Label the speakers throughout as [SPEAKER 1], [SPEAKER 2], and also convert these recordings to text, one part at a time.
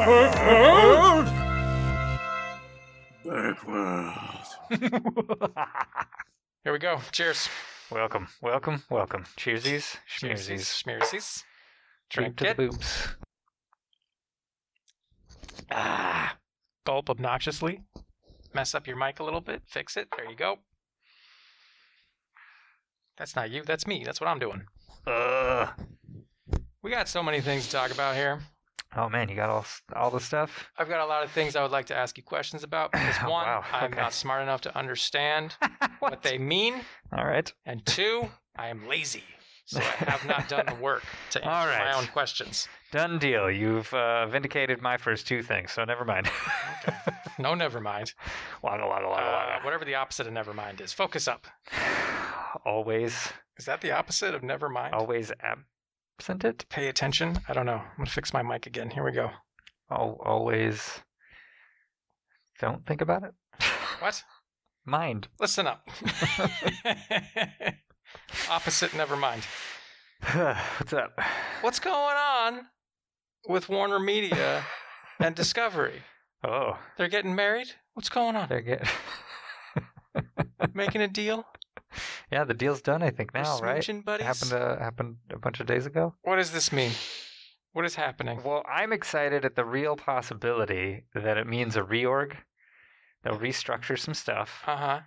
[SPEAKER 1] World.
[SPEAKER 2] Here we go. Cheers.
[SPEAKER 3] Welcome, welcome, welcome. Cheersies, schmearsies.
[SPEAKER 2] Schmearsies. Drink
[SPEAKER 3] Drink to the
[SPEAKER 2] it.
[SPEAKER 3] boobs.
[SPEAKER 2] Ah. Gulp obnoxiously. Mess up your mic a little bit. Fix it. There you go. That's not you. That's me. That's what I'm doing.
[SPEAKER 3] Ugh.
[SPEAKER 2] We got so many things to talk about here.
[SPEAKER 3] Oh man, you got all s- all the stuff.
[SPEAKER 2] I've got a lot of things I would like to ask you questions about. Because one,
[SPEAKER 3] Oh, Wow,
[SPEAKER 2] I'm
[SPEAKER 3] okay.
[SPEAKER 2] not smart enough to understand what they mean,
[SPEAKER 3] All right.
[SPEAKER 2] and two, I am lazy, so I have not done the work to answer
[SPEAKER 3] All right.
[SPEAKER 2] my own questions.
[SPEAKER 3] Done deal. You've uh, vindicated my first two things, so never mind.
[SPEAKER 2] No, never mind.
[SPEAKER 3] Wagga wagga
[SPEAKER 2] Uh,
[SPEAKER 3] wagga
[SPEAKER 2] whatever the opposite of never mind is, focus up.
[SPEAKER 3] wagga. Always,
[SPEAKER 2] Is that the opposite of never mind?
[SPEAKER 3] always absent it.
[SPEAKER 2] Pay attention. I don't know. I'm gonna fix my mic again. Here we go.
[SPEAKER 3] Al- always. Don't think about it.
[SPEAKER 2] What?
[SPEAKER 3] Mind.
[SPEAKER 2] Listen up. opposite never mind.
[SPEAKER 3] What's up?
[SPEAKER 2] What's going on with Warner Media and Discovery?
[SPEAKER 3] Oh,
[SPEAKER 2] They're getting married? What's going on?
[SPEAKER 3] they're getting.
[SPEAKER 2] Making a deal?
[SPEAKER 3] yeah, the deal's done. I think
[SPEAKER 2] We're
[SPEAKER 3] now, right?
[SPEAKER 2] smooching buddies?
[SPEAKER 3] happened uh, happened a bunch of days ago.
[SPEAKER 2] What does this mean? What is happening?
[SPEAKER 3] Well, I'm excited at the real possibility that it means a reorg. They'll restructure some stuff,
[SPEAKER 2] Uh huh.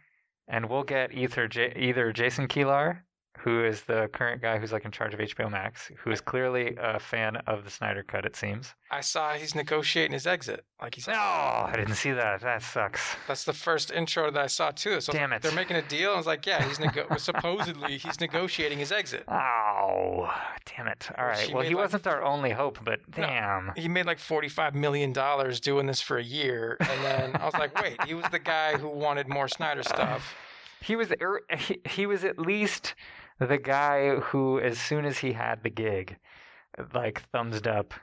[SPEAKER 3] and we'll get either J- either Jason Kilar, who is the current guy who's like in charge of HBO Max, who is clearly a fan of the Snyder Cut. It seems.
[SPEAKER 2] I saw he's negotiating his exit. Like he's
[SPEAKER 3] No, oh, I didn't see that. That sucks.
[SPEAKER 2] That's the first intro that I saw too. So
[SPEAKER 3] Damn it.
[SPEAKER 2] they're making a deal. And I was like, yeah, he's nego- supposedly he's negotiating his exit.
[SPEAKER 3] Oh, damn it! All
[SPEAKER 2] Well,
[SPEAKER 3] right.
[SPEAKER 2] she
[SPEAKER 3] Well,
[SPEAKER 2] made,
[SPEAKER 3] he
[SPEAKER 2] like-
[SPEAKER 3] wasn't our only hope, but
[SPEAKER 2] No.
[SPEAKER 3] damn.
[SPEAKER 2] He made like forty-five million dollars doing this for a year, and then I was like, wait, he was the guy who wanted more Snyder stuff.
[SPEAKER 3] He was er, he, he was at least the guy who, as soon as he had the gig, like thumbs up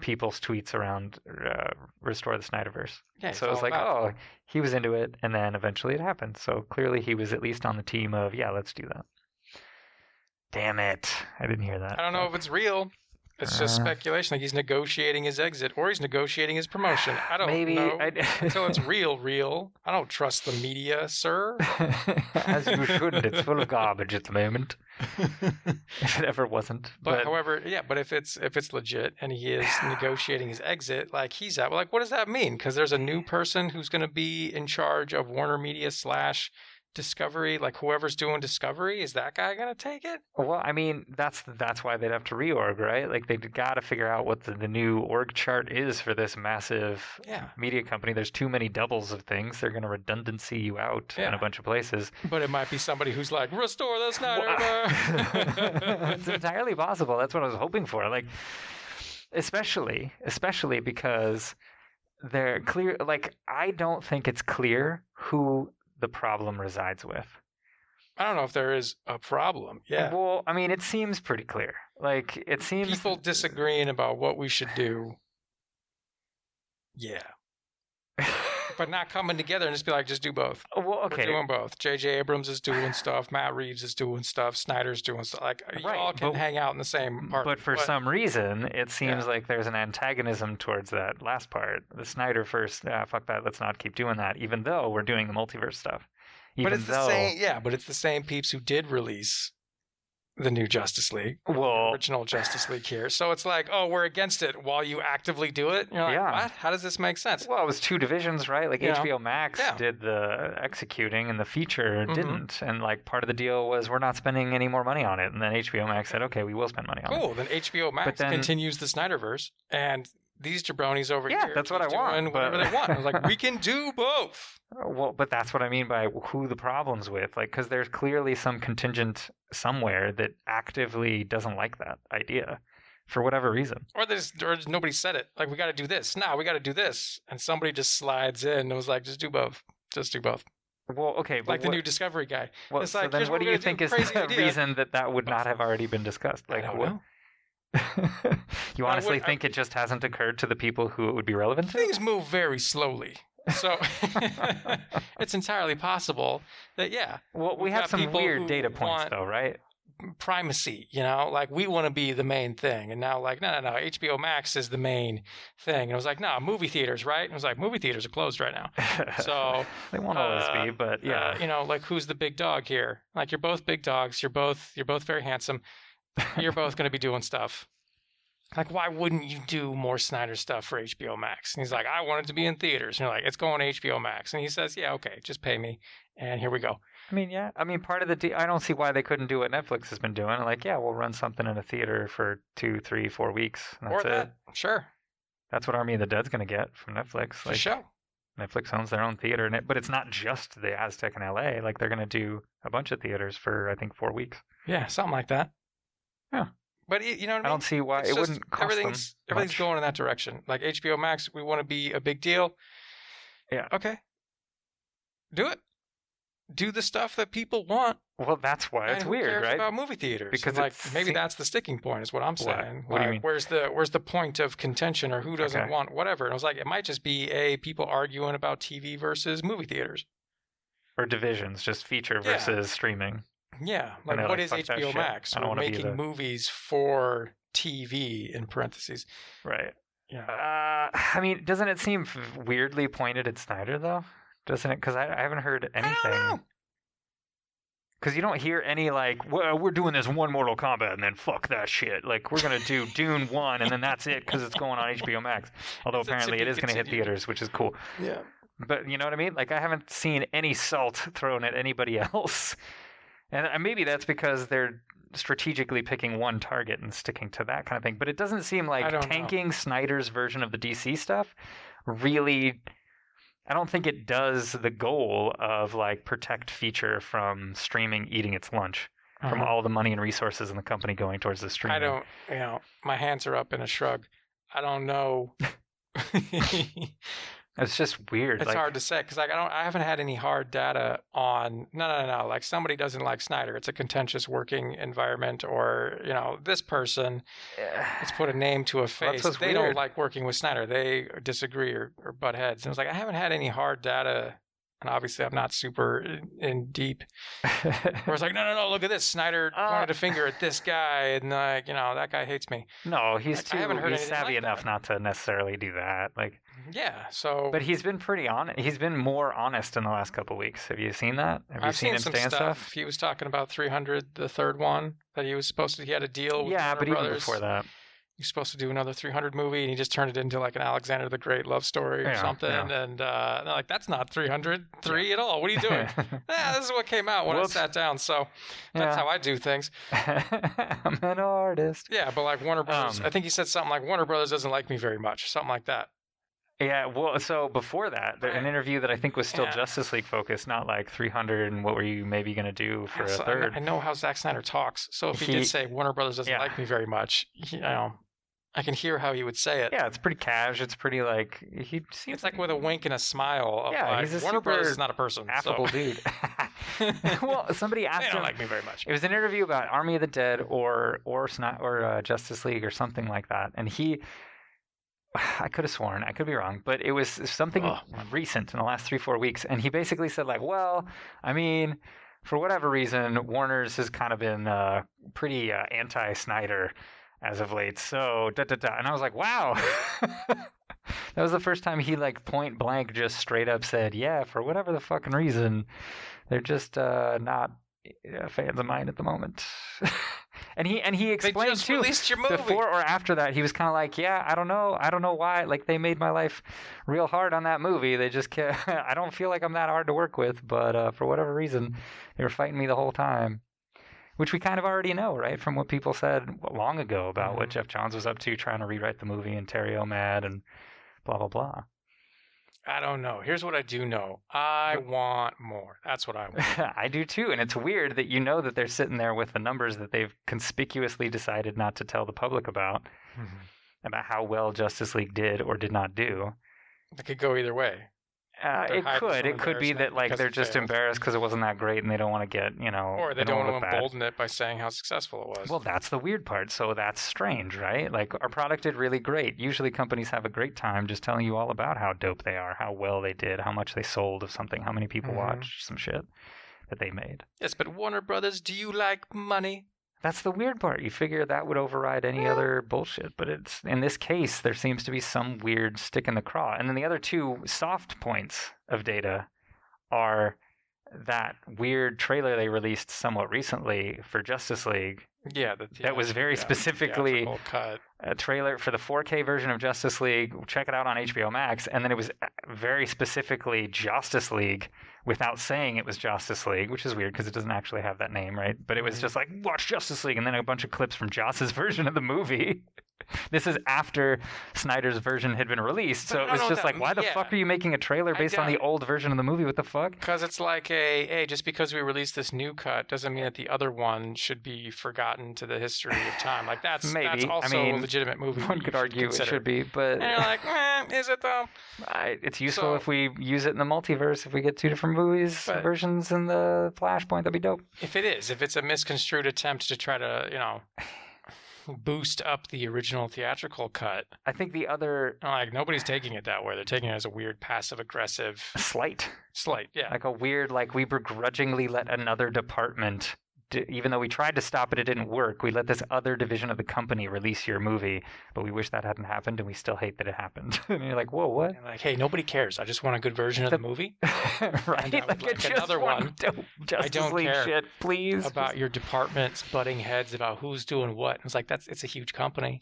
[SPEAKER 3] people's tweets around uh, restore the Snyderverse.
[SPEAKER 2] Yeah,
[SPEAKER 3] so it was
[SPEAKER 2] all
[SPEAKER 3] like,
[SPEAKER 2] about-
[SPEAKER 3] oh, he was into it, and then eventually it happened. So clearly he was at least on the team of yeah, let's do that. Damn it! I didn't hear that.
[SPEAKER 2] I don't know if it's real. It's just
[SPEAKER 3] Uh.
[SPEAKER 2] speculation. Like he's negotiating his exit, or he's negotiating his promotion. I don't
[SPEAKER 3] Maybe
[SPEAKER 2] know.
[SPEAKER 3] I-
[SPEAKER 2] Until it's real, real. I don't trust the media, sir.
[SPEAKER 3] As you shouldn't. It's full of garbage at the moment. if it ever wasn't.
[SPEAKER 2] But,
[SPEAKER 3] But,
[SPEAKER 2] however, yeah, but if it's if it's legit and he is negotiating his exit, like he's out. Like, what does that mean? Because there's a new person who's going to be in charge of Warner Media slash Discovery. Like, whoever's doing Discovery, is that guy going to take it?
[SPEAKER 3] well, I mean, that's that's why they'd have to reorg, right? Like they've got to figure out what the, the new org chart is for this massive
[SPEAKER 2] Yeah,
[SPEAKER 3] media company. There's too many doubles of things. They're going to redundancy you out in
[SPEAKER 2] Yeah.
[SPEAKER 3] a bunch of places.
[SPEAKER 2] but it might be somebody who's like, restore the
[SPEAKER 3] it's
[SPEAKER 2] Snyderverse.
[SPEAKER 3] entirely possible. That's what I was hoping for. Like,
[SPEAKER 2] Mm.
[SPEAKER 3] especially, especially because they're clear. Like, I don't think it's clear who the problem resides with.
[SPEAKER 2] I don't know if there is a problem. Yeah,
[SPEAKER 3] Well, I mean, it seems pretty clear. Like, it seems
[SPEAKER 2] people disagreeing about what we should do. Yeah, but not coming together and just be like, just do both.
[SPEAKER 3] well, okay.
[SPEAKER 2] We're doing both. J.J. Abrams is doing stuff. Matt Reeves is doing stuff. Snyder's doing stuff. Like y'all
[SPEAKER 3] Right,
[SPEAKER 2] can
[SPEAKER 3] but-
[SPEAKER 2] hang out in the same apartment.
[SPEAKER 3] But for some reason, it seems like there's an antagonism towards that last part. The Snyder first, ah, fuck that, let's not keep doing that, even though we're doing the multiverse stuff. Even
[SPEAKER 2] but it's
[SPEAKER 3] though,
[SPEAKER 2] the same. Yeah, but it's the same peeps who did release the new Justice League,
[SPEAKER 3] well,
[SPEAKER 2] original Justice League here. So it's like, oh, we're against it while you actively do it. You're like,
[SPEAKER 3] Yeah.
[SPEAKER 2] what? How does this make sense?
[SPEAKER 3] Well, it was two divisions, right? Like
[SPEAKER 2] You know?
[SPEAKER 3] HBO Max
[SPEAKER 2] Yeah.
[SPEAKER 3] did the executing, and the feature
[SPEAKER 2] Mhm.
[SPEAKER 3] didn't. And like part of the deal was we're not spending any more money on it. And then HBO Max said, okay, we will spend money on it.
[SPEAKER 2] Cool. Then HBO Max
[SPEAKER 3] then-
[SPEAKER 2] continues the Snyderverse, and these jabronis over
[SPEAKER 3] Yeah,
[SPEAKER 2] here
[SPEAKER 3] that's what
[SPEAKER 2] keep
[SPEAKER 3] I want,
[SPEAKER 2] doing whatever
[SPEAKER 3] but-
[SPEAKER 2] they want. I was like, we can do both.
[SPEAKER 3] Oh, Well, but that's what I mean by who the problem's with. Like, because there's clearly some contingent somewhere that actively doesn't like that idea for whatever reason.
[SPEAKER 2] or they just, or just nobody said it. Like we got to do this. Nah, we got to do this. And somebody just slides in and was like, just do both. Just do both.
[SPEAKER 3] Well, okay, but
[SPEAKER 2] Like the
[SPEAKER 3] what-
[SPEAKER 2] new Discovery guy.
[SPEAKER 3] well,
[SPEAKER 2] it's
[SPEAKER 3] so
[SPEAKER 2] like,
[SPEAKER 3] then
[SPEAKER 2] here's what
[SPEAKER 3] what, do
[SPEAKER 2] we're
[SPEAKER 3] you
[SPEAKER 2] gonna
[SPEAKER 3] think
[SPEAKER 2] do,
[SPEAKER 3] is
[SPEAKER 2] crazy
[SPEAKER 3] the
[SPEAKER 2] idea.
[SPEAKER 3] reason that that would not have already been discussed? Like,
[SPEAKER 2] I don't
[SPEAKER 3] what?
[SPEAKER 2] know.
[SPEAKER 3] you
[SPEAKER 2] I
[SPEAKER 3] honestly
[SPEAKER 2] would- I-
[SPEAKER 3] think it just hasn't occurred to the people who it would be relevant to?
[SPEAKER 2] Things move very slowly. So it's entirely possible that yeah,
[SPEAKER 3] Well, we
[SPEAKER 2] We've
[SPEAKER 3] have
[SPEAKER 2] got
[SPEAKER 3] some
[SPEAKER 2] people
[SPEAKER 3] weird
[SPEAKER 2] who
[SPEAKER 3] data points,
[SPEAKER 2] want-
[SPEAKER 3] though, right?
[SPEAKER 2] primacy, you know, like we want to be the main thing. And now, like, no, no, no, HBO Max is the main thing. And I was like, no, nah, movie theaters, right? And I was like, movie theaters are closed right now. So
[SPEAKER 3] they won't always
[SPEAKER 2] uh,
[SPEAKER 3] be, but
[SPEAKER 2] yeah,
[SPEAKER 3] yeah,
[SPEAKER 2] you know, like who's the big dog here? Like you're both big dogs. You're both you're both very handsome. You're both going to be doing stuff. Like, why wouldn't you do more Snyder stuff for HBO Max? And he's like, I want it to be in theaters. And you're like, it's going to HBO Max. And he says, Yeah, okay, just pay me. And here we go.
[SPEAKER 3] I mean, yeah, I mean, part of the de- I don't see why they couldn't do what Netflix has been doing. Like, yeah, we'll run something in a theater for two, three, four weeks. And that's
[SPEAKER 2] or
[SPEAKER 3] it.
[SPEAKER 2] that, sure,
[SPEAKER 3] That's what Army of the Dead's gonna get from Netflix.
[SPEAKER 2] for
[SPEAKER 3] Like,
[SPEAKER 2] show.
[SPEAKER 3] Netflix owns their own theater, and it, but it's not just the Aztec in LA. Like, they're gonna do a bunch of theaters for I think four weeks.
[SPEAKER 2] Yeah, something like that.
[SPEAKER 3] Yeah.
[SPEAKER 2] But y- you know what I mean?
[SPEAKER 3] I don't see why
[SPEAKER 2] It's
[SPEAKER 3] it
[SPEAKER 2] just
[SPEAKER 3] wouldn't cost
[SPEAKER 2] everything's
[SPEAKER 3] them.
[SPEAKER 2] everything's
[SPEAKER 3] much.
[SPEAKER 2] going in that direction. Like HBO Max, we want to be a big deal.
[SPEAKER 3] Yeah.
[SPEAKER 2] Okay. Do it. Do the stuff that people want.
[SPEAKER 3] Well, that's why it's
[SPEAKER 2] and who
[SPEAKER 3] weird,
[SPEAKER 2] cares
[SPEAKER 3] right?
[SPEAKER 2] About movie theaters,
[SPEAKER 3] Because
[SPEAKER 2] because like
[SPEAKER 3] it's-
[SPEAKER 2] maybe that's the sticking point. Is what I'm
[SPEAKER 3] What?
[SPEAKER 2] saying.
[SPEAKER 3] What do
[SPEAKER 2] Like,
[SPEAKER 3] you mean?
[SPEAKER 2] Where's the where's the point of contention, or who doesn't
[SPEAKER 3] Okay.
[SPEAKER 2] want whatever? And I was like, it might just be a people arguing about TV versus movie theaters.
[SPEAKER 3] or divisions, just feature
[SPEAKER 2] Yeah.
[SPEAKER 3] versus streaming.
[SPEAKER 2] Yeah, like
[SPEAKER 3] they're
[SPEAKER 2] what
[SPEAKER 3] like,
[SPEAKER 2] is
[SPEAKER 3] "Fuck that
[SPEAKER 2] HBO
[SPEAKER 3] shit.
[SPEAKER 2] Max?
[SPEAKER 3] I don't
[SPEAKER 2] We're
[SPEAKER 3] wanna be
[SPEAKER 2] making
[SPEAKER 3] the-
[SPEAKER 2] movies for TV in parentheses.
[SPEAKER 3] Right.
[SPEAKER 2] Yeah.
[SPEAKER 3] Uh, I mean, doesn't it seem f- weirdly pointed at Snyder though? Doesn't it? Because I, I haven't heard anything.
[SPEAKER 2] I don't know.
[SPEAKER 3] Because you don't hear any like, well, we're doing this one Mortal Kombat and then fuck that shit. Like we're gonna do Dune one and then that's it because it's going on HBO Max. Although
[SPEAKER 2] It's a to
[SPEAKER 3] apparently
[SPEAKER 2] be
[SPEAKER 3] it is gonna hit
[SPEAKER 2] continued.
[SPEAKER 3] theaters, which is cool.
[SPEAKER 2] Yeah.
[SPEAKER 3] But you know what I mean? Like I haven't seen any salt thrown at anybody else, and uh, maybe that's because they're strategically picking one target and sticking to that kind of thing. But it doesn't seem like
[SPEAKER 2] don't know.
[SPEAKER 3] tanking Snyder's version of the DC stuff really. I don't think it does the goal of like protect feature from streaming eating its lunch from all the money and resources in the company going towards the streaming.
[SPEAKER 2] Uh-huh. I don't, you know, my hands are up in a shrug. I don't know. it's
[SPEAKER 3] It's just weird. like,
[SPEAKER 2] hard to say because like I don't, I haven't had any hard data on. No, no, no, no. Like somebody doesn't like Snyder. It's a contentious working environment, or you know, this person. Let's put a name to a face.
[SPEAKER 3] what's
[SPEAKER 2] they
[SPEAKER 3] weird.
[SPEAKER 2] don't like working with Snyder. They disagree or, or butt heads. And I was like, I haven't had any hard data. And obviously, I'm not super in, in deep Where it's like, no, no, no, look at this. Snyder
[SPEAKER 3] Uh,
[SPEAKER 2] pointed a finger at this guy, and like, you know, that guy hates me.
[SPEAKER 3] no, he's
[SPEAKER 2] Like, I
[SPEAKER 3] too
[SPEAKER 2] haven't heard
[SPEAKER 3] he's
[SPEAKER 2] anything
[SPEAKER 3] savvy
[SPEAKER 2] like
[SPEAKER 3] enough
[SPEAKER 2] that.
[SPEAKER 3] not to necessarily do that. Like,
[SPEAKER 2] Yeah. So,
[SPEAKER 3] Mm-hmm. but he's been pretty honest. He's been more honest in the last couple weeks. Have you seen that? Have you
[SPEAKER 2] I've seen,
[SPEAKER 3] him
[SPEAKER 2] some
[SPEAKER 3] stand
[SPEAKER 2] stuff. He was talking about 300, the third one that he was supposed to. He had a deal with
[SPEAKER 3] Yeah,
[SPEAKER 2] Warner
[SPEAKER 3] but even
[SPEAKER 2] Brothers.
[SPEAKER 3] before that,
[SPEAKER 2] he was supposed to do another 300 movie, and he just turned it into like an Alexander the Great love story or
[SPEAKER 3] Yeah,
[SPEAKER 2] something.
[SPEAKER 3] yeah.
[SPEAKER 2] And, uh, and I'm like, that's not 300, three at all. What are you doing? nah, this is what came out when
[SPEAKER 3] Whoops.
[SPEAKER 2] I sat down. So that's how I do things.
[SPEAKER 3] Yeah. I'm an artist.
[SPEAKER 2] Yeah, but like Warner Brothers,
[SPEAKER 3] Um,
[SPEAKER 2] I think he said something like Warner Brothers doesn't like me very much, something like that.
[SPEAKER 3] Yeah. Well, so before that, there, an interview that I think was still
[SPEAKER 2] Yeah.
[SPEAKER 3] Justice League focused, not like 300 and what were you maybe gonna do for
[SPEAKER 2] Yeah, so
[SPEAKER 3] a
[SPEAKER 2] I kn-
[SPEAKER 3] third?
[SPEAKER 2] I know how Zack Snyder talks. So if he,
[SPEAKER 3] He-
[SPEAKER 2] did say Warner Brothers doesn't
[SPEAKER 3] Yeah.
[SPEAKER 2] like me very much, you know, I can hear how he would say it.
[SPEAKER 3] Yeah, it's pretty cash. It's pretty like he seems
[SPEAKER 2] It's like with a wink and a smile. Of
[SPEAKER 3] Yeah,
[SPEAKER 2] like,
[SPEAKER 3] he's a
[SPEAKER 2] Warner Brothers
[SPEAKER 3] super
[SPEAKER 2] is not a person.
[SPEAKER 3] affable
[SPEAKER 2] So.
[SPEAKER 3] dude.
[SPEAKER 2] they
[SPEAKER 3] well, somebody asked
[SPEAKER 2] don't
[SPEAKER 3] him.
[SPEAKER 2] like me very much.
[SPEAKER 3] it was an interview about Army of the Dead or or Sna- or uh, Justice League or something like that, and he. I could have sworn, I could be wrong, but it was something
[SPEAKER 2] Ugh.
[SPEAKER 3] recent in the last three, four weeks. And he basically said, like, well, I mean, for whatever reason, Warner's has kind of been uh, pretty uh, anti Snyder as of late. So, da da da. And I was like, wow. that was the first time he, like, point blank just straight up said, yeah, for whatever the fucking reason, they're just uh, not uh, fans of mine at the moment. and he and he
[SPEAKER 2] They
[SPEAKER 3] explained
[SPEAKER 2] just
[SPEAKER 3] too
[SPEAKER 2] released your movie.
[SPEAKER 3] before or after that, he was kind of like, "Yeah, I don't know, I don't know why. Like they made my life real hard on that movie. They just, ca I don't feel like I'm that hard to work with, but uh, for whatever reason, they were fighting me the whole time." Which we kind of already know, right, from what people said long ago about what
[SPEAKER 2] Mhm.
[SPEAKER 3] Jeff Johns was up to, trying to rewrite the movie and Terry O'Mad and blah blah blah.
[SPEAKER 2] I don't know. Here's what I do know. I want more. That's what I want.
[SPEAKER 3] I do too, and it's weird that you know that they're sitting there with the numbers that they've conspicuously decided not to tell the public about about how well Justice League did or did not do.
[SPEAKER 2] It could go either way.
[SPEAKER 3] Uh,
[SPEAKER 2] They're
[SPEAKER 3] it
[SPEAKER 2] hiding
[SPEAKER 3] could.
[SPEAKER 2] some
[SPEAKER 3] It could be
[SPEAKER 2] embarrassment
[SPEAKER 3] that like
[SPEAKER 2] because
[SPEAKER 3] they're
[SPEAKER 2] it
[SPEAKER 3] just
[SPEAKER 2] failed.
[SPEAKER 3] embarrassed because it wasn't that great, and they don't want to get you know.
[SPEAKER 2] Or they, don't
[SPEAKER 3] Oh, don't
[SPEAKER 2] want
[SPEAKER 3] look
[SPEAKER 2] to
[SPEAKER 3] bad.
[SPEAKER 2] embolden it by saying how successful it was.
[SPEAKER 3] Well, that's the weird part. So that's strange, right? Like our product did really great. Usually companies have a great time just telling you all about how dope they are, how well they did, how much they sold of something, how many people
[SPEAKER 2] Mhm.
[SPEAKER 3] watched some shit that they made.
[SPEAKER 2] yes, but Warner Brothers, do you like money?
[SPEAKER 3] That's the weird part. You figure that would override any other bullshit, but it's in this case there seems to be some weird stick in the craw. And then the other two soft points of data are that weird trailer they released somewhat recently for Justice League.
[SPEAKER 2] Yeah, the, yeah,
[SPEAKER 3] was very
[SPEAKER 2] yeah,
[SPEAKER 3] specifically-
[SPEAKER 2] theatrical cut.
[SPEAKER 3] A trailer for the 4K version of Justice League. Check it out on HBO Max. And then it was uh, very specifically Justice League without saying it was Justice League, which is weird because it doesn't actually have that name, right? But it was
[SPEAKER 2] Mhm.
[SPEAKER 3] just like, watch Justice League. And then a bunch of clips from Joss's version of the movie. this is after Snyder's version had been released.
[SPEAKER 2] But
[SPEAKER 3] so
[SPEAKER 2] I
[SPEAKER 3] it
[SPEAKER 2] don't
[SPEAKER 3] was
[SPEAKER 2] know what
[SPEAKER 3] just
[SPEAKER 2] that
[SPEAKER 3] like, why the
[SPEAKER 2] mean-
[SPEAKER 3] fuck
[SPEAKER 2] yeah.
[SPEAKER 3] are you making a trailer
[SPEAKER 2] I
[SPEAKER 3] based on
[SPEAKER 2] doubt
[SPEAKER 3] the
[SPEAKER 2] it.
[SPEAKER 3] old version of the movie? What the fuck?
[SPEAKER 2] Because it's like a hey, just because we released this new cut doesn't mean that the other one should be forgotten to the history of time. Like that's that's
[SPEAKER 3] Maybe. I
[SPEAKER 2] also a
[SPEAKER 3] mean,
[SPEAKER 2] legitimate movie.
[SPEAKER 3] One
[SPEAKER 2] you should
[SPEAKER 3] could argue it
[SPEAKER 2] consider.
[SPEAKER 3] should be, but
[SPEAKER 2] And you're like, eh, is it though?
[SPEAKER 3] I, it's useful
[SPEAKER 2] So-
[SPEAKER 3] if we use it in the multiverse. If we get two different movies
[SPEAKER 2] But-
[SPEAKER 3] versions in the Flashpoint, that'd be dope.
[SPEAKER 2] If it is, if it's a misconstrued attempt to try to, you know, boost up the original theatrical cut,
[SPEAKER 3] I think the other
[SPEAKER 2] I'm like nobody's taking it that way. They're taking it as a weird passive aggressive
[SPEAKER 3] slight,
[SPEAKER 2] slight. Yeah.
[SPEAKER 3] like a weird, like we begrudgingly let another department, d even though we tried to stop it, it didn't work. We let this other division of the company release your movie, but we wish that hadn't happened, and we still hate that it happened. and you're like, whoa, what?
[SPEAKER 2] And like, hey, nobody cares. I just want a good version of the movie
[SPEAKER 3] right?
[SPEAKER 2] I would
[SPEAKER 3] I
[SPEAKER 2] like
[SPEAKER 3] just
[SPEAKER 2] another
[SPEAKER 3] want
[SPEAKER 2] one.
[SPEAKER 3] Dope Justice
[SPEAKER 2] don't
[SPEAKER 3] League
[SPEAKER 2] care
[SPEAKER 3] shit, please.
[SPEAKER 2] about your departments butting heads about who's doing what. And it's like that's it's a huge company.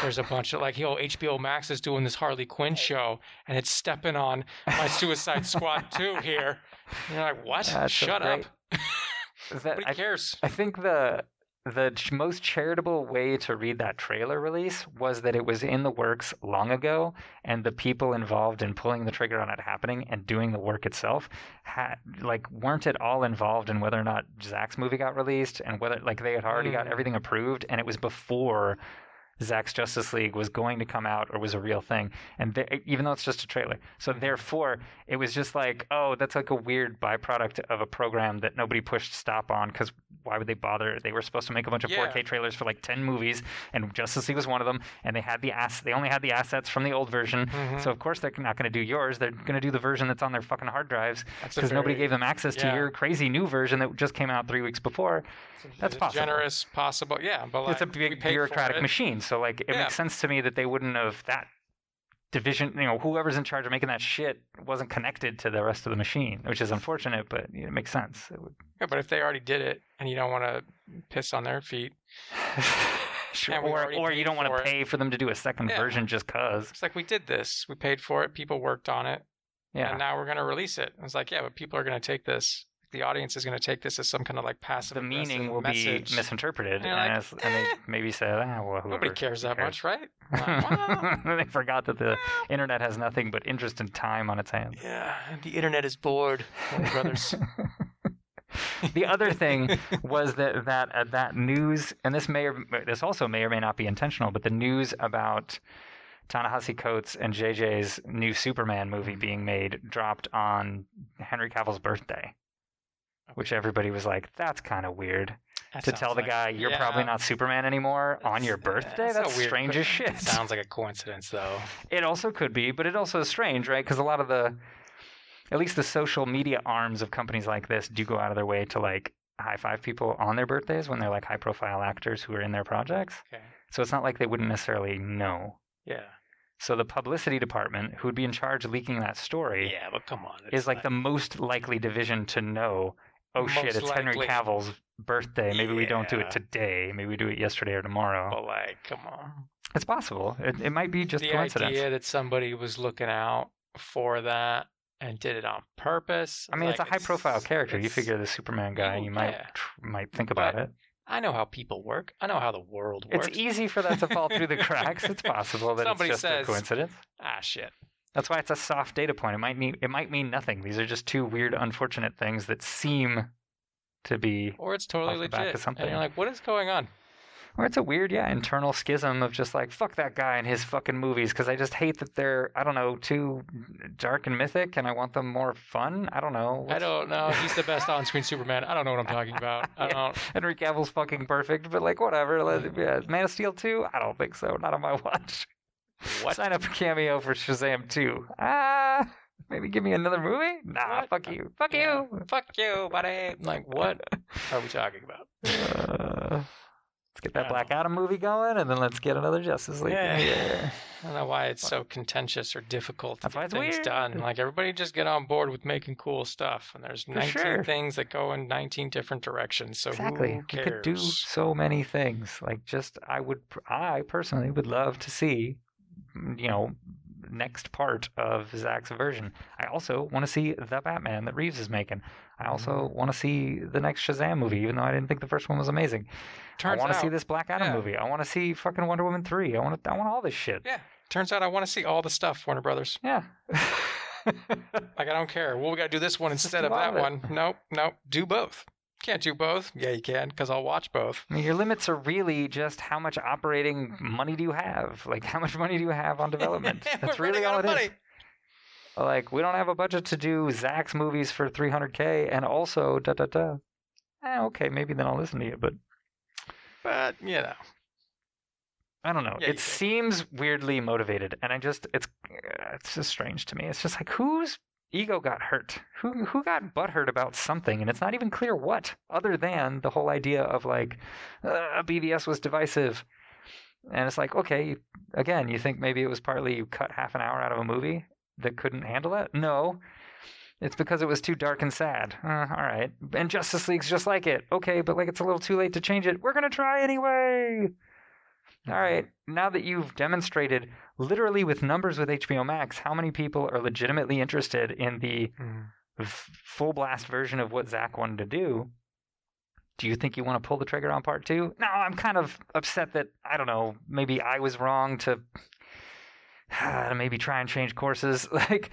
[SPEAKER 2] There's a bunch of like, yo, HBO Max is doing this Harley Quinn show, and it's stepping on my Suicide Squad 2 here. And you're like, what?
[SPEAKER 3] That's so
[SPEAKER 2] Shut up.
[SPEAKER 3] great. That-
[SPEAKER 2] Nobody
[SPEAKER 3] I
[SPEAKER 2] cares.
[SPEAKER 3] I think the the ch- most charitable way to read that trailer release was that it was in the works long ago, and the people involved in pulling the trigger on it happening and doing the work itself, had, like weren't at all involved in whether or not Zach's movie got released and whether like they had already got
[SPEAKER 2] Mm.
[SPEAKER 3] everything approved, and it was before Zach's Justice League was going to come out or was a real thing, and they, even though it's just a trailer, so therefore it was just like, oh, that's like a weird byproduct of a program that nobody pushed stop on because why would they bother? They were supposed to make a bunch of
[SPEAKER 2] Yeah.
[SPEAKER 3] 4K trailers for like 10 movies, and Justice League was one of them, and they had the ass, they only had the assets from the old version.
[SPEAKER 2] Mhm.
[SPEAKER 3] So of course they're not going to do yours. They're going to do the version that's on their fucking hard drives
[SPEAKER 2] That's a
[SPEAKER 3] because nobody
[SPEAKER 2] very-
[SPEAKER 3] gave them access to
[SPEAKER 2] yeah.
[SPEAKER 3] your crazy new version that just came out three weeks before. that's
[SPEAKER 2] it's a
[SPEAKER 3] possible.
[SPEAKER 2] generous possible. Yeah, but like
[SPEAKER 3] it's a
[SPEAKER 2] we
[SPEAKER 3] big
[SPEAKER 2] paid for
[SPEAKER 3] bureaucratic
[SPEAKER 2] it.
[SPEAKER 3] machine. So like it
[SPEAKER 2] Yeah.
[SPEAKER 3] makes sense to me that they wouldn't have that division. You know, whoever's in charge of making that shit wasn't connected to the rest of the machine, which is unfortunate, but it makes sense. It would...
[SPEAKER 2] Yeah, but if they already did it and you don't want to piss on their feet,
[SPEAKER 3] Sure,
[SPEAKER 2] And we
[SPEAKER 3] or
[SPEAKER 2] already
[SPEAKER 3] or you
[SPEAKER 2] paid
[SPEAKER 3] don't want
[SPEAKER 2] for
[SPEAKER 3] to
[SPEAKER 2] it.
[SPEAKER 3] pay for them to do a second
[SPEAKER 2] Yeah.
[SPEAKER 3] version just cause.
[SPEAKER 2] it's like we did this. We paid for it. People worked on it.
[SPEAKER 3] Yeah.
[SPEAKER 2] and now we're going to release it. And it's like, yeah, but people are going to take this. The audience is going to take this as some kind of like passive.
[SPEAKER 3] the meaning
[SPEAKER 2] aggressive
[SPEAKER 3] will
[SPEAKER 2] message.
[SPEAKER 3] be misinterpreted,
[SPEAKER 2] And you're
[SPEAKER 3] and,
[SPEAKER 2] like,
[SPEAKER 3] it's- and
[SPEAKER 2] "Eh,
[SPEAKER 3] they maybe say, "Ah, well, whoever."
[SPEAKER 2] Nobody cares that
[SPEAKER 3] cares?"
[SPEAKER 2] much, right? Like, wow.
[SPEAKER 3] they forgot that the internet has nothing but interest and time on its hands.
[SPEAKER 2] yeah, the internet is bored, Warner brothers.
[SPEAKER 3] the other thing was that that uh, that news, and this may or this also may or may not be intentional, but the news about Ta-Nehisi Coates and JJ's new Superman movie
[SPEAKER 2] Mm-hmm.
[SPEAKER 3] being made dropped on Henry Cavill's birthday, which everybody was like, "That's kind of weird."
[SPEAKER 2] That
[SPEAKER 3] to
[SPEAKER 2] sounds
[SPEAKER 3] tell the
[SPEAKER 2] like-
[SPEAKER 3] guy you're
[SPEAKER 2] yeah,
[SPEAKER 3] probably not Superman anymore on
[SPEAKER 2] that's-
[SPEAKER 3] your
[SPEAKER 2] yeah,
[SPEAKER 3] birthday.
[SPEAKER 2] that's a
[SPEAKER 3] that's
[SPEAKER 2] weird
[SPEAKER 3] strange as
[SPEAKER 2] question.
[SPEAKER 3] shit.
[SPEAKER 2] Sounds like a coincidence, though.
[SPEAKER 3] It also could be, but it also is strange, right? Because a lot of the, at least the social media arms of companies like this do go out of their way to like high five people on their birthdays when they're like high profile actors who are in their projects.
[SPEAKER 2] Okay.
[SPEAKER 3] So it's not like they wouldn't necessarily know.
[SPEAKER 2] Yeah.
[SPEAKER 3] So the publicity department, who would be in charge of leaking that story,
[SPEAKER 2] Yeah, but come on.
[SPEAKER 3] is like the most likely division to know. Oh shit!
[SPEAKER 2] Most
[SPEAKER 3] It's Henry
[SPEAKER 2] likely.
[SPEAKER 3] Cavill's birthday. Maybe we don't do
[SPEAKER 2] Yeah.
[SPEAKER 3] it today. Maybe we do it yesterday or tomorrow.
[SPEAKER 2] But like, come on.
[SPEAKER 3] It's possible. It, it might be just
[SPEAKER 2] the
[SPEAKER 3] coincidence.
[SPEAKER 2] idea that somebody was looking out for that and did it on purpose.
[SPEAKER 3] I mean, it's
[SPEAKER 2] like,
[SPEAKER 3] a high-profile character. You
[SPEAKER 2] it's-
[SPEAKER 3] figure the Superman guy,
[SPEAKER 2] you-
[SPEAKER 3] you might
[SPEAKER 2] yeah.
[SPEAKER 3] tr- might think about
[SPEAKER 2] But
[SPEAKER 3] it.
[SPEAKER 2] I know how people work. I know how the world works.
[SPEAKER 3] It's e easy for that to fall through the cracks. It's possible that
[SPEAKER 2] Somebody
[SPEAKER 3] it's just
[SPEAKER 2] says-
[SPEAKER 3] a coincidence.
[SPEAKER 2] ah, shit.
[SPEAKER 3] That's why it's a soft data point. It might mean it might mean nothing. These are just two weird, unfortunate things that seem to be,
[SPEAKER 2] Or it's totally
[SPEAKER 3] Off the
[SPEAKER 2] legit.
[SPEAKER 3] back of something.
[SPEAKER 2] And you're like, what is going on?
[SPEAKER 3] or it's a weird, yeah, internal schism of just like fuck that guy and his fucking movies because I just hate that they're I don't know too dark and mythic and I want them more fun. I don't know.
[SPEAKER 2] I
[SPEAKER 3] What's-
[SPEAKER 2] don't know. He's the best on-screen Superman. I don't know what I'm talking about. I
[SPEAKER 3] Yeah.
[SPEAKER 2] don't.
[SPEAKER 3] Henry Cavill's fucking perfect, but like whatever. Let, yeah, Man of Steel two? I don't think so. Not on my watch.
[SPEAKER 2] What?
[SPEAKER 3] Sign up for Cameo for Shazam two. Ah, maybe give me another movie. Nah,
[SPEAKER 2] What?
[SPEAKER 3] fuck you, fuck
[SPEAKER 2] Yeah.
[SPEAKER 3] you.
[SPEAKER 2] Fuck you, buddy. I'm like, what are we talking about?
[SPEAKER 3] Uh, Let's get that
[SPEAKER 2] Yeah.
[SPEAKER 3] Black Adam movie going, and then let's get another Justice League.
[SPEAKER 2] Yeah.
[SPEAKER 3] Yeah.
[SPEAKER 2] I don't know why it's so contentious or difficult to
[SPEAKER 3] That's why
[SPEAKER 2] get
[SPEAKER 3] it's
[SPEAKER 2] things
[SPEAKER 3] weird.
[SPEAKER 2] done. Like everybody just get on board with making cool stuff, and there's 19
[SPEAKER 3] sure.
[SPEAKER 2] things that go in 19 different directions. So
[SPEAKER 3] exactly.
[SPEAKER 2] who
[SPEAKER 3] We
[SPEAKER 2] cares?
[SPEAKER 3] could do so many things. Like just I would I personally would love to see mm, you know next part of Zack's version. I also want to see the Batman that Reeves is making. I also want to see the next Shazam movie, even though I didn't think the first one was amazing.
[SPEAKER 2] Turns
[SPEAKER 3] I want to
[SPEAKER 2] out,
[SPEAKER 3] see this Black Adam
[SPEAKER 2] yeah.
[SPEAKER 3] movie. I want to see fucking Wonder Woman three. I want to, I want all this shit.
[SPEAKER 2] Yeah. Turns out I want to see all the stuff, Warner Brothers.
[SPEAKER 3] Yeah.
[SPEAKER 2] Like I don't care. Well, we got to do this one
[SPEAKER 3] Let's
[SPEAKER 2] instead
[SPEAKER 3] do
[SPEAKER 2] of
[SPEAKER 3] all
[SPEAKER 2] that
[SPEAKER 3] of it.
[SPEAKER 2] one. Nope, nope. Do both. Can't do both. Yeah, you can, because I'll watch both.
[SPEAKER 3] I mean, your limits are really just how much operating money do you have? Like, how much money do you have on development?
[SPEAKER 2] We're
[SPEAKER 3] That's really
[SPEAKER 2] running
[SPEAKER 3] all
[SPEAKER 2] out
[SPEAKER 3] it
[SPEAKER 2] of
[SPEAKER 3] is.
[SPEAKER 2] money.
[SPEAKER 3] Like, we don't have a budget to do Zach's movies for 300K and also da da da. Eh, okay, maybe then I'll listen to you, but
[SPEAKER 2] But you know,
[SPEAKER 3] I don't know.
[SPEAKER 2] Yeah, you
[SPEAKER 3] it
[SPEAKER 2] do.
[SPEAKER 3] seems weirdly motivated, and I just it's uh, it's just strange to me. It's just like whose ego got hurt? Who who got butthurt about something? And it's not even clear what, other than the whole idea of like uh, BVS was divisive. And it's like, okay, again, you think maybe it was partly you cut half an hour out of a movie that couldn't handle it? No. It's because it was too dark and sad. Uh, all right. And Justice League's just like it. Okay, but like it's a little too late to change it. We're going to try anyway. All right, now that you've demonstrated literally with numbers with HBO Max how many people are legitimately interested in the
[SPEAKER 2] Hmm.
[SPEAKER 3] f- full blast version of what Zach wanted to do, do you think you want to pull the trigger on part two? No, I'm kind of upset that, I don't know, maybe I was wrong to, to maybe try and change courses. Like,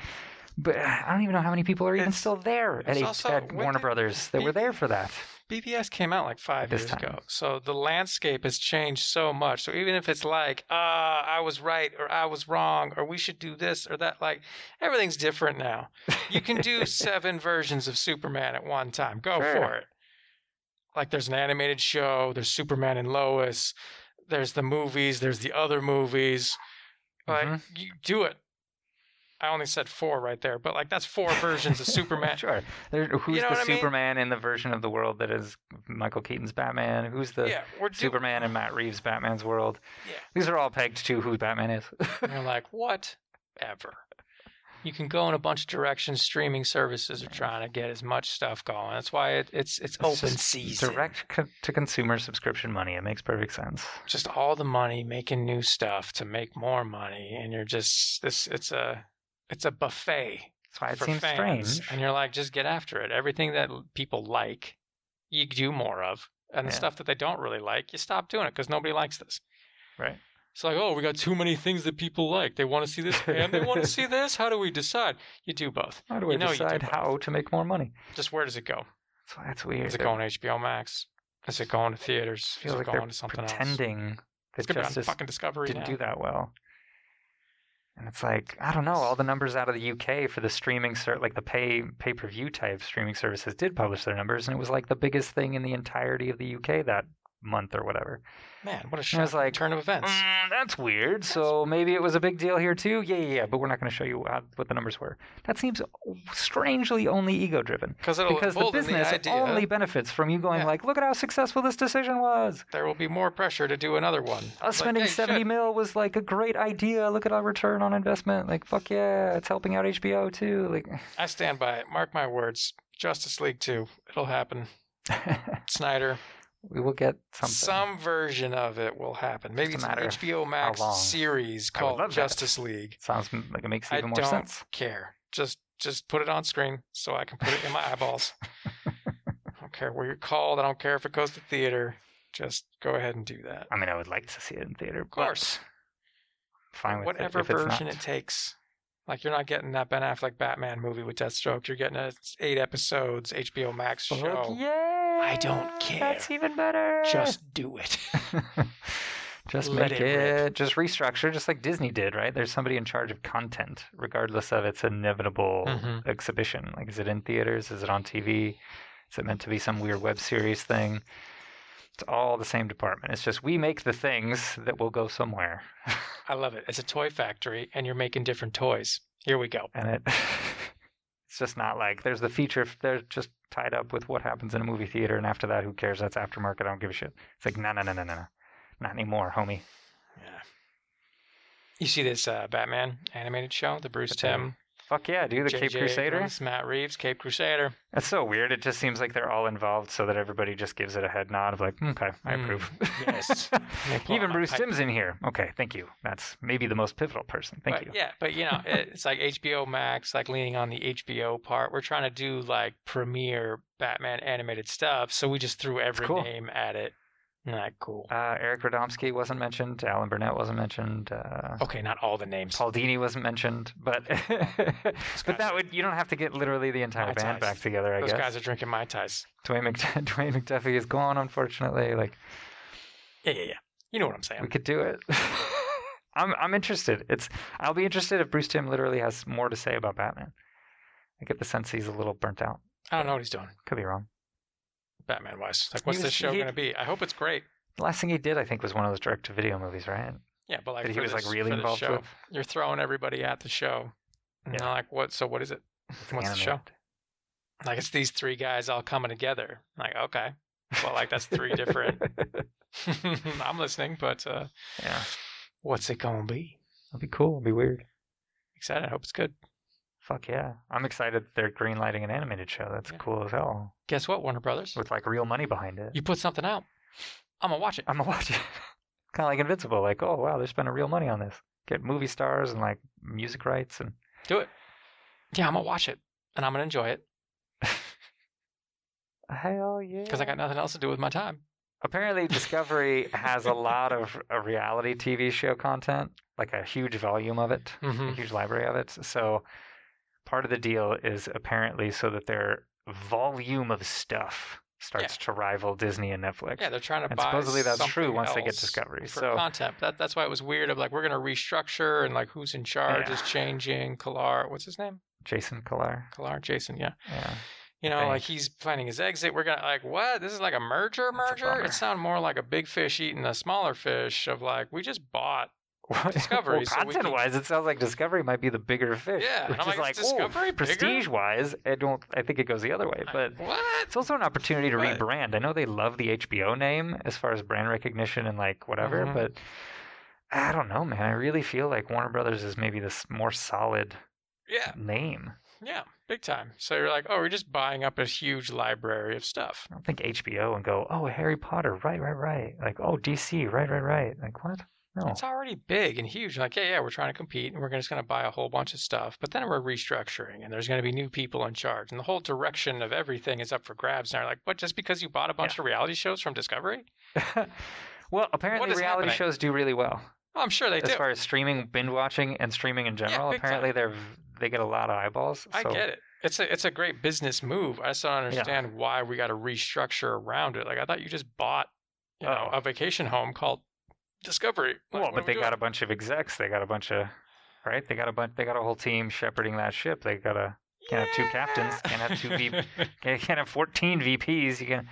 [SPEAKER 3] but I don't even know how many people are even
[SPEAKER 2] It's-
[SPEAKER 3] still there at,
[SPEAKER 2] it's
[SPEAKER 3] H-
[SPEAKER 2] also-
[SPEAKER 3] at
[SPEAKER 2] when
[SPEAKER 3] Warner
[SPEAKER 2] did
[SPEAKER 3] Brothers that were
[SPEAKER 2] B-
[SPEAKER 3] there for that.
[SPEAKER 2] BBS came out like five
[SPEAKER 3] This
[SPEAKER 2] years
[SPEAKER 3] time.
[SPEAKER 2] ago, so the landscape has changed so much. So even if it's like, uh, I was right or I was wrong or we should do this or that, like everything's different now. You can do seven versions of Superman at one time. Go
[SPEAKER 3] Sure.
[SPEAKER 2] for it. Like there's an animated show, there's Superman and Lois, there's the movies, there's the other movies. Like
[SPEAKER 3] Mhm.
[SPEAKER 2] you do it. I only said four right there, but like that's four versions of Superman.
[SPEAKER 3] Sure. There, who's
[SPEAKER 2] know
[SPEAKER 3] the
[SPEAKER 2] what I mean?
[SPEAKER 3] Superman in the version of the world that is Michael Keaton's Batman? Who's the
[SPEAKER 2] Yeah, we're doing
[SPEAKER 3] Superman in Matt Reeves' Batman's world?
[SPEAKER 2] Yeah.
[SPEAKER 3] These are all pegged to who Batman is.
[SPEAKER 2] And you're like, whatever. You can go in a bunch of directions. Streaming services are trying to get as much stuff going. That's why it, it's it's
[SPEAKER 3] It's
[SPEAKER 2] open
[SPEAKER 3] just
[SPEAKER 2] season.
[SPEAKER 3] Direct co- to consumer subscription money. It makes perfect sense.
[SPEAKER 2] Just all the money making new stuff to make more money, and you're just this. It's a it's a buffet
[SPEAKER 3] That's why it
[SPEAKER 2] for
[SPEAKER 3] seems
[SPEAKER 2] fans,
[SPEAKER 3] strange.
[SPEAKER 2] and you're like, just get after it. Everything that l- people like, you do more of, and the
[SPEAKER 3] Yeah.
[SPEAKER 2] stuff that they don't really like, you stop doing it because nobody likes this.
[SPEAKER 3] Right.
[SPEAKER 2] It's like, oh, we got too many things that people like. They want to see this and they want to see this. How do we decide? You do both.
[SPEAKER 3] How do we
[SPEAKER 2] you know you do
[SPEAKER 3] decide
[SPEAKER 2] both.
[SPEAKER 3] how to make more money?
[SPEAKER 2] Just where does it go?
[SPEAKER 3] That's why it's weird.
[SPEAKER 2] Is it
[SPEAKER 3] They're-
[SPEAKER 2] going to HBO Max? Is it going to theaters? Is
[SPEAKER 3] feels
[SPEAKER 2] it
[SPEAKER 3] like
[SPEAKER 2] going
[SPEAKER 3] they're
[SPEAKER 2] to something else?
[SPEAKER 3] pretending
[SPEAKER 2] It's
[SPEAKER 3] that
[SPEAKER 2] gonna be on
[SPEAKER 3] justice
[SPEAKER 2] fucking Discovery
[SPEAKER 3] didn't
[SPEAKER 2] now.
[SPEAKER 3] do that well. And it's like I don't know. All the numbers out of the UK for the streaming ser- like the pay pay per view type streaming services did publish their numbers, and it was like the biggest thing in the entirety of the UK that month or whatever.
[SPEAKER 2] Man, what a
[SPEAKER 3] And I
[SPEAKER 2] shocking
[SPEAKER 3] was like,
[SPEAKER 2] turn of events.
[SPEAKER 3] "Mm, that's weird. So maybe it was a big deal here too. Yeah, yeah, yeah. But we're not going to show you how, what the numbers were. That seems strangely only ego driven
[SPEAKER 2] Because it'll
[SPEAKER 3] because the
[SPEAKER 2] embolden
[SPEAKER 3] business
[SPEAKER 2] the idea
[SPEAKER 3] only benefits from you going
[SPEAKER 2] Yeah.
[SPEAKER 3] like, look at how successful this decision was.
[SPEAKER 2] there will be more pressure to do another one. Like,
[SPEAKER 3] Us Uh, spending
[SPEAKER 2] hey, shit.
[SPEAKER 3] 70 mil was like a great idea. Look at our return on investment. Like, fuck yeah, it's helping out HBO too. Like,
[SPEAKER 2] I stand by it. Mark my words. Justice League 2. It'll happen. Snyder.
[SPEAKER 3] we will get something.
[SPEAKER 2] Some version of it will happen. Maybe
[SPEAKER 3] a
[SPEAKER 2] it's an
[SPEAKER 3] matter of
[SPEAKER 2] HBO
[SPEAKER 3] long.
[SPEAKER 2] Max series
[SPEAKER 3] I would
[SPEAKER 2] called
[SPEAKER 3] love that.
[SPEAKER 2] Justice League.
[SPEAKER 3] Sounds m- like it makes
[SPEAKER 2] I
[SPEAKER 3] even more
[SPEAKER 2] don't
[SPEAKER 3] sense.
[SPEAKER 2] care. Just just put it on screen so I can put it in my eyeballs. I don't care where you're called. I don't care if it goes to theater. Just go ahead and do that.
[SPEAKER 3] I mean, I would like to see it in theater.
[SPEAKER 2] Of course.
[SPEAKER 3] Fine with it
[SPEAKER 2] Whatever
[SPEAKER 3] if it's not.
[SPEAKER 2] version it takes. Like you're not getting that Ben Affleck Batman movie with Deathstroke. You're getting a eight episodes HBO Max
[SPEAKER 3] Fuck
[SPEAKER 2] show.
[SPEAKER 3] yeah!
[SPEAKER 2] I don't
[SPEAKER 3] That's even better.
[SPEAKER 2] Just do it.
[SPEAKER 3] just
[SPEAKER 2] let
[SPEAKER 3] make
[SPEAKER 2] it
[SPEAKER 3] it,
[SPEAKER 2] rip.
[SPEAKER 3] just restructure, just like Disney did, right? There's somebody in charge of content, regardless of its inevitable
[SPEAKER 2] Mhm.
[SPEAKER 3] exhibition. Like, is it in theaters? Is it on TV? Is it meant to be some weird web series thing? It's all the same department. It's just we make the things that will go somewhere,
[SPEAKER 2] I love it. It's a toy factory, and you're making different toys. Here we go.
[SPEAKER 3] and it. It's just not like there's the feature. They're just tied up with what happens in a movie theater, and after that, who cares? That's aftermarket. I don't give a shit. It's like no, no, no, no, no, no. Not anymore, homie.
[SPEAKER 2] Yeah. You see this uh, Batman animated show, the Bruce
[SPEAKER 3] What's that?
[SPEAKER 2] Tim,
[SPEAKER 3] Fuck yeah, dude. The Cape
[SPEAKER 2] J.J.
[SPEAKER 3] Crusader.
[SPEAKER 2] Abrams, Matt Reeves, Cape Crusader.
[SPEAKER 3] That's so weird. It just seems like they're all involved so that everybody just gives it a head nod of like, okay, I
[SPEAKER 2] Mm,
[SPEAKER 3] approve.
[SPEAKER 2] yes. Let me pull out
[SPEAKER 3] Even
[SPEAKER 2] my
[SPEAKER 3] Bruce
[SPEAKER 2] pipe.
[SPEAKER 3] Timm's in here. Okay, thank you. That's maybe the most pivotal person. Thank
[SPEAKER 2] but,
[SPEAKER 3] you.
[SPEAKER 2] Yeah, but you know, it- it's like HBO Max, like leaning on the HBO part. We're trying to do like premiere Batman animated stuff, so we just threw every
[SPEAKER 3] cool.
[SPEAKER 2] name at it. Not cool.
[SPEAKER 3] Uh, Eric Radomski wasn't mentioned. Alan Burnett wasn't mentioned. Uh,
[SPEAKER 2] Okay, not all the names.
[SPEAKER 3] Paul Dini wasn't mentioned. But but
[SPEAKER 2] guys
[SPEAKER 3] that
[SPEAKER 2] are-
[SPEAKER 3] would you don't have to get literally the entire
[SPEAKER 2] My ties.
[SPEAKER 3] band back together. I
[SPEAKER 2] Those
[SPEAKER 3] guess
[SPEAKER 2] guys are drinking mai tais.
[SPEAKER 3] Dwayne, Mc, Dwayne McDuffie is gone, unfortunately. Like
[SPEAKER 2] Yeah, yeah, yeah. You know what I'm
[SPEAKER 3] we
[SPEAKER 2] saying?
[SPEAKER 3] could do it. I'm I'm interested. It's I'll be interested if Bruce Tim literally has more to say about Batman. I get the sense he's a little burnt out.
[SPEAKER 2] I don't know what he's doing,
[SPEAKER 3] Could be wrong.
[SPEAKER 2] Batman wise. Like,
[SPEAKER 3] He
[SPEAKER 2] what's
[SPEAKER 3] was-
[SPEAKER 2] this show
[SPEAKER 3] he-
[SPEAKER 2] gonna be? I hope it's great.
[SPEAKER 3] The last thing he did, I think, was one of those direct-to-video movies, right?
[SPEAKER 2] Yeah, but like
[SPEAKER 3] that he
[SPEAKER 2] for
[SPEAKER 3] was
[SPEAKER 2] this,
[SPEAKER 3] like really
[SPEAKER 2] for this
[SPEAKER 3] involved
[SPEAKER 2] show,
[SPEAKER 3] with.
[SPEAKER 2] you're throwing everybody at the show. And
[SPEAKER 3] Yeah.
[SPEAKER 2] they're like, what? So what is it? What's the show? Like it's these three guys all coming together. Like okay, well like that's three different. I'm listening, but uh,
[SPEAKER 3] yeah,
[SPEAKER 2] what's it gonna be?
[SPEAKER 3] it'll be cool. It'll be weird.
[SPEAKER 2] Excited. I hope it's good.
[SPEAKER 3] Fuck yeah! I'm excited that they're greenlighting an animated show. That's
[SPEAKER 2] Yeah.
[SPEAKER 3] cool as hell,
[SPEAKER 2] Guess what, Warner Brothers?
[SPEAKER 3] with like real money behind it.
[SPEAKER 2] You put something out. I'm gonna watch it.
[SPEAKER 3] I'm gonna watch it. kind of like Invincible. Like, oh wow, they're spending real money on this. Get movie stars and like music rights and
[SPEAKER 2] Do it. Yeah, I'm gonna watch it, and I'm gonna enjoy it
[SPEAKER 3] hell yeah.
[SPEAKER 2] because I got nothing else to do with my time.
[SPEAKER 3] Apparently, Discovery has a lot of uh, reality TV show content, like a huge volume of it.
[SPEAKER 2] Mm-hmm.
[SPEAKER 3] a huge library of it. So part of the deal is apparently so that their volume of stuff starts to rival Disney and Netflix.
[SPEAKER 2] Yeah, they're trying to
[SPEAKER 3] And
[SPEAKER 2] buy.
[SPEAKER 3] supposedly that's true
[SPEAKER 2] something
[SPEAKER 3] once they get
[SPEAKER 2] else
[SPEAKER 3] Discovery.
[SPEAKER 2] For
[SPEAKER 3] So-
[SPEAKER 2] content. That, that's why it was weird. Of like, we're gonna restructure, and like, who's in charge
[SPEAKER 3] Yeah.
[SPEAKER 2] is changing. Kalar, what's his name?
[SPEAKER 3] Jason Kilar.
[SPEAKER 2] Kalar, Jason. Yeah.
[SPEAKER 3] Yeah.
[SPEAKER 2] You know,
[SPEAKER 3] Thanks.
[SPEAKER 2] like he's planning his exit. We're gonna like what? This is like a merger,
[SPEAKER 3] That's a
[SPEAKER 2] merger.
[SPEAKER 3] bummer.
[SPEAKER 2] It sounded more like a big fish eating a smaller fish. Of like we just bought.
[SPEAKER 3] well,
[SPEAKER 2] Discovery, so we can-
[SPEAKER 3] content wise, it sounds like Discovery might be the bigger fish.
[SPEAKER 2] Yeah, and
[SPEAKER 3] Which
[SPEAKER 2] I'm
[SPEAKER 3] is
[SPEAKER 2] like,
[SPEAKER 3] like,
[SPEAKER 2] is Discovery bigger?
[SPEAKER 3] prestige wise, I don't I think it goes the other way. But
[SPEAKER 2] what?
[SPEAKER 3] it's also an opportunity to
[SPEAKER 2] But-
[SPEAKER 3] rebrand. I know they love the HBO name as far as brand recognition and like whatever,
[SPEAKER 2] Mhm.
[SPEAKER 3] but I don't know, man. I really feel like Warner Brothers is maybe this more solid
[SPEAKER 2] Yeah,
[SPEAKER 3] name.
[SPEAKER 2] yeah, big time. So you're like, oh, we're just buying up a huge library of stuff.
[SPEAKER 3] I don't think HBO and go, oh, Harry Potter, right, right, right. Like, oh, DC, right, right, right. Like, what? No.
[SPEAKER 2] It's already big and huge. Like, yeah, yeah, we're trying to compete, and we're just gonna buy a whole bunch of stuff. But then we're restructuring, and there's gonna be new people in charge, and the whole direction of everything is up for grabs. And they're like, what? Just because you bought a bunch of reality shows from Discovery?
[SPEAKER 3] well, apparently
[SPEAKER 2] is
[SPEAKER 3] reality
[SPEAKER 2] happening?
[SPEAKER 3] shows do really well
[SPEAKER 2] Oh, I'm sure they
[SPEAKER 3] as
[SPEAKER 2] do.
[SPEAKER 3] far as streaming, binge watching, and streaming in general.
[SPEAKER 2] big time.
[SPEAKER 3] apparently, they're they get a lot of eyeballs.
[SPEAKER 2] I
[SPEAKER 3] so-
[SPEAKER 2] get it. It's a it's a great business move. I just don't understand why we got to restructure around it. Like I thought you just bought, you know,
[SPEAKER 3] Oh.
[SPEAKER 2] a vacation home called Discovery. Like,
[SPEAKER 3] well,
[SPEAKER 2] what
[SPEAKER 3] but
[SPEAKER 2] are
[SPEAKER 3] they
[SPEAKER 2] we
[SPEAKER 3] got a
[SPEAKER 2] doing?
[SPEAKER 3] bunch of execs. They got a bunch of, right? They got a bunch. They got a whole team shepherding that ship. They got a can't have two captains, can't have two V- you can't have fourteen VPs. You can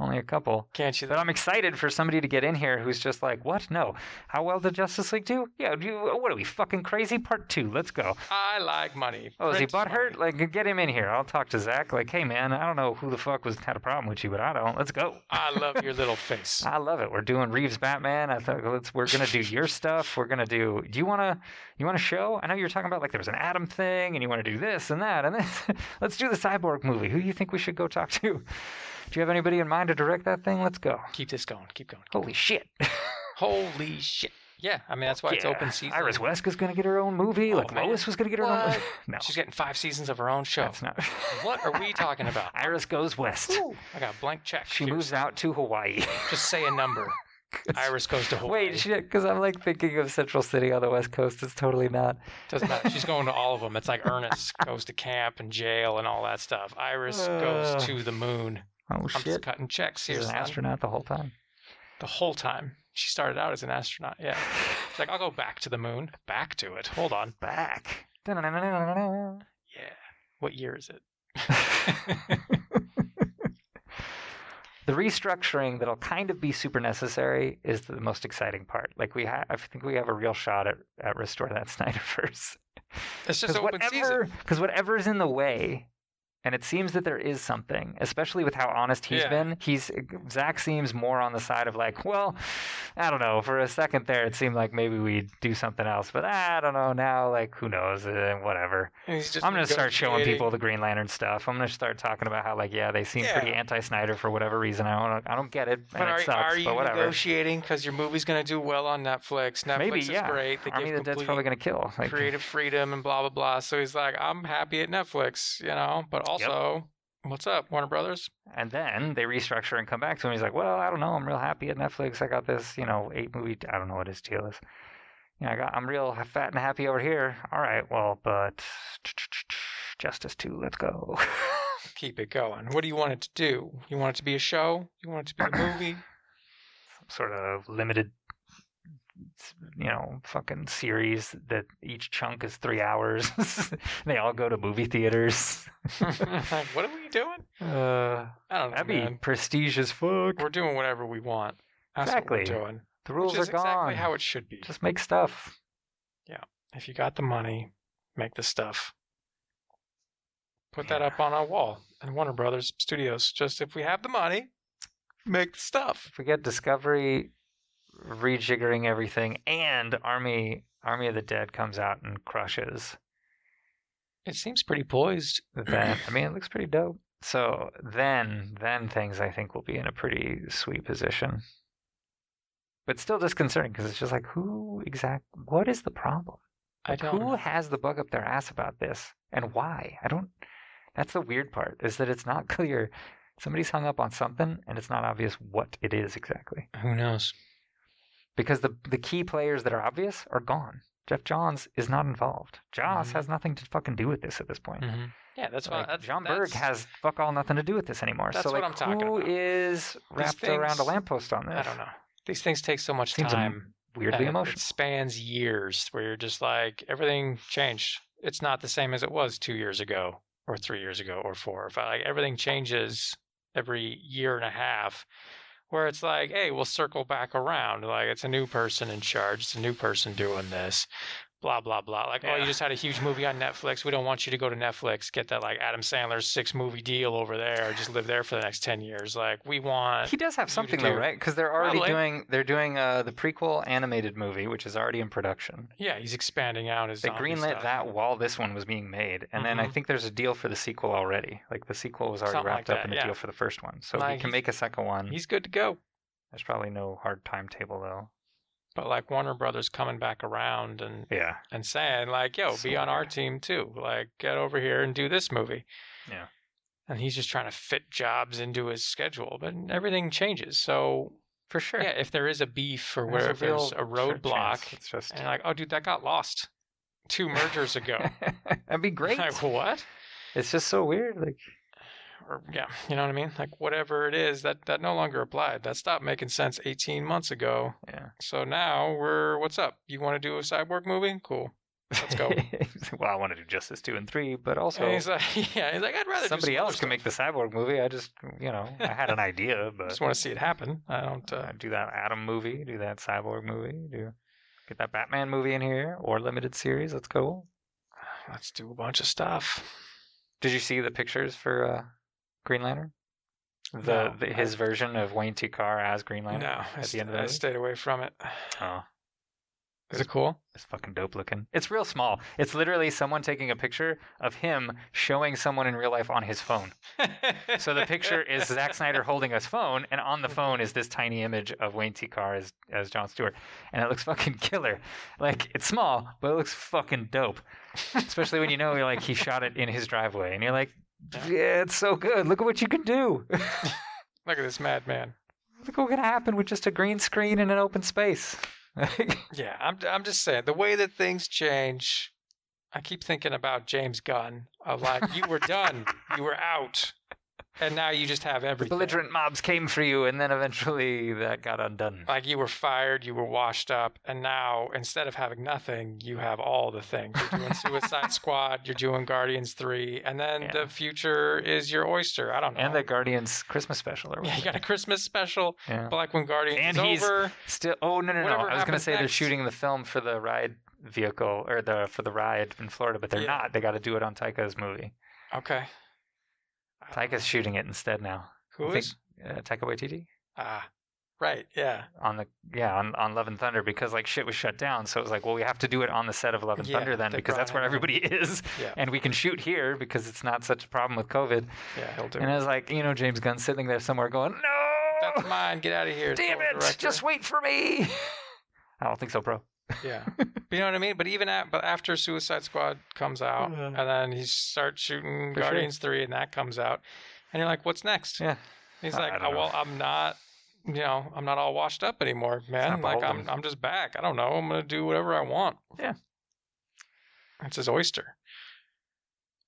[SPEAKER 3] only a couple.
[SPEAKER 2] Can't you?
[SPEAKER 3] But I'm excited for somebody to get in here who's just like, what? No. How well did Justice League do? Yeah. Do you, what are we fucking crazy? Part two. Let's go.
[SPEAKER 2] I like money.
[SPEAKER 3] Oh, is he
[SPEAKER 2] Print money.
[SPEAKER 3] butthurt? Like, get him in here. I'll talk to Zach. Like, hey man, I don't know who the fuck was had a problem with you, but I don't. Let's go.
[SPEAKER 2] I love your little face.
[SPEAKER 3] I love it. We're doing Reeves Batman. I thought let's we're gonna do your stuff. We're gonna do. Do you wanna you wanna show? I know you were talking about like there was an Adam thing, and you want to do this and that and this. let's do the cyborg movie. Who do you think we should go talk to? Do you have anybody in mind to direct that thing? Let's go.
[SPEAKER 2] Keep this going. Keep going.
[SPEAKER 3] Holy shit!
[SPEAKER 2] Holy shit! Yeah, I mean that's why it's
[SPEAKER 3] Yeah.
[SPEAKER 2] open season.
[SPEAKER 3] Iris West is gonna get her own movie.
[SPEAKER 2] Oh,
[SPEAKER 3] like
[SPEAKER 2] man.
[SPEAKER 3] Lois was gonna get her own.
[SPEAKER 2] What?
[SPEAKER 3] no,
[SPEAKER 2] She's getting five seasons of her own show.
[SPEAKER 3] that's not.
[SPEAKER 2] What are we talking about?
[SPEAKER 3] Iris goes west.
[SPEAKER 2] Woo, I got a blank check.
[SPEAKER 3] She
[SPEAKER 2] here.
[SPEAKER 3] moves out to Hawaii.
[SPEAKER 2] Just say a number. Iris goes to Hawaii.
[SPEAKER 3] Wait, because I'm like thinking of Central City on the West Coast. It's totally not.
[SPEAKER 2] Doesn't matter. She's going to all of them. It's like Ernest goes to camp and jail and all that stuff. Iris
[SPEAKER 3] Ugh.
[SPEAKER 2] goes to the moon.
[SPEAKER 3] Uh, Oh
[SPEAKER 2] I'm just
[SPEAKER 3] shit!
[SPEAKER 2] cutting checks
[SPEAKER 3] She's
[SPEAKER 2] here.
[SPEAKER 3] an
[SPEAKER 2] son.
[SPEAKER 3] astronaut the whole time.
[SPEAKER 2] The whole time. She started out as an astronaut. Yeah. It's like, I'll go back to the moon. Back to it. Hold on.
[SPEAKER 3] Back. Da-na-na-na-na-na-na.
[SPEAKER 2] Yeah. What year is it?
[SPEAKER 3] The restructuring that'll kind of be super necessary is the most exciting part. Like we have, I think we have a real shot at, at restore that Snyderverse.
[SPEAKER 2] It's just
[SPEAKER 3] Because
[SPEAKER 2] open season.
[SPEAKER 3] whatever, because whatever's in the way And it seems that there is something, especially with how honest he's
[SPEAKER 2] Yeah.
[SPEAKER 3] been. He's e, Zach seems more on the side of like, well, I don't know. For a second there, it seemed like maybe we'd do something else, but I don't know now. Like, who knows? Uh, whatever.
[SPEAKER 2] And he's just
[SPEAKER 3] I'm gonna start showing
[SPEAKER 2] negotiating.
[SPEAKER 3] people the Green Lantern stuff. I'm gonna start talking about how like, yeah, they seem pretty
[SPEAKER 2] Yeah.
[SPEAKER 3] anti-Snyder for whatever reason. I don't, I don't get it,
[SPEAKER 2] But
[SPEAKER 3] and
[SPEAKER 2] are,
[SPEAKER 3] it sucks,
[SPEAKER 2] are you
[SPEAKER 3] but whatever.
[SPEAKER 2] negotiating because your movie's going to do well on Netflix? Netflix
[SPEAKER 3] Maybe,
[SPEAKER 2] is
[SPEAKER 3] yeah.
[SPEAKER 2] great. They
[SPEAKER 3] Army
[SPEAKER 2] give
[SPEAKER 3] of the
[SPEAKER 2] complete
[SPEAKER 3] Dead's probably gonna kill. Like,
[SPEAKER 2] creative freedom and blah blah blah. So he's like, I'm happy at Netflix, you know. But also, what's up, Warner Brothers?
[SPEAKER 3] And then they restructure and come back to him. He's like, "Well, I don't know. I'm real happy at Netflix. I got this, you know, eight movie. I don't know what his deal is. You know, I got. I'm real fat and happy over here. All right. Well, but Justice Two. Let's go.
[SPEAKER 2] Keep it going. What do you want it to do? You want it to be a show? You want it to be a movie?
[SPEAKER 3] Some sort of limited, you know, fucking series that each chunk is three hours. they all go to movie theaters.
[SPEAKER 2] like, what are we doing?
[SPEAKER 3] Uh,
[SPEAKER 2] I don't know.
[SPEAKER 3] that'd be
[SPEAKER 2] man.
[SPEAKER 3] prestige as fuck.
[SPEAKER 2] We're doing whatever we want. That's What
[SPEAKER 3] Exactly.
[SPEAKER 2] we're doing.
[SPEAKER 3] The
[SPEAKER 2] Which
[SPEAKER 3] rules
[SPEAKER 2] is
[SPEAKER 3] are gone.
[SPEAKER 2] exactly how it should be.
[SPEAKER 3] Just make stuff.
[SPEAKER 2] if you got the money, make the stuff. Put that
[SPEAKER 3] Yeah.
[SPEAKER 2] up on a wall in Warner Brothers Studios. Just if we have the money, make the stuff.
[SPEAKER 3] if we get Discovery rejiggering everything and Army Army of the Dead comes out and crushes,
[SPEAKER 2] It seems pretty poised.
[SPEAKER 3] then I mean it looks pretty dope. So then then things I think will be in a pretty sweet position. But still disconcerting because it's just like who exact what is the problem?
[SPEAKER 2] I
[SPEAKER 3] Like,
[SPEAKER 2] don't.
[SPEAKER 3] Who has the bug up their ass about this and why? I don't that's the weird part is that it's not clear. Somebody's hung up on something and it's not obvious what it is exactly.
[SPEAKER 2] Who knows?
[SPEAKER 3] because the the key players that are obvious are gone. Jeff Johns is not involved. Joss
[SPEAKER 2] Mhm.
[SPEAKER 3] has nothing to fucking do with this at this point.
[SPEAKER 2] Mm-hmm. Yeah, that's
[SPEAKER 3] Like,
[SPEAKER 2] what that's,
[SPEAKER 3] John
[SPEAKER 2] that's,
[SPEAKER 3] Berg has fuck all nothing to do with this anymore.
[SPEAKER 2] That's
[SPEAKER 3] so
[SPEAKER 2] what
[SPEAKER 3] like,
[SPEAKER 2] I'm talking
[SPEAKER 3] who
[SPEAKER 2] about.
[SPEAKER 3] is wrapped around a
[SPEAKER 2] things-
[SPEAKER 3] lamppost on this?
[SPEAKER 2] I don't know. These things take so much
[SPEAKER 3] Seems a-
[SPEAKER 2] time.
[SPEAKER 3] Weirdly
[SPEAKER 2] and Uh, it-
[SPEAKER 3] emotional.
[SPEAKER 2] It spans years where you're just like everything changed. It's not the same as it was two years ago, or three years ago, or four. If I, like everything changes every year and a half, where it's like, hey, we'll circle back around. Like it's a new person in charge. It's a new person doing this. Blah blah blah. Like, oh,
[SPEAKER 3] Yeah.
[SPEAKER 2] you just had a huge movie on Netflix. We don't want you to go to Netflix. Get that like Adam Sandler's six movie deal over there. Just live there for the next ten years. Like we want.
[SPEAKER 3] He does have
[SPEAKER 2] you to
[SPEAKER 3] something though,
[SPEAKER 2] do.
[SPEAKER 3] right? Because they're already
[SPEAKER 2] Probably.
[SPEAKER 3] doing they're doing uh, the prequel animated movie, which is already in production.
[SPEAKER 2] Yeah, he's expanding out his.
[SPEAKER 3] They
[SPEAKER 2] zombie
[SPEAKER 3] greenlit
[SPEAKER 2] stuff.
[SPEAKER 3] that while this one was being made, and then I
[SPEAKER 2] Mhm.
[SPEAKER 3] think there's a deal for the sequel already. Like the sequel was already
[SPEAKER 2] Something like
[SPEAKER 3] wrapped up
[SPEAKER 2] that,
[SPEAKER 3] in a
[SPEAKER 2] yeah.
[SPEAKER 3] deal for the first one, so
[SPEAKER 2] Like,
[SPEAKER 3] he can
[SPEAKER 2] he's-
[SPEAKER 3] make a second one.
[SPEAKER 2] He's good to go.
[SPEAKER 3] There's probably no hard timetable though.
[SPEAKER 2] but like Warner Brothers coming back around and
[SPEAKER 3] Yeah.
[SPEAKER 2] and saying like, "Yo, be on our
[SPEAKER 3] Smart.
[SPEAKER 2] team too. Like, get over here and do this movie."
[SPEAKER 3] Yeah.
[SPEAKER 2] And he's just trying to fit jobs into his schedule, but everything changes. So
[SPEAKER 3] For sure.
[SPEAKER 2] yeah, if there is a beef or where if there's a roadblock,
[SPEAKER 3] It's just
[SPEAKER 2] and you're like, "Oh, dude, that got lost two mergers ago."
[SPEAKER 3] that'd be great.
[SPEAKER 2] Like what?
[SPEAKER 3] It's just so weird. Like
[SPEAKER 2] Or yeah, you know what I mean. Like whatever it is that that no longer applied. That stopped making sense 18 months ago.
[SPEAKER 3] Yeah.
[SPEAKER 2] So now we're what's up? You want to do a cyborg movie? Cool. Let's go.
[SPEAKER 3] well, I want to do Justice two and three, but
[SPEAKER 2] and
[SPEAKER 3] also
[SPEAKER 2] he's like, yeah, he's like, I'd rather do
[SPEAKER 3] somebody
[SPEAKER 2] some other
[SPEAKER 3] else can
[SPEAKER 2] stuff.
[SPEAKER 3] make the cyborg movie. I just you know I had an idea,
[SPEAKER 2] I
[SPEAKER 3] but
[SPEAKER 2] just want to see it happen. I don't. Uh,
[SPEAKER 3] uh, do that Atom movie, do that cyborg movie, do get that Batman movie in here or limited series. Let's go.
[SPEAKER 2] let's do a bunch of stuff.
[SPEAKER 3] Did you see the pictures for uh, Green Lantern? The,
[SPEAKER 2] No,
[SPEAKER 3] the his version of Wayne T. Carr as Green Lantern.
[SPEAKER 2] no, I,
[SPEAKER 3] at the
[SPEAKER 2] st-
[SPEAKER 3] end of the
[SPEAKER 2] I
[SPEAKER 3] movie?
[SPEAKER 2] stayed away from it.
[SPEAKER 3] Oh.
[SPEAKER 2] Is it cool?
[SPEAKER 3] It's fucking dope looking. It's real small. It's literally someone taking a picture of him showing someone in real life on his phone. So the picture is Zack Snyder holding his phone, and on the phone is this tiny image of Wayne T. Carr as, as John Stewart. And it looks fucking killer. Like, it's small, but it looks fucking dope. Especially when you know, like, he shot it in his driveway. And you're like, yeah, it's so good. Look at what you can do.
[SPEAKER 2] Look at this madman.
[SPEAKER 3] Look what can happen with just a green screen in an open space.
[SPEAKER 2] Yeah, I'm. I'm just saying the way that things change. I keep thinking about James Gunn. Of like, you were done. You were out. And now you just have
[SPEAKER 3] the
[SPEAKER 2] everything.
[SPEAKER 3] belligerent mobs came for you, and then eventually that got undone.
[SPEAKER 2] like you were fired, you were washed up, and now instead of having nothing, you have all the things. You're doing Suicide Squad, you're doing Guardians Three, and then
[SPEAKER 3] Yeah.
[SPEAKER 2] the future is your oyster. I don't know.
[SPEAKER 3] and the Guardians Christmas special or
[SPEAKER 2] yeah, you
[SPEAKER 3] whatever.
[SPEAKER 2] got a Christmas special,
[SPEAKER 3] Yeah.
[SPEAKER 2] but like when Guardians
[SPEAKER 3] And
[SPEAKER 2] is
[SPEAKER 3] he's-
[SPEAKER 2] over,
[SPEAKER 3] Still, oh no no no!
[SPEAKER 2] Whatever
[SPEAKER 3] I was gonna
[SPEAKER 2] happens
[SPEAKER 3] say they're
[SPEAKER 2] next.
[SPEAKER 3] shooting the film for the ride vehicle or the for the ride in Florida, but they're
[SPEAKER 2] Yeah.
[SPEAKER 3] not. They got to do it on Taika's movie.
[SPEAKER 2] okay,
[SPEAKER 3] Taika's shooting it instead now.
[SPEAKER 2] Who
[SPEAKER 3] I
[SPEAKER 2] is?
[SPEAKER 3] think- Uh, Taika Waititi
[SPEAKER 2] Ah, right. Yeah.
[SPEAKER 3] on the yeah on, on Love and Thunder because like shit was shut down, so it was like, well, we have to do it on the set of Love and
[SPEAKER 2] Yeah,
[SPEAKER 3] Thunder then
[SPEAKER 2] they
[SPEAKER 3] because
[SPEAKER 2] brought
[SPEAKER 3] that's where
[SPEAKER 2] him in.
[SPEAKER 3] everybody is,
[SPEAKER 2] Yeah.
[SPEAKER 3] and we can shoot here because it's not such a problem with COVID.
[SPEAKER 2] Yeah. He'll do.
[SPEAKER 3] And
[SPEAKER 2] it.
[SPEAKER 3] I was like, you know, James Gunn sitting there somewhere going, no,
[SPEAKER 2] That's mine. Get out of here.
[SPEAKER 3] damn it,
[SPEAKER 2] told the director.
[SPEAKER 3] just wait for me. I don't think so, bro.
[SPEAKER 2] yeah. But you know what I mean. But even at, but after Suicide Squad comes out,
[SPEAKER 3] Yeah.
[SPEAKER 2] and then he starts shooting
[SPEAKER 3] For sure.
[SPEAKER 2] Guardians Three, and that comes out, and you're like, what's next?
[SPEAKER 3] Yeah.
[SPEAKER 2] He's
[SPEAKER 3] I-
[SPEAKER 2] like,
[SPEAKER 3] I don't
[SPEAKER 2] oh,
[SPEAKER 3] know.
[SPEAKER 2] well, I'm not, you know, I'm not all washed up anymore, man.
[SPEAKER 3] not
[SPEAKER 2] Like I'm,
[SPEAKER 3] beholden.
[SPEAKER 2] I'm just back. I don't know. I'm gonna do whatever I want.
[SPEAKER 3] Yeah.
[SPEAKER 2] It's his oyster.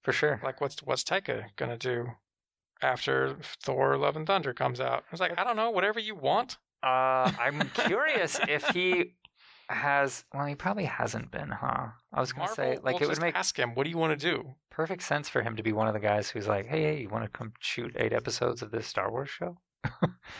[SPEAKER 3] For sure.
[SPEAKER 2] Like, what's what's Taika gonna do after Thor: Love and Thunder comes out? I was like, I don't know. Whatever you want.
[SPEAKER 3] Uh, I'm curious if he has. Well, he probably hasn't been, huh? I was gonna say,
[SPEAKER 2] Marvel
[SPEAKER 3] like,
[SPEAKER 2] will
[SPEAKER 3] it would
[SPEAKER 2] just
[SPEAKER 3] make
[SPEAKER 2] ask him, what do you want to do?
[SPEAKER 3] perfect sense for him to be one of the guys who's like, "Hey, you want to come shoot eight episodes of this Star Wars show?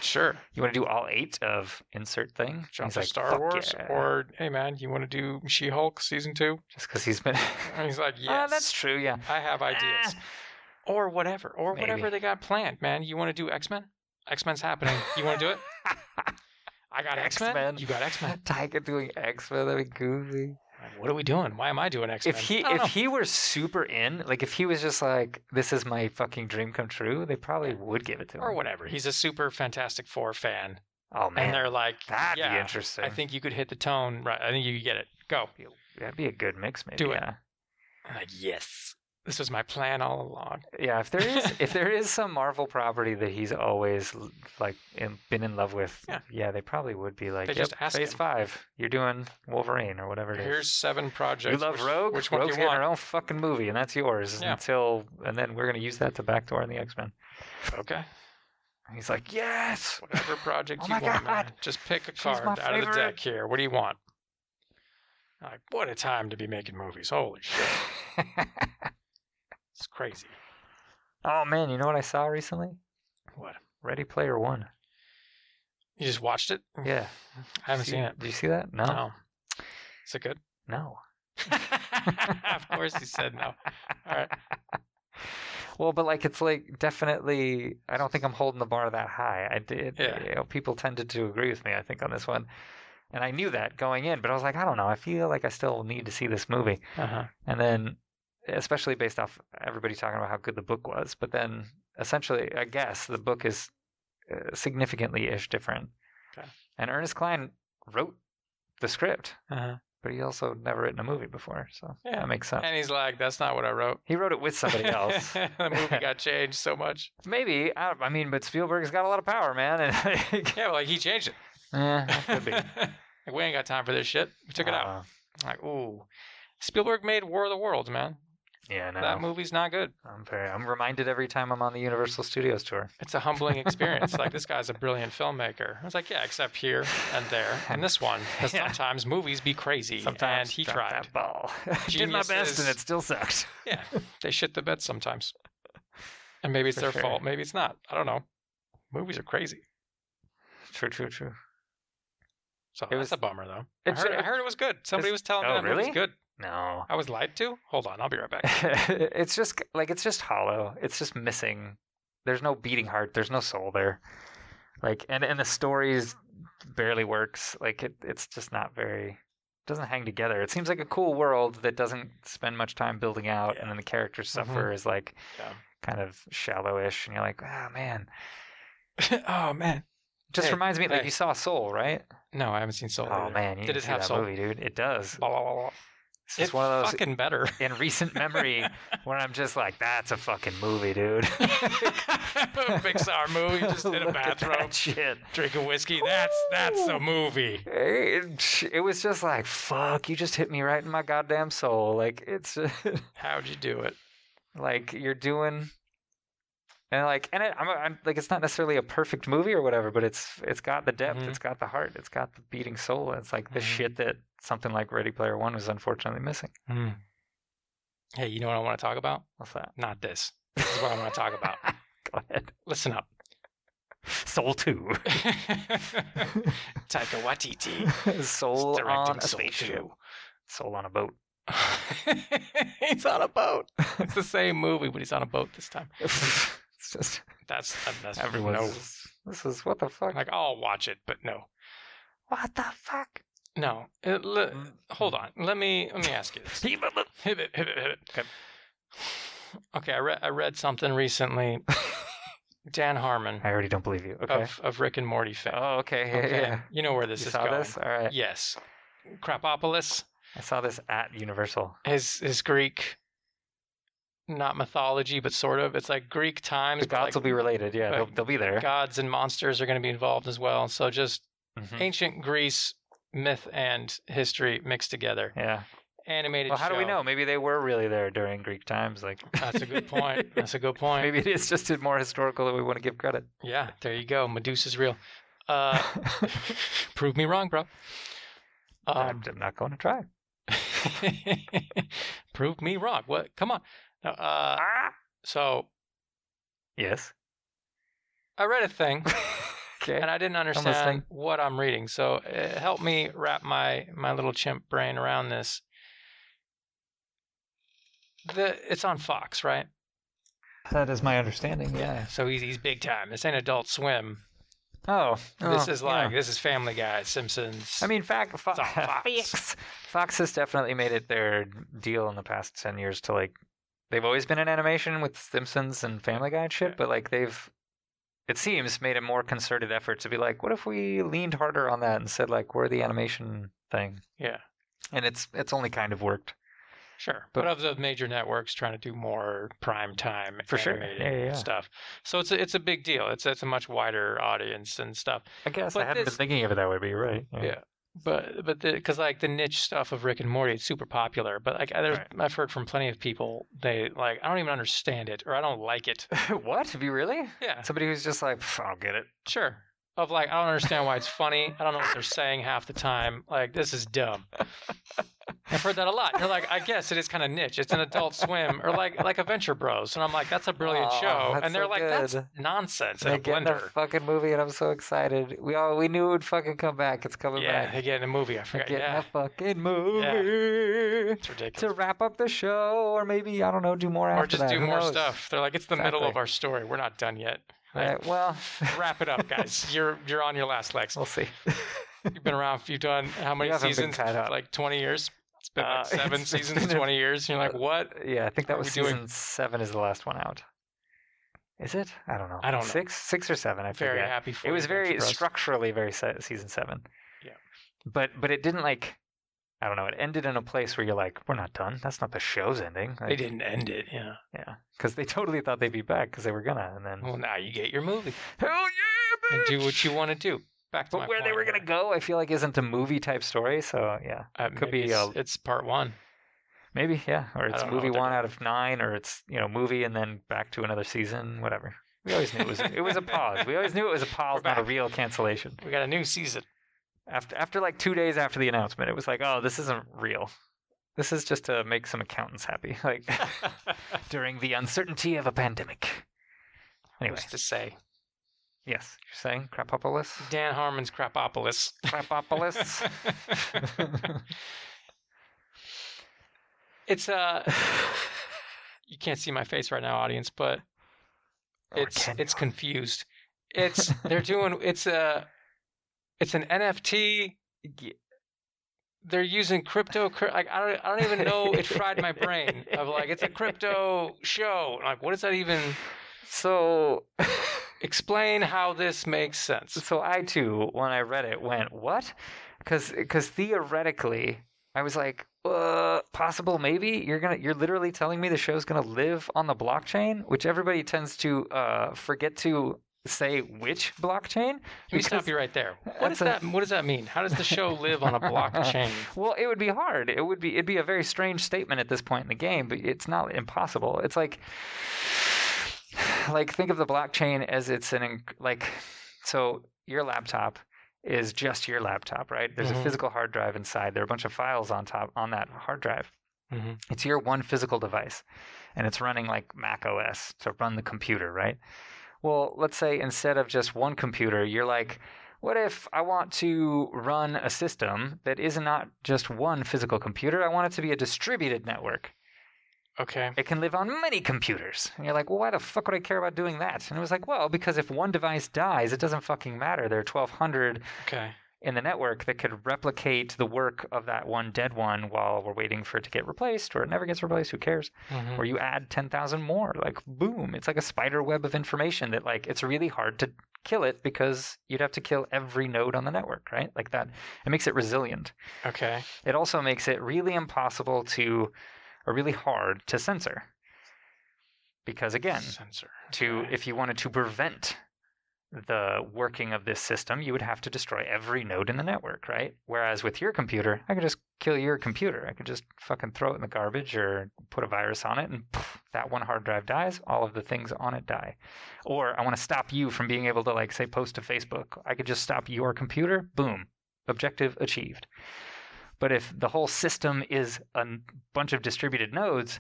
[SPEAKER 2] Sure.
[SPEAKER 3] You want to do all eight of insert thing?"
[SPEAKER 2] Jump
[SPEAKER 3] He's
[SPEAKER 2] to
[SPEAKER 3] like,
[SPEAKER 2] Star
[SPEAKER 3] "Fuck
[SPEAKER 2] Wars,
[SPEAKER 3] yeah."
[SPEAKER 2] or hey man, you want to do She-Hulk season two?
[SPEAKER 3] just because he's been.
[SPEAKER 2] And he's like,
[SPEAKER 3] Ah,
[SPEAKER 2] yes,
[SPEAKER 3] that's true. Yeah,
[SPEAKER 2] I have ideas,
[SPEAKER 3] Ah,
[SPEAKER 2] or whatever, or whatever
[SPEAKER 3] Maybe.
[SPEAKER 2] they got planned. Man, you want to do X-Men? X-Men's happening. uh, You want to do it? I got X-Men.
[SPEAKER 3] X-Men.
[SPEAKER 2] You got X-Men.
[SPEAKER 3] Taika doing X Men. That'd be goofy.
[SPEAKER 2] Like, what are we doing? Why am I doing X-Men?
[SPEAKER 3] If he
[SPEAKER 2] I don't
[SPEAKER 3] if
[SPEAKER 2] know.
[SPEAKER 3] he were super in, like if he was just like, "This is my fucking dream come true," they probably would give it to him.
[SPEAKER 2] or whatever, he's a super Fantastic Four fan,
[SPEAKER 3] Oh
[SPEAKER 2] and
[SPEAKER 3] man,
[SPEAKER 2] they're like,
[SPEAKER 3] that'd be
[SPEAKER 2] yeah,
[SPEAKER 3] interesting.
[SPEAKER 2] I think you could hit the tone right. I think you could get it. Go.
[SPEAKER 3] that'd be a good mix. Maybe.
[SPEAKER 2] Do it.
[SPEAKER 3] yeah.
[SPEAKER 2] I'm like, yes, this was my plan all along.
[SPEAKER 3] Yeah, if there is if there is some Marvel property that he's always l- like in, been in love with,
[SPEAKER 2] Yeah.
[SPEAKER 3] they probably would be like,
[SPEAKER 2] They
[SPEAKER 3] yep,
[SPEAKER 2] just ask
[SPEAKER 3] Phase
[SPEAKER 2] him."
[SPEAKER 3] Five, you're doing Wolverine or whatever it is.
[SPEAKER 2] Here's seven projects.
[SPEAKER 3] you love
[SPEAKER 2] which,
[SPEAKER 3] Rogue.
[SPEAKER 2] Which one do you
[SPEAKER 3] Rogue's getting
[SPEAKER 2] want?
[SPEAKER 3] her own fucking movie, and that's yours
[SPEAKER 2] Yeah.
[SPEAKER 3] until, and then we're gonna use that to backdoor in the X Men.
[SPEAKER 2] Okay.
[SPEAKER 3] And he's like, yes,
[SPEAKER 2] Whatever project
[SPEAKER 3] Oh
[SPEAKER 2] you
[SPEAKER 3] my
[SPEAKER 2] want, man.
[SPEAKER 3] God.
[SPEAKER 2] Just pick a
[SPEAKER 3] She's my
[SPEAKER 2] card out of the
[SPEAKER 3] favorite.
[SPEAKER 2] deck here. What do you want? I'm Like, what a time to be making movies. Holy shit. It's crazy.
[SPEAKER 3] oh man, you know what I saw recently?
[SPEAKER 2] What?
[SPEAKER 3] Ready Player One.
[SPEAKER 2] You just watched it?
[SPEAKER 3] Yeah,
[SPEAKER 2] I haven't
[SPEAKER 3] See-
[SPEAKER 2] seen it.
[SPEAKER 3] Did you see that? No,
[SPEAKER 2] No. Is it good?
[SPEAKER 3] no.
[SPEAKER 2] of course you said no. All right.
[SPEAKER 3] Well, but like it's like definitely. I don't think I'm holding the bar that high. I did.
[SPEAKER 2] Yeah.
[SPEAKER 3] You know, people tended to agree with me. I think on this one, and I knew that going in. But I was like, I don't know. I feel like I still need to see this movie.
[SPEAKER 2] Uh-huh.
[SPEAKER 3] And then, especially based off everybody talking about how good the book was. But then, essentially, I guess the book is uh, significantly ish different.
[SPEAKER 2] Okay.
[SPEAKER 3] And Ernest Klein wrote the script,
[SPEAKER 2] Uh-huh.
[SPEAKER 3] but he also never written a movie before, so
[SPEAKER 2] Yeah.
[SPEAKER 3] that makes sense.
[SPEAKER 2] And he's like, that's not what I wrote.
[SPEAKER 3] he wrote it with somebody else.
[SPEAKER 2] the movie got changed so much.
[SPEAKER 3] Maybe I, I mean, but Spielberg's got a lot of power, man. And like,
[SPEAKER 2] Yeah, well, like he changed it.
[SPEAKER 3] eh, that could be.
[SPEAKER 2] like, we ain't got time for this shit. We took it out.
[SPEAKER 3] Uh,
[SPEAKER 2] Like, ooh. Spielberg made War of the Worlds, man.
[SPEAKER 3] yeah, no.
[SPEAKER 2] That movie's not good.
[SPEAKER 3] I'm very. I'm reminded every time I'm on the Universal Studios tour.
[SPEAKER 2] It's a humbling experience. like, this guy's a brilliant filmmaker. I was like, yeah, except here and there and this one. 'Cause
[SPEAKER 3] Yeah.
[SPEAKER 2] sometimes movies be crazy.
[SPEAKER 3] Sometimes
[SPEAKER 2] and he
[SPEAKER 3] drop
[SPEAKER 2] tried.
[SPEAKER 3] that ball. Did my best,
[SPEAKER 2] Geniuses.
[SPEAKER 3] and it still sucked.
[SPEAKER 2] Yeah, they shit the bed sometimes. And maybe it's
[SPEAKER 3] For
[SPEAKER 2] their
[SPEAKER 3] sure.
[SPEAKER 2] fault. Maybe it's not. I don't know. Movies are crazy.
[SPEAKER 3] True, true, true.
[SPEAKER 2] So
[SPEAKER 3] It
[SPEAKER 2] it was
[SPEAKER 3] was-
[SPEAKER 2] a bummer, though. I
[SPEAKER 3] It
[SPEAKER 2] heard,
[SPEAKER 3] ju-
[SPEAKER 2] I heard it was good. Somebody was telling me
[SPEAKER 3] Oh,
[SPEAKER 2] that movie
[SPEAKER 3] really?
[SPEAKER 2] was good.
[SPEAKER 3] No,
[SPEAKER 2] I was lied to. Hold on, I'll be right back.
[SPEAKER 3] it's just like it's just hollow. It's just missing. There's no beating
[SPEAKER 2] Mm.
[SPEAKER 3] heart. There's no soul there. Like, and and the stories barely works. Like, it it's just not very. Doesn't hang together. It seems like a cool world that doesn't spend much time building out, and then the characters suffer is like
[SPEAKER 2] Mm-hmm. Yeah.
[SPEAKER 3] kind of shallowish, and you're like, oh man.
[SPEAKER 2] oh man,
[SPEAKER 3] Just
[SPEAKER 2] Hey,
[SPEAKER 3] reminds me, like
[SPEAKER 2] hey.
[SPEAKER 3] you saw Soul, right?
[SPEAKER 2] no, I haven't seen Soul.
[SPEAKER 3] Oh
[SPEAKER 2] either.
[SPEAKER 3] man, you
[SPEAKER 2] Did
[SPEAKER 3] need
[SPEAKER 2] it
[SPEAKER 3] to see
[SPEAKER 2] have
[SPEAKER 3] that
[SPEAKER 2] soul?
[SPEAKER 3] movie, dude. It does.
[SPEAKER 2] Blah, blah, blah, blah.
[SPEAKER 3] It's
[SPEAKER 2] It's
[SPEAKER 3] just one of those
[SPEAKER 2] fucking better.
[SPEAKER 3] in recent memory where I'm just like, that's a fucking movie, dude.
[SPEAKER 2] Pixar movie just in a
[SPEAKER 3] Look at
[SPEAKER 2] bathrobe,
[SPEAKER 3] That shit.
[SPEAKER 2] drinking whiskey. That's that's a
[SPEAKER 3] Ooh.
[SPEAKER 2] movie.
[SPEAKER 3] It, it was just like, fuck, you just hit me right in my goddamn soul. Like it's
[SPEAKER 2] How'd you do it?
[SPEAKER 3] like you're doing, and like, and it, I'm, I'm like, it's not necessarily a perfect movie or whatever, but it's it's got the depth,
[SPEAKER 2] Mhm.
[SPEAKER 3] it's got the heart, it's got the beating soul. It's like the
[SPEAKER 2] Mhm.
[SPEAKER 3] shit that something like Ready Player One was unfortunately missing.
[SPEAKER 2] Hmm. Hey, you know what I want to talk about?
[SPEAKER 3] What's that?
[SPEAKER 2] Not this. This is what I want to talk about.
[SPEAKER 3] Go ahead.
[SPEAKER 2] Listen up.
[SPEAKER 3] Soul Two.
[SPEAKER 2] Taika Waititi
[SPEAKER 3] soul
[SPEAKER 2] directing
[SPEAKER 3] on a
[SPEAKER 2] Soul
[SPEAKER 3] spaceship.
[SPEAKER 2] 2.
[SPEAKER 3] Soul on a boat.
[SPEAKER 2] he's on a boat. It's the same movie, but he's on a boat this time.
[SPEAKER 3] It's just
[SPEAKER 2] That's uh, that's
[SPEAKER 3] everyone.
[SPEAKER 2] no.
[SPEAKER 3] This is what the fuck.
[SPEAKER 2] Like I'll watch it, but no,
[SPEAKER 3] what the fuck?
[SPEAKER 2] no. It, le-
[SPEAKER 3] Mm,
[SPEAKER 2] hold on. Let me let me ask you this. Hit it, hit it, hit it.
[SPEAKER 3] Okay.
[SPEAKER 2] Okay, I read I read something recently. Dan Harmon
[SPEAKER 3] I already don't believe you. Okay.
[SPEAKER 2] of, of Rick and Morty fame.
[SPEAKER 3] oh, okay. Yeah,
[SPEAKER 2] Oh, Okay,
[SPEAKER 3] yeah.
[SPEAKER 2] You know where this
[SPEAKER 3] you
[SPEAKER 2] is
[SPEAKER 3] saw
[SPEAKER 2] going.
[SPEAKER 3] this? All right.
[SPEAKER 2] Yes. Krapopolis
[SPEAKER 3] I saw this at Universal.
[SPEAKER 2] is is Greek not mythology, but sort of. It's like Greek times.
[SPEAKER 3] The
[SPEAKER 2] but,
[SPEAKER 3] gods
[SPEAKER 2] like,
[SPEAKER 3] will be related. Yeah,
[SPEAKER 2] uh,
[SPEAKER 3] they'll, they'll be there.
[SPEAKER 2] gods and monsters are going to be involved as well. So just
[SPEAKER 3] Mhm.
[SPEAKER 2] ancient Greece myth and history mixed together.
[SPEAKER 3] Yeah.
[SPEAKER 2] Animated.
[SPEAKER 3] Well, how do we
[SPEAKER 2] show.
[SPEAKER 3] know? Maybe they were really there during Greek times. Like
[SPEAKER 2] That's a good point. That's a good point.
[SPEAKER 3] Maybe it is just more historical than we want to give credit.
[SPEAKER 2] Yeah, there you go. Medusa's real. Uh, prove me wrong, bro.
[SPEAKER 3] I'm,
[SPEAKER 2] Um,
[SPEAKER 3] I'm not going to try.
[SPEAKER 2] prove me wrong. What? Come on. No, uh,
[SPEAKER 3] Ah!
[SPEAKER 2] so
[SPEAKER 3] Yes.
[SPEAKER 2] I read a thing,
[SPEAKER 3] Okay.
[SPEAKER 2] and I didn't understand
[SPEAKER 3] listening.
[SPEAKER 2] what I'm reading. So uh, help me wrap my my little chimp brain around this. The it's on Fox, right?
[SPEAKER 3] That is my understanding. Yeah.
[SPEAKER 2] So he's he's big time. This ain't Adult Swim.
[SPEAKER 3] Oh,
[SPEAKER 2] This
[SPEAKER 3] oh,
[SPEAKER 2] is like
[SPEAKER 3] yeah.
[SPEAKER 2] this is Family Guy, Simpsons.
[SPEAKER 3] I mean, fact, fo-
[SPEAKER 2] It's on Fox.
[SPEAKER 3] Fox. Fox has definitely made it their deal in the past ten years to like. They've always been in animation with Simpsons and Family Guy and shit, but like they've, it seems, made a more concerted effort to be like, what if we leaned harder on that and said like we're the animation thing,
[SPEAKER 2] yeah,
[SPEAKER 3] and it's it's only kind of worked.
[SPEAKER 2] sure. But,
[SPEAKER 3] But-
[SPEAKER 2] of the major networks trying to do more prime time
[SPEAKER 3] For sure.
[SPEAKER 2] animated
[SPEAKER 3] Yeah, yeah, yeah.
[SPEAKER 2] stuff, so it's a, it's a big deal. It's it's a much wider audience and stuff.
[SPEAKER 3] I guess
[SPEAKER 2] But
[SPEAKER 3] I hadn't
[SPEAKER 2] this-
[SPEAKER 3] been thinking of it that way, but you're right.
[SPEAKER 2] Yeah. But but because like the niche stuff of Rick and Morty, it's super popular. But like there's,
[SPEAKER 3] Right.
[SPEAKER 2] I've heard from plenty of people, they like I don't even understand it or I don't like it.
[SPEAKER 3] what? Have you really?
[SPEAKER 2] Yeah,
[SPEAKER 3] Somebody who's just like, "Pff, I don't get it.
[SPEAKER 2] sure. Of like I don't understand why it's funny. I don't know what they're saying half the time. Like this is dumb. I've heard that a lot. You're like, I guess it is kind of niche. It's an Adult Swim or like like Adventure Bros, and I'm like, that's a brilliant
[SPEAKER 3] Aw,
[SPEAKER 2] show,
[SPEAKER 3] Oh, that's
[SPEAKER 2] and they're
[SPEAKER 3] so
[SPEAKER 2] like, that's
[SPEAKER 3] good.
[SPEAKER 2] nonsense in
[SPEAKER 3] They
[SPEAKER 2] a
[SPEAKER 3] get in a
[SPEAKER 2] blender.
[SPEAKER 3] fucking movie, and I'm so excited. We all we knew it would fucking come back. It's coming
[SPEAKER 2] Yeah,
[SPEAKER 3] back.
[SPEAKER 2] they get in a movie. I
[SPEAKER 3] They
[SPEAKER 2] forgot.
[SPEAKER 3] get in
[SPEAKER 2] Yeah,
[SPEAKER 3] a fucking movie
[SPEAKER 2] it's ridiculous.
[SPEAKER 3] to wrap up the show, or maybe I don't know, do more after
[SPEAKER 2] or just
[SPEAKER 3] that.
[SPEAKER 2] do
[SPEAKER 3] Who
[SPEAKER 2] more
[SPEAKER 3] knows?
[SPEAKER 2] stuff. They're like, it's the middle of
[SPEAKER 3] Exactly.
[SPEAKER 2] our story. We're not done yet. Like,
[SPEAKER 3] Right, well,
[SPEAKER 2] wrap it up, guys. you're you're on your last legs.
[SPEAKER 3] we'll see.
[SPEAKER 2] You've been around. You've done how many
[SPEAKER 3] haven't been
[SPEAKER 2] seasons?
[SPEAKER 3] tied up.
[SPEAKER 2] Like twenty years. It's been
[SPEAKER 3] Uh,
[SPEAKER 2] like seven
[SPEAKER 3] it's- it's
[SPEAKER 2] seasons,
[SPEAKER 3] been a-
[SPEAKER 2] twenty years. And you're like, what?
[SPEAKER 3] yeah, I think that
[SPEAKER 2] What are
[SPEAKER 3] was
[SPEAKER 2] we doing?
[SPEAKER 3] season seven is the last one out. Is it? I don't know.
[SPEAKER 2] I don't know.
[SPEAKER 3] Six, six or seven. I
[SPEAKER 2] Very
[SPEAKER 3] forget.
[SPEAKER 2] happy for
[SPEAKER 3] it
[SPEAKER 2] you,
[SPEAKER 3] was very
[SPEAKER 2] Adventure Bros.
[SPEAKER 3] structurally very se- season seven.
[SPEAKER 2] Yeah.
[SPEAKER 3] But but it didn't like I don't know. It ended in a place where you're like, we're not done. That's not the show's ending.
[SPEAKER 2] They didn't end it. Yeah.
[SPEAKER 3] Yeah, because they totally thought they'd be back because they were gonna, and then
[SPEAKER 2] Well, now you get your movie
[SPEAKER 3] hell yeah,
[SPEAKER 2] and do what
[SPEAKER 3] bitch!
[SPEAKER 2] you want to do. Back to
[SPEAKER 3] But
[SPEAKER 2] my
[SPEAKER 3] where they
[SPEAKER 2] point
[SPEAKER 3] were gonna go, I feel like isn't a movie type story. So yeah,
[SPEAKER 2] Uh,
[SPEAKER 3] could
[SPEAKER 2] maybe
[SPEAKER 3] be
[SPEAKER 2] it's,
[SPEAKER 3] a-
[SPEAKER 2] it's part one.
[SPEAKER 3] maybe yeah, or it's
[SPEAKER 2] don't know what
[SPEAKER 3] movie
[SPEAKER 2] they're
[SPEAKER 3] one
[SPEAKER 2] doing.
[SPEAKER 3] out of nine, or it's you know movie and then back to another season, whatever. We always knew it was it was a pause. We always knew it was a pause, not a
[SPEAKER 2] back.
[SPEAKER 3] real cancellation.
[SPEAKER 2] We got a new season.
[SPEAKER 3] after after like two days after the announcement, it was like, oh, this isn't real. This is just to make some accountants happy, like during the uncertainty of a pandemic. Anyway,
[SPEAKER 2] Who's to say?
[SPEAKER 3] yes, you're saying Crapopolis,
[SPEAKER 2] Dan Harmon's Crapopolis.
[SPEAKER 3] Crapopolis.
[SPEAKER 2] it's uh you can't see my face right now audience but
[SPEAKER 3] Or
[SPEAKER 2] it's
[SPEAKER 3] can
[SPEAKER 2] it's confused it's they're doing it's a it's an nft
[SPEAKER 3] Ye-
[SPEAKER 2] they're using crypto cur- like i don't i don't even know it fried my brain of like it's a crypto show like what does that even
[SPEAKER 3] so
[SPEAKER 2] explain how this makes sense
[SPEAKER 3] so I too, when I read it, went what? Because theoretically, I was like, uh, possible, maybe you're gonna you're literally telling me the show's gonna live on the blockchain, which everybody tends to uh, forget to say which blockchain.
[SPEAKER 2] let me stop you right there what does
[SPEAKER 3] That's
[SPEAKER 2] that what does that mean how does the show live on a blockchain
[SPEAKER 3] Well, it would be hard. It would be it'd be a very strange statement at this point in the game, but it's not impossible. It's like like think of the blockchain as it's an in- like so your laptop is just your laptop, right? There's
[SPEAKER 2] Mhm.
[SPEAKER 3] a physical hard drive inside. There are a bunch of files on top on that hard drive.
[SPEAKER 2] Mhm.
[SPEAKER 3] It's your one physical device, and it's running like Mac OS to run the computer, right? Well, let's say instead of just one computer, you're like, what if I want to run a system that is not just one physical computer? I want it to be a distributed network.
[SPEAKER 2] Okay.
[SPEAKER 3] It can live on many computers. And you're like, well, why the fuck would I care about doing that? And it was like, well, because if one device dies, it doesn't fucking matter. There are 1,200
[SPEAKER 2] Okay.
[SPEAKER 3] in the network that could replicate the work of that one dead one while we're waiting for it to get replaced, or it never gets replaced. Who cares?
[SPEAKER 2] Mhm.
[SPEAKER 3] Or you add 10,000 more. Like, boom. It's like a spider web of information that, like, it's really hard to kill it because you'd have to kill every node on the network, right? Like, that, it makes it resilient.
[SPEAKER 2] Okay.
[SPEAKER 3] It also makes it really impossible to, or really hard to censor. Because again,
[SPEAKER 2] Sensor.
[SPEAKER 3] to
[SPEAKER 2] Okay.
[SPEAKER 3] if you wanted to prevent the working of this system, you would have to destroy every node in the network, right? Whereas with your computer, I could just kill your computer. I could just fucking throw it in the garbage or put a virus on it, and poof, that one hard drive dies. All of the things on it die. Or I want to stop you from being able to, like, say, post to Facebook. I could just stop your computer. Boom, objective achieved. But if the whole system is a n- bunch of distributed nodes,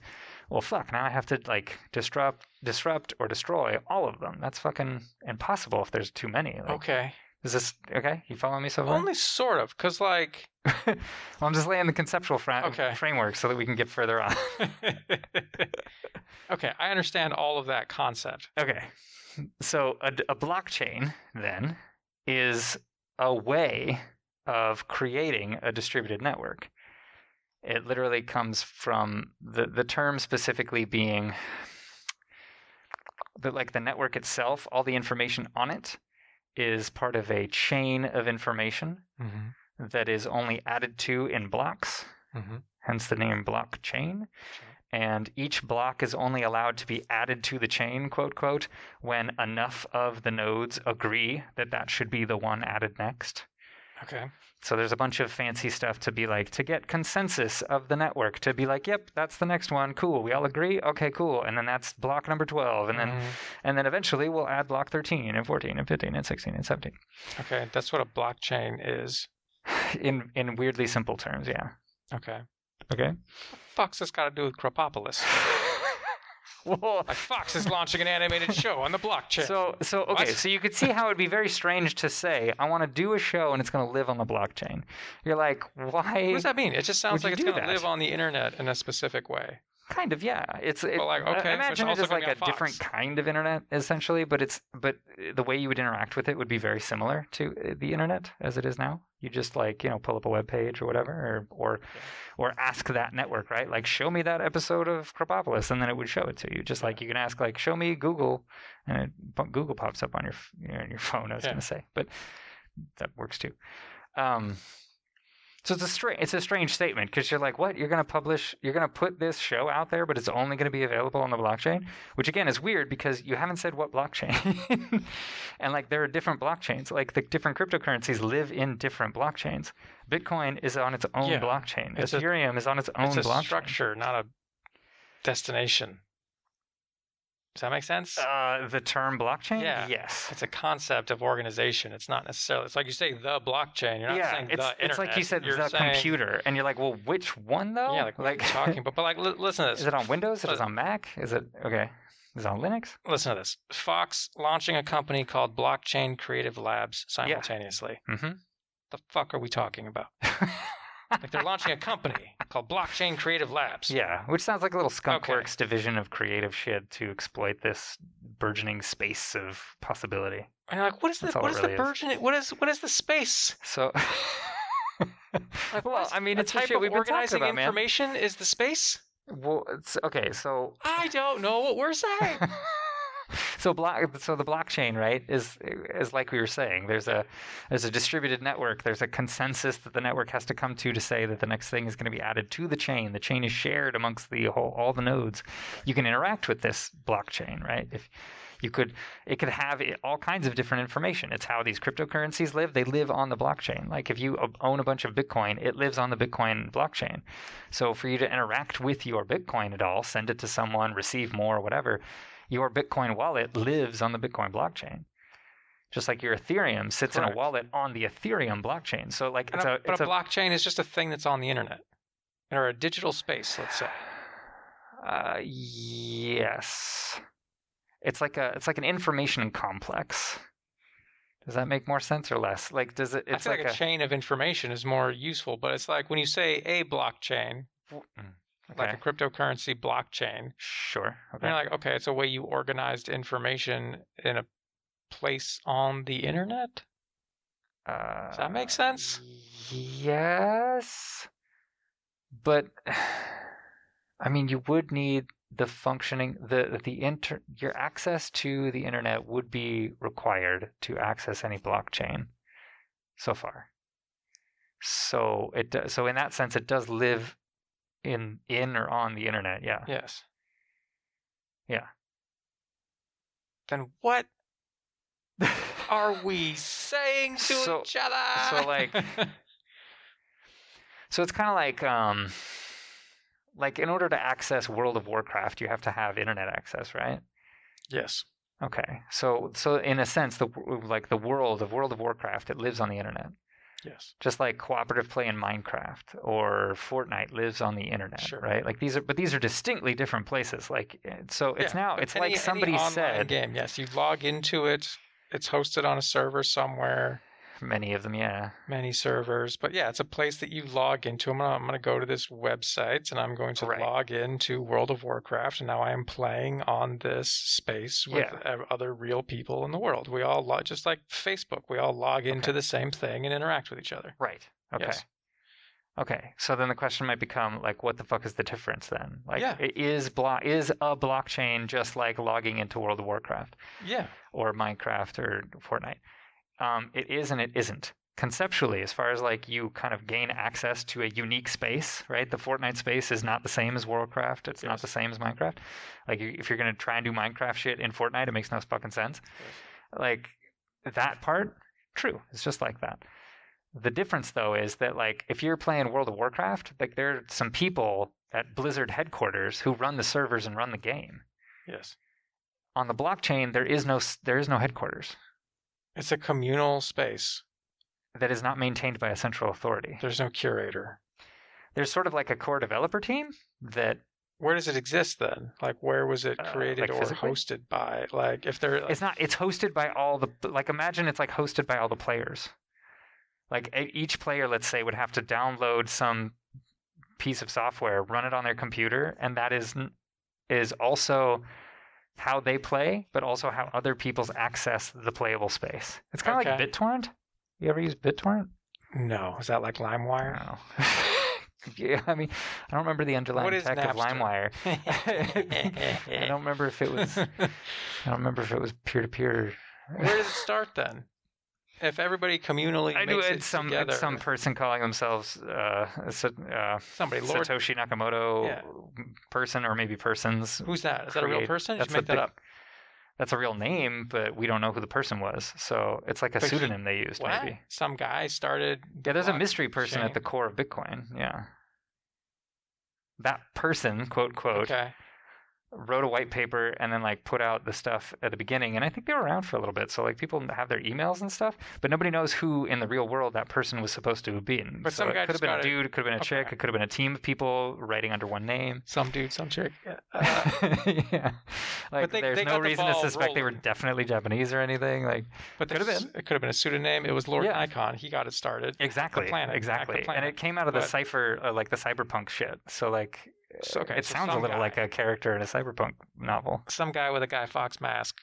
[SPEAKER 3] well fuck now i have to like disrupt disrupt or destroy all of them that's fucking impossible if there's too many like,
[SPEAKER 2] Okay.
[SPEAKER 3] is this okay you following me so far
[SPEAKER 2] Oh. Only sort of, because like
[SPEAKER 3] well i'm just laying the conceptual fra-
[SPEAKER 2] Okay.
[SPEAKER 3] framework so that we can get further on
[SPEAKER 2] okay, I understand all of that concept.
[SPEAKER 3] okay so a, d- a blockchain then is a way of creating a distributed network it literally comes from the, the term specifically being that like the network itself all the information on it is part of a chain of information
[SPEAKER 2] Mm-hmm.
[SPEAKER 3] that is only added to in blocks
[SPEAKER 2] Mm-hmm.
[SPEAKER 3] hence the name blockchain. And each block is only allowed to be added to the chain, quote, quote, when enough of the nodes agree that that should be the one added next.
[SPEAKER 2] Okay.
[SPEAKER 3] So there's a bunch of fancy stuff to be like, to get consensus of the network, to be like, yep, that's the next one. Cool. We all agree. Okay, cool. And then that's block number 12. And then,
[SPEAKER 2] Mhm.
[SPEAKER 3] and then eventually we'll add block 13 and 14 and 15 and 16 and 17
[SPEAKER 2] okay, that's what a blockchain is.
[SPEAKER 3] in, in weirdly simple terms. Yeah.
[SPEAKER 2] Okay.
[SPEAKER 3] Okay.
[SPEAKER 2] Fox has got to do with Cropopolis.
[SPEAKER 3] well,
[SPEAKER 2] Like Fox is launching an animated show on the blockchain.
[SPEAKER 3] So, so okay,
[SPEAKER 2] What?
[SPEAKER 3] so you could see how it'd be very strange to say, "I want to do a show and it's going to live on the blockchain." You're like,
[SPEAKER 2] what
[SPEAKER 3] why?
[SPEAKER 2] does that mean? It just sounds
[SPEAKER 3] Would
[SPEAKER 2] like it's
[SPEAKER 3] you do
[SPEAKER 2] going to
[SPEAKER 3] that?
[SPEAKER 2] live on the internet in a specific way.
[SPEAKER 3] Kind of, yeah. It's it,
[SPEAKER 2] But, like,
[SPEAKER 3] I-
[SPEAKER 2] okay, but it's
[SPEAKER 3] imagine it
[SPEAKER 2] also
[SPEAKER 3] is
[SPEAKER 2] gonna
[SPEAKER 3] like
[SPEAKER 2] be
[SPEAKER 3] a
[SPEAKER 2] on Fox.
[SPEAKER 3] different kind of internet, essentially. But it's but the way you would interact with it would be very similar to uh, the internet as it is now. You just like you know pull up a web page or whatever, or or, or ask that network, right? Like, show me that episode of Cropopolis, and then it would show it to you. Just like you can ask, like, show me Google, and it, but Google pops up on your f- you know, on your phone. I was
[SPEAKER 2] Yeah.
[SPEAKER 3] gonna say, but that works too. Um, so it's a strange it's a strange statement because you're like, what? You're gonna publish? You're gonna put this show out there, but it's only gonna be available on the blockchain, which again is weird because you haven't said what blockchain. and like there are different blockchains, like the different cryptocurrencies live in different blockchains. Bitcoin is on its own
[SPEAKER 2] Yeah.
[SPEAKER 3] blockchain.
[SPEAKER 2] It's a-
[SPEAKER 3] Ethereum is on its own
[SPEAKER 2] it's a
[SPEAKER 3] blockchain.
[SPEAKER 2] structure, not a destination. Does that make sense?
[SPEAKER 3] Uh, the term blockchain?
[SPEAKER 2] Yeah.
[SPEAKER 3] Yes.
[SPEAKER 2] it's a concept of organization. It's not necessarily. It's like you say the blockchain. You're not
[SPEAKER 3] yeah,
[SPEAKER 2] saying
[SPEAKER 3] it's,
[SPEAKER 2] the internet.
[SPEAKER 3] it's like you said
[SPEAKER 2] You're
[SPEAKER 3] the
[SPEAKER 2] saying-
[SPEAKER 3] computer, and you're like, well, which one though?
[SPEAKER 2] Yeah, like, what are you talking. But but like, li- listen to
[SPEAKER 3] Oh. Is
[SPEAKER 2] this.
[SPEAKER 3] it on Windows? Is
[SPEAKER 2] But-
[SPEAKER 3] it on Mac? Is it okay? Is it on Linux?
[SPEAKER 2] Listen to this. Fox launching a company called Blockchain Creative Labs simultaneously.
[SPEAKER 3] Mm-hmm.
[SPEAKER 2] The fuck are we talking about? Like they're launching a company called Blockchain Creative Labs.
[SPEAKER 3] yeah, which sounds like a little Skunkworks
[SPEAKER 2] Okay.
[SPEAKER 3] division of creative shit to exploit this burgeoning space of possibility.
[SPEAKER 2] And you're like, what is the
[SPEAKER 3] That's all
[SPEAKER 2] what
[SPEAKER 3] it
[SPEAKER 2] is
[SPEAKER 3] really
[SPEAKER 2] the
[SPEAKER 3] is.
[SPEAKER 2] burgeon? What is what is the space?
[SPEAKER 3] So,
[SPEAKER 2] Like,
[SPEAKER 3] well,
[SPEAKER 2] what's-
[SPEAKER 3] I mean,
[SPEAKER 2] a
[SPEAKER 3] it's the
[SPEAKER 2] type
[SPEAKER 3] shit
[SPEAKER 2] of
[SPEAKER 3] we've been talking
[SPEAKER 2] organizing
[SPEAKER 3] about, man.
[SPEAKER 2] information is the space.
[SPEAKER 3] Well, it's, okay, so
[SPEAKER 2] I don't know what we're saying.
[SPEAKER 3] so block so the blockchain right is is like we were saying there's a there's a distributed network there's a consensus that the network has to come to to say that the next thing is going to be added to the chain the chain is shared amongst the whole all the nodes you can interact with this blockchain right if you could it could have i- all kinds of different information it's how these cryptocurrencies live they live on the blockchain like if you o- own a bunch of bitcoin it lives on the bitcoin blockchain so for you to interact with your bitcoin at all send it to someone receive more whatever your bitcoin wallet lives on the bitcoin blockchain just like your ethereum sits in
[SPEAKER 2] Correct.
[SPEAKER 3] a wallet on the ethereum blockchain so like
[SPEAKER 2] And
[SPEAKER 3] it's
[SPEAKER 2] a-
[SPEAKER 3] a,
[SPEAKER 2] but
[SPEAKER 3] it's
[SPEAKER 2] a,
[SPEAKER 3] a
[SPEAKER 2] blockchain is just a thing that's on the internet, or a digital space, let's say.
[SPEAKER 3] Uh, yes. It's like a it's like an information complex. Does that make more sense or less? Like, does it? It's
[SPEAKER 2] I feel like,
[SPEAKER 3] like,
[SPEAKER 2] a, chain of information is more useful, but it's like when you say a blockchain,
[SPEAKER 3] a.
[SPEAKER 2] like a
[SPEAKER 3] mm, Okay.
[SPEAKER 2] cryptocurrency blockchain.
[SPEAKER 3] Sure.
[SPEAKER 2] And you're
[SPEAKER 3] Okay.
[SPEAKER 2] like, okay, it's a way you organized information in a place on the internet.
[SPEAKER 3] Uh,
[SPEAKER 2] Does that make sense?
[SPEAKER 3] Yes. But I mean, you would need the functioning the the inter your access to the internet would be required to access any blockchain so far. So it do, so in that sense it does live in in or on the internet, yeah.
[SPEAKER 2] Yes.
[SPEAKER 3] Uh, Yeah.
[SPEAKER 2] Then what are we saying to
[SPEAKER 3] So-
[SPEAKER 2] each other?
[SPEAKER 3] so, like, So it's kind of like um like in order to access World of Warcraft, you have to have internet access, right?
[SPEAKER 2] yes.
[SPEAKER 3] Okay, so so in a sense, the w- like the world of World of Warcraft, it lives on the internet,
[SPEAKER 2] Yes.
[SPEAKER 3] just like cooperative play in Minecraft or Fortnite lives on the internet,
[SPEAKER 2] Sure.
[SPEAKER 3] right? Like these are, but these are distinctly different places. Like it- so, it's now it's
[SPEAKER 2] Any-
[SPEAKER 3] like
[SPEAKER 2] any
[SPEAKER 3] somebody
[SPEAKER 2] online
[SPEAKER 3] said,
[SPEAKER 2] game. Yes, you log into it. It's hosted on a server somewhere,
[SPEAKER 3] many of them, yeah,
[SPEAKER 2] many servers, but yeah, it's a place that you log into. I'm gonna, I'm gonna go to this website and I'm going to
[SPEAKER 3] Right.
[SPEAKER 2] log into World of Warcraft, and now I am playing on this space with ev- other real people in the world. We all log, just like Facebook, we all log into the same thing and interact with each other.
[SPEAKER 3] right, okay.
[SPEAKER 2] Yes.
[SPEAKER 3] Okay, so then the question might become like, what the fuck is the difference then? Like,
[SPEAKER 2] Yeah.
[SPEAKER 3] i- is blo- is a blockchain just like logging into World of Warcraft?
[SPEAKER 2] Yeah.
[SPEAKER 3] or Minecraft or Fortnite. Um, it is and it isn't. Conceptually, as far as like you kind of gain access to a unique space, right? The Fortnite space is not the same as Warcraft. It's not
[SPEAKER 2] Yes.
[SPEAKER 3] the same as Minecraft. Like you- if you're gonna try and do Minecraft shit in Fortnite, it makes no fucking sense. Like that part, true. It's just like that. The difference though is that like if you're playing World of Warcraft, like there are some people at Blizzard headquarters who run the servers and run the game.
[SPEAKER 2] Yes.
[SPEAKER 3] On the blockchain, there is no s- there is no headquarters.
[SPEAKER 2] It's a communal space.
[SPEAKER 3] that is not maintained by a central authority.
[SPEAKER 2] There's no curator.
[SPEAKER 3] There's sort of like a core developer team that
[SPEAKER 2] Where does it exist then? Like, where was it
[SPEAKER 3] Uh,
[SPEAKER 2] created
[SPEAKER 3] like
[SPEAKER 2] or
[SPEAKER 3] physically?
[SPEAKER 2] hosted by? Like, if there,
[SPEAKER 3] it's not it's hosted by all the like imagine it's like hosted by all the players. Like e- each player let's say would have to download some piece of software, run it on their computer and that is n- is also how they play, but also how other people's access the playable space. It's kind of
[SPEAKER 2] Okay.
[SPEAKER 3] like BitTorrent. You ever use BitTorrent?
[SPEAKER 2] no, is that like LimeWire?
[SPEAKER 3] No. yeah, I mean, I don't remember the underlying
[SPEAKER 2] What is
[SPEAKER 3] tech of
[SPEAKER 2] Napster?
[SPEAKER 3] LimeWire. I don't remember if it was. I don't remember if it was peer to peer.
[SPEAKER 2] Where does it start then? If everybody communally
[SPEAKER 3] I knew
[SPEAKER 2] makes
[SPEAKER 3] it's
[SPEAKER 2] it
[SPEAKER 3] some
[SPEAKER 2] together,
[SPEAKER 3] it's some person calling themselves uh, Sa- uh,
[SPEAKER 2] somebody, Lord,
[SPEAKER 3] Satoshi Nakamoto
[SPEAKER 2] Yeah.
[SPEAKER 3] person or maybe persons.
[SPEAKER 2] who's that? Is that a real
[SPEAKER 3] create-
[SPEAKER 2] person? Did
[SPEAKER 3] that's
[SPEAKER 2] you
[SPEAKER 3] the
[SPEAKER 2] make that
[SPEAKER 3] big-
[SPEAKER 2] up?
[SPEAKER 3] That's a real name, but we don't know who the person was. So it's like a
[SPEAKER 2] But he-
[SPEAKER 3] pseudonym they used,
[SPEAKER 2] What?
[SPEAKER 3] maybe.
[SPEAKER 2] Some guy started.
[SPEAKER 3] Yeah, there's a
[SPEAKER 2] block-
[SPEAKER 3] mystery person
[SPEAKER 2] blockchain.
[SPEAKER 3] at the core of Bitcoin. Yeah. That person, quote quote,
[SPEAKER 2] Okay,
[SPEAKER 3] wrote a white paper and then like put out the stuff at the beginning and i think they were around for a little bit so like people have their emails and stuff but nobody knows who in the real world that person was supposed to have been
[SPEAKER 2] But
[SPEAKER 3] so
[SPEAKER 2] some
[SPEAKER 3] it
[SPEAKER 2] guy
[SPEAKER 3] could have
[SPEAKER 2] just
[SPEAKER 3] been
[SPEAKER 2] got
[SPEAKER 3] a
[SPEAKER 2] it.
[SPEAKER 3] dude it could have been a chick
[SPEAKER 2] Okay.
[SPEAKER 3] it could have been a team of people writing under one name
[SPEAKER 2] some dude, some chick. Uh,
[SPEAKER 3] yeah like
[SPEAKER 2] they-
[SPEAKER 3] there's
[SPEAKER 2] they
[SPEAKER 3] no
[SPEAKER 2] got the
[SPEAKER 3] reason to
[SPEAKER 2] ball
[SPEAKER 3] suspect they were
[SPEAKER 2] rolling.
[SPEAKER 3] definitely japanese or anything like
[SPEAKER 2] but
[SPEAKER 3] Could have
[SPEAKER 2] there's- It could have been a pseudonym. It was Lord
[SPEAKER 3] Yeah.
[SPEAKER 2] Nikon. He got it started.
[SPEAKER 3] exactly
[SPEAKER 2] planet, hack the
[SPEAKER 3] exactly and
[SPEAKER 2] planet.
[SPEAKER 3] it came out of the
[SPEAKER 2] But-
[SPEAKER 3] cipher uh, like the cyberpunk shit so like
[SPEAKER 2] So, okay,
[SPEAKER 3] it
[SPEAKER 2] so
[SPEAKER 3] sounds a
[SPEAKER 2] some
[SPEAKER 3] little
[SPEAKER 2] guy-
[SPEAKER 3] like a character in a cyberpunk novel
[SPEAKER 2] some guy with a Guy Fox mask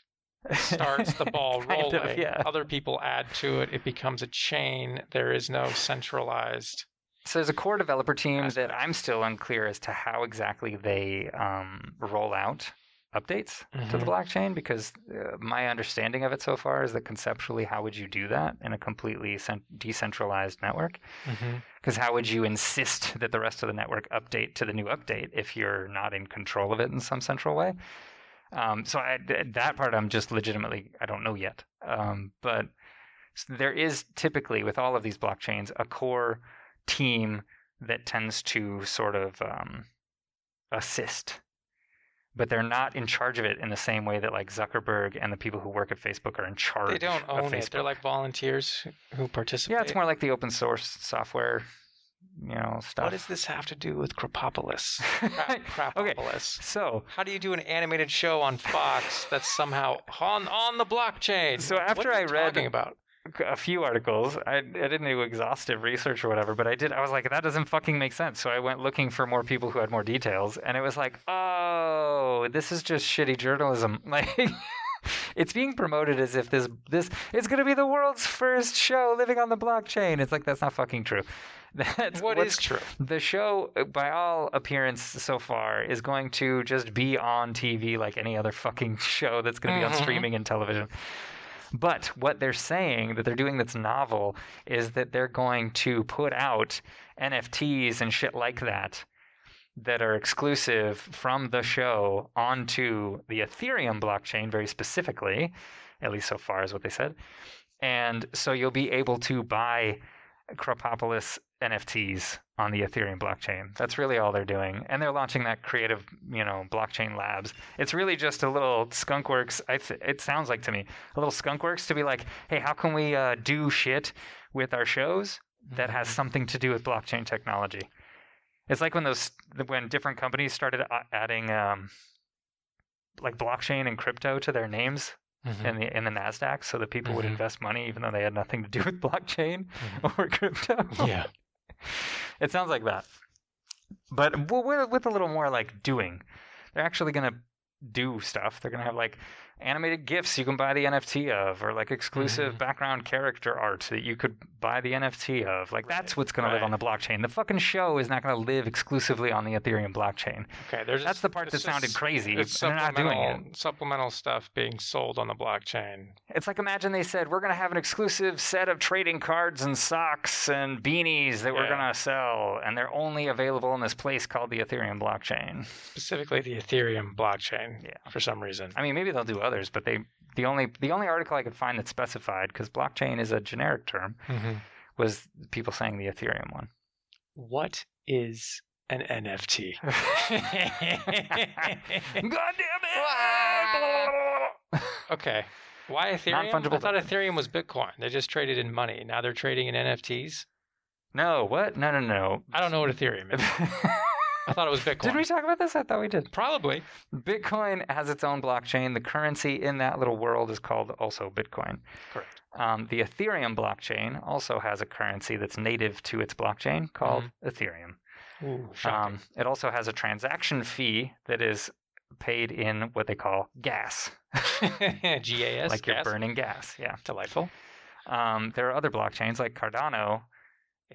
[SPEAKER 2] starts the ball
[SPEAKER 3] Kind of,
[SPEAKER 2] rolling.
[SPEAKER 3] yeah.
[SPEAKER 2] Other people add to it. It becomes a chain. There is no centralized.
[SPEAKER 3] So there's a core developer team that
[SPEAKER 2] Aspects.
[SPEAKER 3] I'm still unclear as to how exactly they um, roll out updates to the
[SPEAKER 2] Mm-hmm.
[SPEAKER 3] blockchain because uh, my understanding of it so far is that conceptually, how would you do that in a completely cen- decentralized network? Because how would you insist that the rest of the network update to the new update if you're not in control of it in some central way? Um, so I, th- that part I'm just legitimately I don't know yet. Um, but s- there is typically with all of these blockchains a core team that tends to sort of um, assist, but they're not in charge of it in the same way that like Zuckerberg and the people who work at Facebook are in charge.
[SPEAKER 2] They don't
[SPEAKER 3] of
[SPEAKER 2] own it. They're
[SPEAKER 3] Facebook.
[SPEAKER 2] like volunteers who participate.
[SPEAKER 3] yeah, it's more like the open source software, you know, stuff.
[SPEAKER 2] What does this have to do with Crapopolis? Crap,
[SPEAKER 3] Okay.
[SPEAKER 2] Crapopolis.
[SPEAKER 3] So,
[SPEAKER 2] How do you do an animated show on Fox that's somehow on on the blockchain?
[SPEAKER 3] So
[SPEAKER 2] What
[SPEAKER 3] after
[SPEAKER 2] are
[SPEAKER 3] I
[SPEAKER 2] you
[SPEAKER 3] read-
[SPEAKER 2] talking about
[SPEAKER 3] a few articles. I, I didn't do exhaustive research or whatever, but I did. I was like, that doesn't fucking make sense. So I went looking for more people who had more details, and it was like, oh, this is just shitty journalism. Like, it's being promoted as if this this it's going to be the world's first show living on the blockchain. It's like that's not fucking true. That's
[SPEAKER 2] What
[SPEAKER 3] what's
[SPEAKER 2] is true?
[SPEAKER 3] the show uh, by all appearance so far is going to just be on TV like any other fucking show that's going to be
[SPEAKER 2] Mhm.
[SPEAKER 3] on streaming and television. But what they're saying that they're doing that's novel is that they're going to put out NFTs and shit like that that are exclusive from the show onto the Ethereum blockchain very specifically, at least so far is what they said. And so you'll be able to buy Cropopolis NFTs on the Ethereum blockchain. That's really all they're doing. And they're launching that creative, you know, blockchain labs. It's really just a little skunkworks. I th- it sounds like to me, a little skunkworks to be like, hey, how can we uh, do shit with our shows that has something to do with blockchain technology? It's like when those when different companies started a- adding um, like blockchain and crypto to their names
[SPEAKER 2] Mhm.
[SPEAKER 3] in the in the Nasdaq, so that people would
[SPEAKER 2] Mhm.
[SPEAKER 3] invest money even though they had nothing to do with blockchain or crypto.
[SPEAKER 2] yeah.
[SPEAKER 3] It sounds like that, but w- with with a little more like doing, they're actually gonna do stuff. They're gonna have like animated gifs you can buy the NFT of, or like exclusive
[SPEAKER 2] Mhm.
[SPEAKER 3] background character art that you could buy the NFT of. Like that's
[SPEAKER 2] Right,
[SPEAKER 3] what's gonna live
[SPEAKER 2] right.
[SPEAKER 3] on the blockchain. The fucking show is not gonna live exclusively on the Ethereum blockchain.
[SPEAKER 2] Okay. There's
[SPEAKER 3] That's the part that
[SPEAKER 2] it's
[SPEAKER 3] sounded
[SPEAKER 2] just-
[SPEAKER 3] crazy. and
[SPEAKER 2] It's
[SPEAKER 3] They're not doing it.
[SPEAKER 2] supplemental supplemental stuff being sold on the blockchain.
[SPEAKER 3] It's like imagine they said we're gonna have an exclusive set of trading cards and socks and beanies that we're
[SPEAKER 2] Yeah.
[SPEAKER 3] gonna sell, and they're only available in this place called the Ethereum blockchain.
[SPEAKER 2] specifically the Ethereum blockchain
[SPEAKER 3] Yeah.
[SPEAKER 2] for some reason.
[SPEAKER 3] I mean, maybe they'll do others, but they the only the only article I could find that specified because blockchain is a generic term
[SPEAKER 2] Mm-hmm.
[SPEAKER 3] was people saying the Ethereum one.
[SPEAKER 2] What is an NFT?
[SPEAKER 3] God damn it!
[SPEAKER 2] okay. Why Ethereum?
[SPEAKER 3] Non-fungible
[SPEAKER 2] I thought Ethereum was Bitcoin. They just traded in money. Now they're trading in NFTs.
[SPEAKER 3] no, what? No, no, no.
[SPEAKER 2] I don't know what Ethereum is. I thought it was Bitcoin.
[SPEAKER 3] did we talk about this? I thought we did.
[SPEAKER 2] Probably.
[SPEAKER 3] Bitcoin has its own blockchain. The currency in that little world is called also Bitcoin.
[SPEAKER 2] Correct.
[SPEAKER 3] Um, the Ethereum blockchain also has a currency that's native to its blockchain called Ethereum.
[SPEAKER 2] Ooh, Mm-hmm. shocking.
[SPEAKER 3] Um, it also has a transaction fee that is paid in what they call gas,
[SPEAKER 2] GAS.
[SPEAKER 3] like you're
[SPEAKER 2] gas?
[SPEAKER 3] burning gas. Yeah.
[SPEAKER 2] Delightful.
[SPEAKER 3] Um, there are other blockchains like Cardano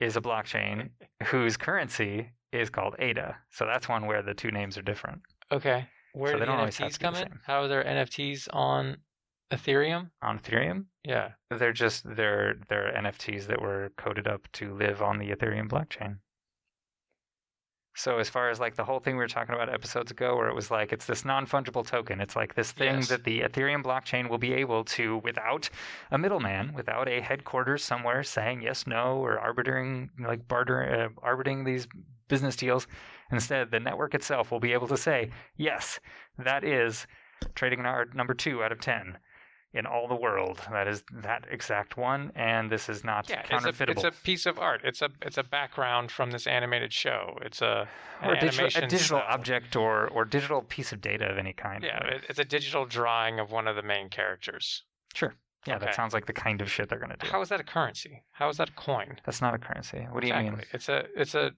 [SPEAKER 3] is a blockchain whose currency is called ADA. So that's one where the two names are different.
[SPEAKER 2] Okay. Where
[SPEAKER 3] So
[SPEAKER 2] do
[SPEAKER 3] they
[SPEAKER 2] the
[SPEAKER 3] don't always have
[SPEAKER 2] NFTs
[SPEAKER 3] to be the
[SPEAKER 2] come in?
[SPEAKER 3] same.
[SPEAKER 2] How are there NFTs on Ethereum?
[SPEAKER 3] On Ethereum,
[SPEAKER 2] Yeah.
[SPEAKER 3] they're just they're they're NFTs that were coded up to live on the Ethereum blockchain. So as far as like the whole thing we were talking about episodes ago, where it was like it's this non-fungible token, it's like this thing
[SPEAKER 2] Yes.
[SPEAKER 3] that the Ethereum blockchain will be able to, without a middleman, without a headquarters somewhere saying yes, no, or arbitering like barter, uh, arbitering these business deals, instead the network itself will be able to say yes, that is trading art number two out of ten in all the world. That is that exact one, and this is not
[SPEAKER 2] Yeah, it's a,
[SPEAKER 3] counterfeitable.
[SPEAKER 2] it's a piece of art. It's a it's a background from this animated show. It's a an
[SPEAKER 3] or a digital, a
[SPEAKER 2] animation
[SPEAKER 3] digital
[SPEAKER 2] style.
[SPEAKER 3] object or or digital piece of data of any kind.
[SPEAKER 2] Yeah,
[SPEAKER 3] Like-
[SPEAKER 2] it, it's a digital drawing of one of the main characters.
[SPEAKER 3] yeah.
[SPEAKER 2] okay.
[SPEAKER 3] That sounds like the kind of shit they're gonna do.
[SPEAKER 2] How is that a currency? How is that a coin?
[SPEAKER 3] That's not a currency. What do you mean?
[SPEAKER 2] It's a it's a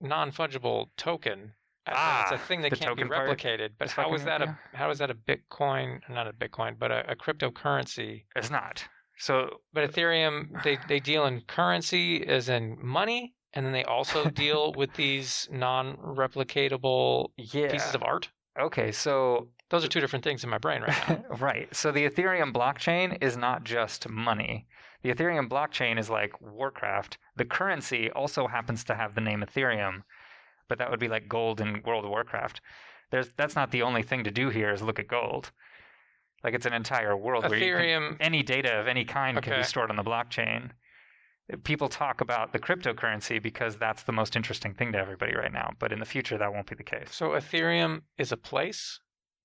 [SPEAKER 2] non fungible token. as in
[SPEAKER 3] Ah,
[SPEAKER 2] it's a thing that
[SPEAKER 3] the
[SPEAKER 2] can't be
[SPEAKER 3] token part
[SPEAKER 2] replicated. But
[SPEAKER 3] is
[SPEAKER 2] how
[SPEAKER 3] fucking
[SPEAKER 2] is that a
[SPEAKER 3] with
[SPEAKER 2] how is that a Bitcoin? Not a Bitcoin, but a, a cryptocurrency.
[SPEAKER 3] It's not. So
[SPEAKER 2] But Ethereum, they they deal in currency as in money, and then they also deal with these non replicatable
[SPEAKER 3] yeah.
[SPEAKER 2] pieces of art.
[SPEAKER 3] okay. So
[SPEAKER 2] Those are two different things in my brain right now.
[SPEAKER 3] right. So the Ethereum blockchain is not just money. The Ethereum blockchain is like Warcraft. The currency also happens to have the name Ethereum, but that would be like gold in World of Warcraft. There's that's not the only thing to do here is look at gold. Like it's an entire world where you can-
[SPEAKER 2] Ethereum,
[SPEAKER 3] any data of any kind can
[SPEAKER 2] Okay.
[SPEAKER 3] be stored on the blockchain. People talk about the cryptocurrency because that's the most interesting thing to everybody right now. But in the future, that won't be the case.
[SPEAKER 2] so Ethereum is a place,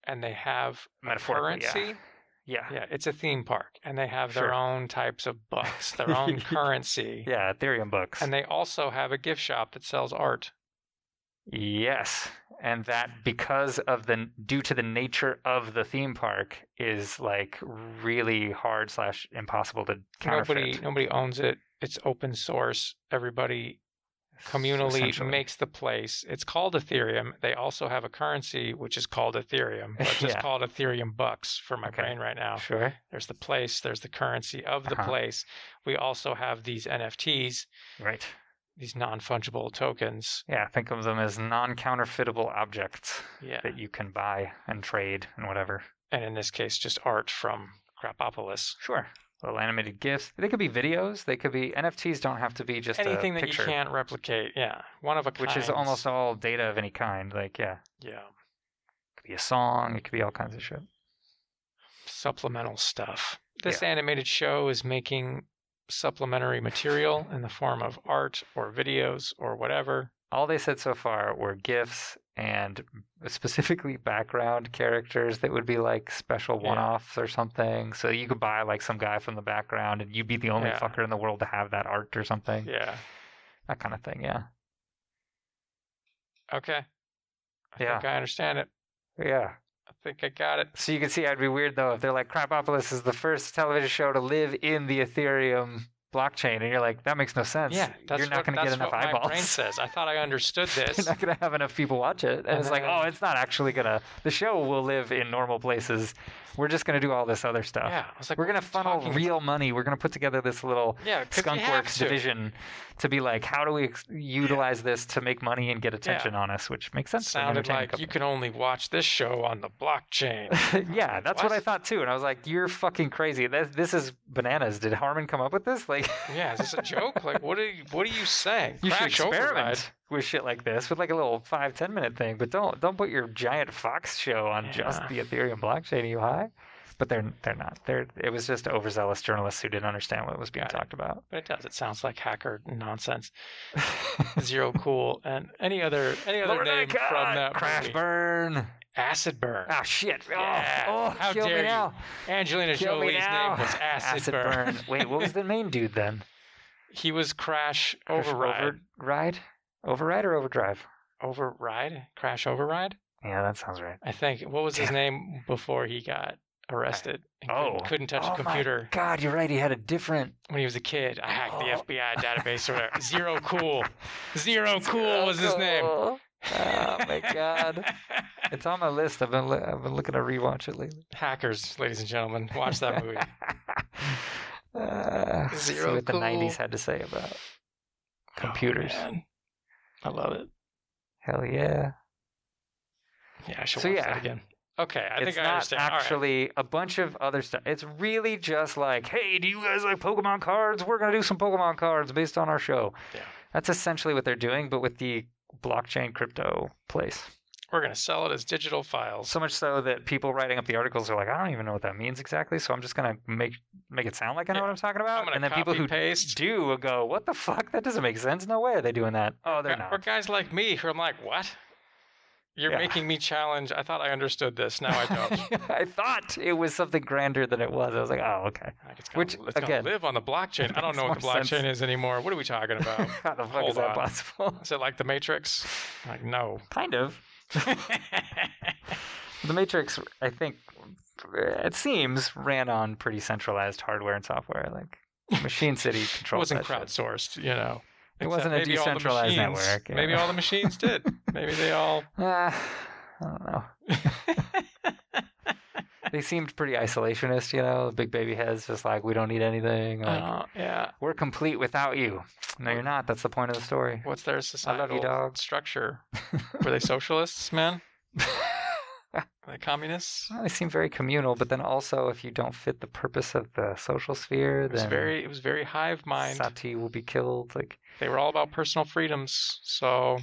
[SPEAKER 2] and they have a
[SPEAKER 3] Metaphorically, yeah.
[SPEAKER 2] currency.
[SPEAKER 3] Yeah.
[SPEAKER 2] Yeah, it's a theme park, and they have
[SPEAKER 3] Sure.
[SPEAKER 2] their own types of bucks, their own currency,
[SPEAKER 3] Yeah, Ethereum books.
[SPEAKER 2] and they also have a gift shop that sells art.
[SPEAKER 3] Yes, and that because of the due to the nature of the theme park is like really hard slash impossible to counterfeit.
[SPEAKER 2] Nobody nobody owns it. It's open source. Everybody communally
[SPEAKER 3] essentially.
[SPEAKER 2] makes the place. It's called Ethereum. They also have a currency which is called Ethereum. Let's just
[SPEAKER 3] Yeah.
[SPEAKER 2] call it Ethereum bucks for my
[SPEAKER 3] Okay.
[SPEAKER 2] brain right now.
[SPEAKER 3] Oh, sure.
[SPEAKER 2] There's the place, there's the currency of the
[SPEAKER 3] Uh-huh.
[SPEAKER 2] place. We also have these NFTs,
[SPEAKER 3] Right.
[SPEAKER 2] these non-fungible tokens.
[SPEAKER 3] Yeah, think of them as non-counterfeitable objects
[SPEAKER 2] Yeah.
[SPEAKER 3] that you can buy and trade and whatever.
[SPEAKER 2] And in this case just art from Crapopolis.
[SPEAKER 3] Sure. Little animated gifs. They could be videos. They could be NFTs. Don't have to be just a
[SPEAKER 2] Anything that
[SPEAKER 3] picture,
[SPEAKER 2] you can't replicate. Yeah. One of a kind.
[SPEAKER 3] which is almost all data of any kind. Like yeah, it
[SPEAKER 2] yeah,
[SPEAKER 3] could be a song. It could be all kinds of shit.
[SPEAKER 2] supplemental stuff. This animated show is making supplementary material in the form of art or videos or whatever.
[SPEAKER 3] all they said so far were gifts and specifically background characters that would be like special
[SPEAKER 2] Yeah.
[SPEAKER 3] one-offs or something. So you could buy like some guy from the background, and you'd be the only
[SPEAKER 2] Yeah.
[SPEAKER 3] fucker in the world to have that art or something.
[SPEAKER 2] Yeah.
[SPEAKER 3] That kind of thing. Yeah.
[SPEAKER 2] Okay. I
[SPEAKER 3] Yeah.
[SPEAKER 2] think I understand it.
[SPEAKER 3] Yeah.
[SPEAKER 2] I think I got it.
[SPEAKER 3] So you can see I'd be weird though if they're like Crapopolis is the first television show to live in the Ethereum blockchain, and you're like that makes no sense.
[SPEAKER 2] yeah, that's
[SPEAKER 3] you're not
[SPEAKER 2] what-
[SPEAKER 3] going to get
[SPEAKER 2] that's
[SPEAKER 3] enough
[SPEAKER 2] what My brain
[SPEAKER 3] eyeballs.
[SPEAKER 2] says. I thought I understood
[SPEAKER 3] You're
[SPEAKER 2] this.
[SPEAKER 3] not going to have enough people watch it. And,
[SPEAKER 2] And
[SPEAKER 3] it's like,
[SPEAKER 2] then-
[SPEAKER 3] oh, it's not actually going to, the show will live in normal places. We're just going to do all this other stuff.
[SPEAKER 2] yeah, I was like,
[SPEAKER 3] We're
[SPEAKER 2] what
[SPEAKER 3] going
[SPEAKER 2] are
[SPEAKER 3] to
[SPEAKER 2] you
[SPEAKER 3] funnel
[SPEAKER 2] talking
[SPEAKER 3] real money. We're going to put together this little
[SPEAKER 2] about? Yeah, 'cause you have
[SPEAKER 3] skunkworks
[SPEAKER 2] to.
[SPEAKER 3] division to be like, how do we ex- utilize this to make money and get attention on us, which makes sense. for an
[SPEAKER 2] Sounded
[SPEAKER 3] entertainment
[SPEAKER 2] like you can only watch this show on the blockchain.
[SPEAKER 3] company. yeah, that's what?
[SPEAKER 2] What?
[SPEAKER 3] I thought too. And I was like, you're fucking crazy. This, this is bananas. Did Harmon come up with this? Like,
[SPEAKER 2] yeah, is this a joke? Like, what are you, what are you saying?
[SPEAKER 3] you should
[SPEAKER 2] Crash Override.
[SPEAKER 3] experiment with shit like this with like a little five ten minute thing but don't don't put your giant fox show on just
[SPEAKER 2] Yeah.
[SPEAKER 3] the ethereum blockchain are you high but they're they're not they're it was just overzealous journalists who didn't understand what was being
[SPEAKER 2] Got it.
[SPEAKER 3] talked about
[SPEAKER 2] but it does. It sounds like hacker nonsense. Zero cool and any other any other
[SPEAKER 3] Lord, I
[SPEAKER 2] name from
[SPEAKER 3] can't.
[SPEAKER 2] that
[SPEAKER 3] crash
[SPEAKER 2] movie.
[SPEAKER 3] burn
[SPEAKER 2] Acid burn.
[SPEAKER 3] ah shit Oh,
[SPEAKER 2] Yeah.
[SPEAKER 3] oh,
[SPEAKER 2] How
[SPEAKER 3] kill
[SPEAKER 2] dare
[SPEAKER 3] me
[SPEAKER 2] you.
[SPEAKER 3] now
[SPEAKER 2] Angelina
[SPEAKER 3] kill me
[SPEAKER 2] Jolie's
[SPEAKER 3] now
[SPEAKER 2] name was Acid, burn.
[SPEAKER 3] wait what was the main dude then
[SPEAKER 2] He was Crash
[SPEAKER 3] Crash
[SPEAKER 2] Override.
[SPEAKER 3] override override or overdrive
[SPEAKER 2] Override? Crash Override?
[SPEAKER 3] yeah that sounds right
[SPEAKER 2] I think. What was his name before he got arrested? and couldn't-
[SPEAKER 3] Oh.
[SPEAKER 2] couldn't touch a
[SPEAKER 3] oh my
[SPEAKER 2] computer
[SPEAKER 3] god you're right he had a different
[SPEAKER 2] when he was a kid. I hacked
[SPEAKER 3] Oh.
[SPEAKER 2] the FBI database or whatever. Zero cool. Zero cool was his name.
[SPEAKER 3] Oh my god. It's on my list. I've been li- I've been looking to rewatch it lately.
[SPEAKER 2] Hackers, ladies and gentlemen, watch that movie.
[SPEAKER 3] Uh, see
[SPEAKER 2] Zero
[SPEAKER 3] what the
[SPEAKER 2] cool.
[SPEAKER 3] '90s had to say about computers.
[SPEAKER 2] Oh, man. I love it.
[SPEAKER 3] Hell yeah!
[SPEAKER 2] Yeah, I should
[SPEAKER 3] So,
[SPEAKER 2] watch
[SPEAKER 3] yeah.
[SPEAKER 2] that again. Okay, I
[SPEAKER 3] it's
[SPEAKER 2] think I
[SPEAKER 3] not
[SPEAKER 2] understand. All right.
[SPEAKER 3] actually a bunch of other stuff. It's really just like, hey, do you guys like Pokemon cards? We're gonna do some Pokemon cards based on our show.
[SPEAKER 2] Yeah.
[SPEAKER 3] That's essentially what they're doing, but with the blockchain crypto place.
[SPEAKER 2] We're gonna sell it as digital files.
[SPEAKER 3] So much so that people writing up the articles are like, I don't even know what that means exactly. So I'm just gonna make make it sound like I know
[SPEAKER 2] Yeah.
[SPEAKER 3] what I'm talking
[SPEAKER 2] I'm
[SPEAKER 3] about.
[SPEAKER 2] gonna
[SPEAKER 3] and then
[SPEAKER 2] copy
[SPEAKER 3] people who
[SPEAKER 2] paste.
[SPEAKER 3] do will go, what the fuck? That doesn't make sense. No way are they doing that. Oh, they're
[SPEAKER 2] Or
[SPEAKER 3] not.
[SPEAKER 2] guys like me who I'm like, what? You're
[SPEAKER 3] Yeah.
[SPEAKER 2] making me challenge. I thought I understood this. Now I don't.
[SPEAKER 3] I thought it was something grander than it was. I was like, oh, okay.
[SPEAKER 2] Like, it's gonna,
[SPEAKER 3] Which,
[SPEAKER 2] it's gonna
[SPEAKER 3] again,
[SPEAKER 2] live on the blockchain. I don't know what
[SPEAKER 3] makes
[SPEAKER 2] the
[SPEAKER 3] more
[SPEAKER 2] blockchain
[SPEAKER 3] sense.
[SPEAKER 2] is anymore. What are we talking about?
[SPEAKER 3] How the fuck
[SPEAKER 2] Oh, Hold
[SPEAKER 3] is that
[SPEAKER 2] on.
[SPEAKER 3] possible?
[SPEAKER 2] is it like the Matrix? Like no.
[SPEAKER 3] kind of. The Matrix, I think, it seems, ran on pretty centralized hardware and software. Like Machine City
[SPEAKER 2] it
[SPEAKER 3] controls
[SPEAKER 2] wasn't
[SPEAKER 3] that shit.
[SPEAKER 2] crowdsourced, you know.
[SPEAKER 3] It
[SPEAKER 2] Except
[SPEAKER 3] wasn't a
[SPEAKER 2] maybe all the
[SPEAKER 3] decentralized
[SPEAKER 2] machines-
[SPEAKER 3] network, yeah.
[SPEAKER 2] Maybe all the machines did. maybe they all.
[SPEAKER 3] Uh, I don't know. they seemed pretty isolationist, you know. The big baby heads just like we don't need anything. Like,
[SPEAKER 2] Uh, yeah.
[SPEAKER 3] We're complete without you. No, you're not. That's the point of the story.
[SPEAKER 2] What's their societal
[SPEAKER 3] dog.
[SPEAKER 2] structure? Were they socialists, man? Were they communists?
[SPEAKER 3] Well, they seem very communal, but then also if you don't fit the purpose of the social sphere,
[SPEAKER 2] It was
[SPEAKER 3] then
[SPEAKER 2] very. It was very hive mind.
[SPEAKER 3] Sati will be killed. Like
[SPEAKER 2] They were all about personal freedoms. So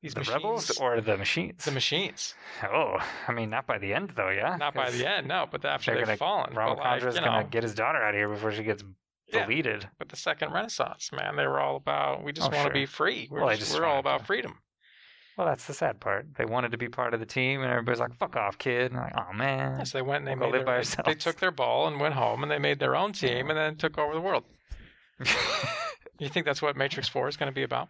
[SPEAKER 2] these
[SPEAKER 3] the
[SPEAKER 2] machines,
[SPEAKER 3] rebels or the machines.
[SPEAKER 2] the machines.
[SPEAKER 3] oh, I mean, not by the end though, yeah.
[SPEAKER 2] Not by
[SPEAKER 3] 'Cause
[SPEAKER 2] the end, no. But after
[SPEAKER 3] they're
[SPEAKER 2] they've
[SPEAKER 3] gonna-
[SPEAKER 2] fallen, but like,
[SPEAKER 3] Ramacandra's
[SPEAKER 2] you
[SPEAKER 3] gonna
[SPEAKER 2] know,
[SPEAKER 3] get his daughter out of here before she gets
[SPEAKER 2] Yeah.
[SPEAKER 3] deleted.
[SPEAKER 2] but the second Renaissance, man, they were all about. We just
[SPEAKER 3] Oh,
[SPEAKER 2] want to
[SPEAKER 3] sure.
[SPEAKER 2] be free. We're,
[SPEAKER 3] Well, they
[SPEAKER 2] just,
[SPEAKER 3] just
[SPEAKER 2] we're all
[SPEAKER 3] wanted
[SPEAKER 2] about
[SPEAKER 3] to-
[SPEAKER 2] freedom.
[SPEAKER 3] Well, that's the sad part. They wanted to be part of the team, and everybody's like, "Fuck off, kid!" And I'm like, "Oh man."
[SPEAKER 2] Yeah, so they went and they
[SPEAKER 3] We'll
[SPEAKER 2] made
[SPEAKER 3] go
[SPEAKER 2] their,
[SPEAKER 3] live by
[SPEAKER 2] They
[SPEAKER 3] ourselves.
[SPEAKER 2] took their ball and went home, and they made their own team, and then took over the world. You think that's what Matrix Four is going to be about?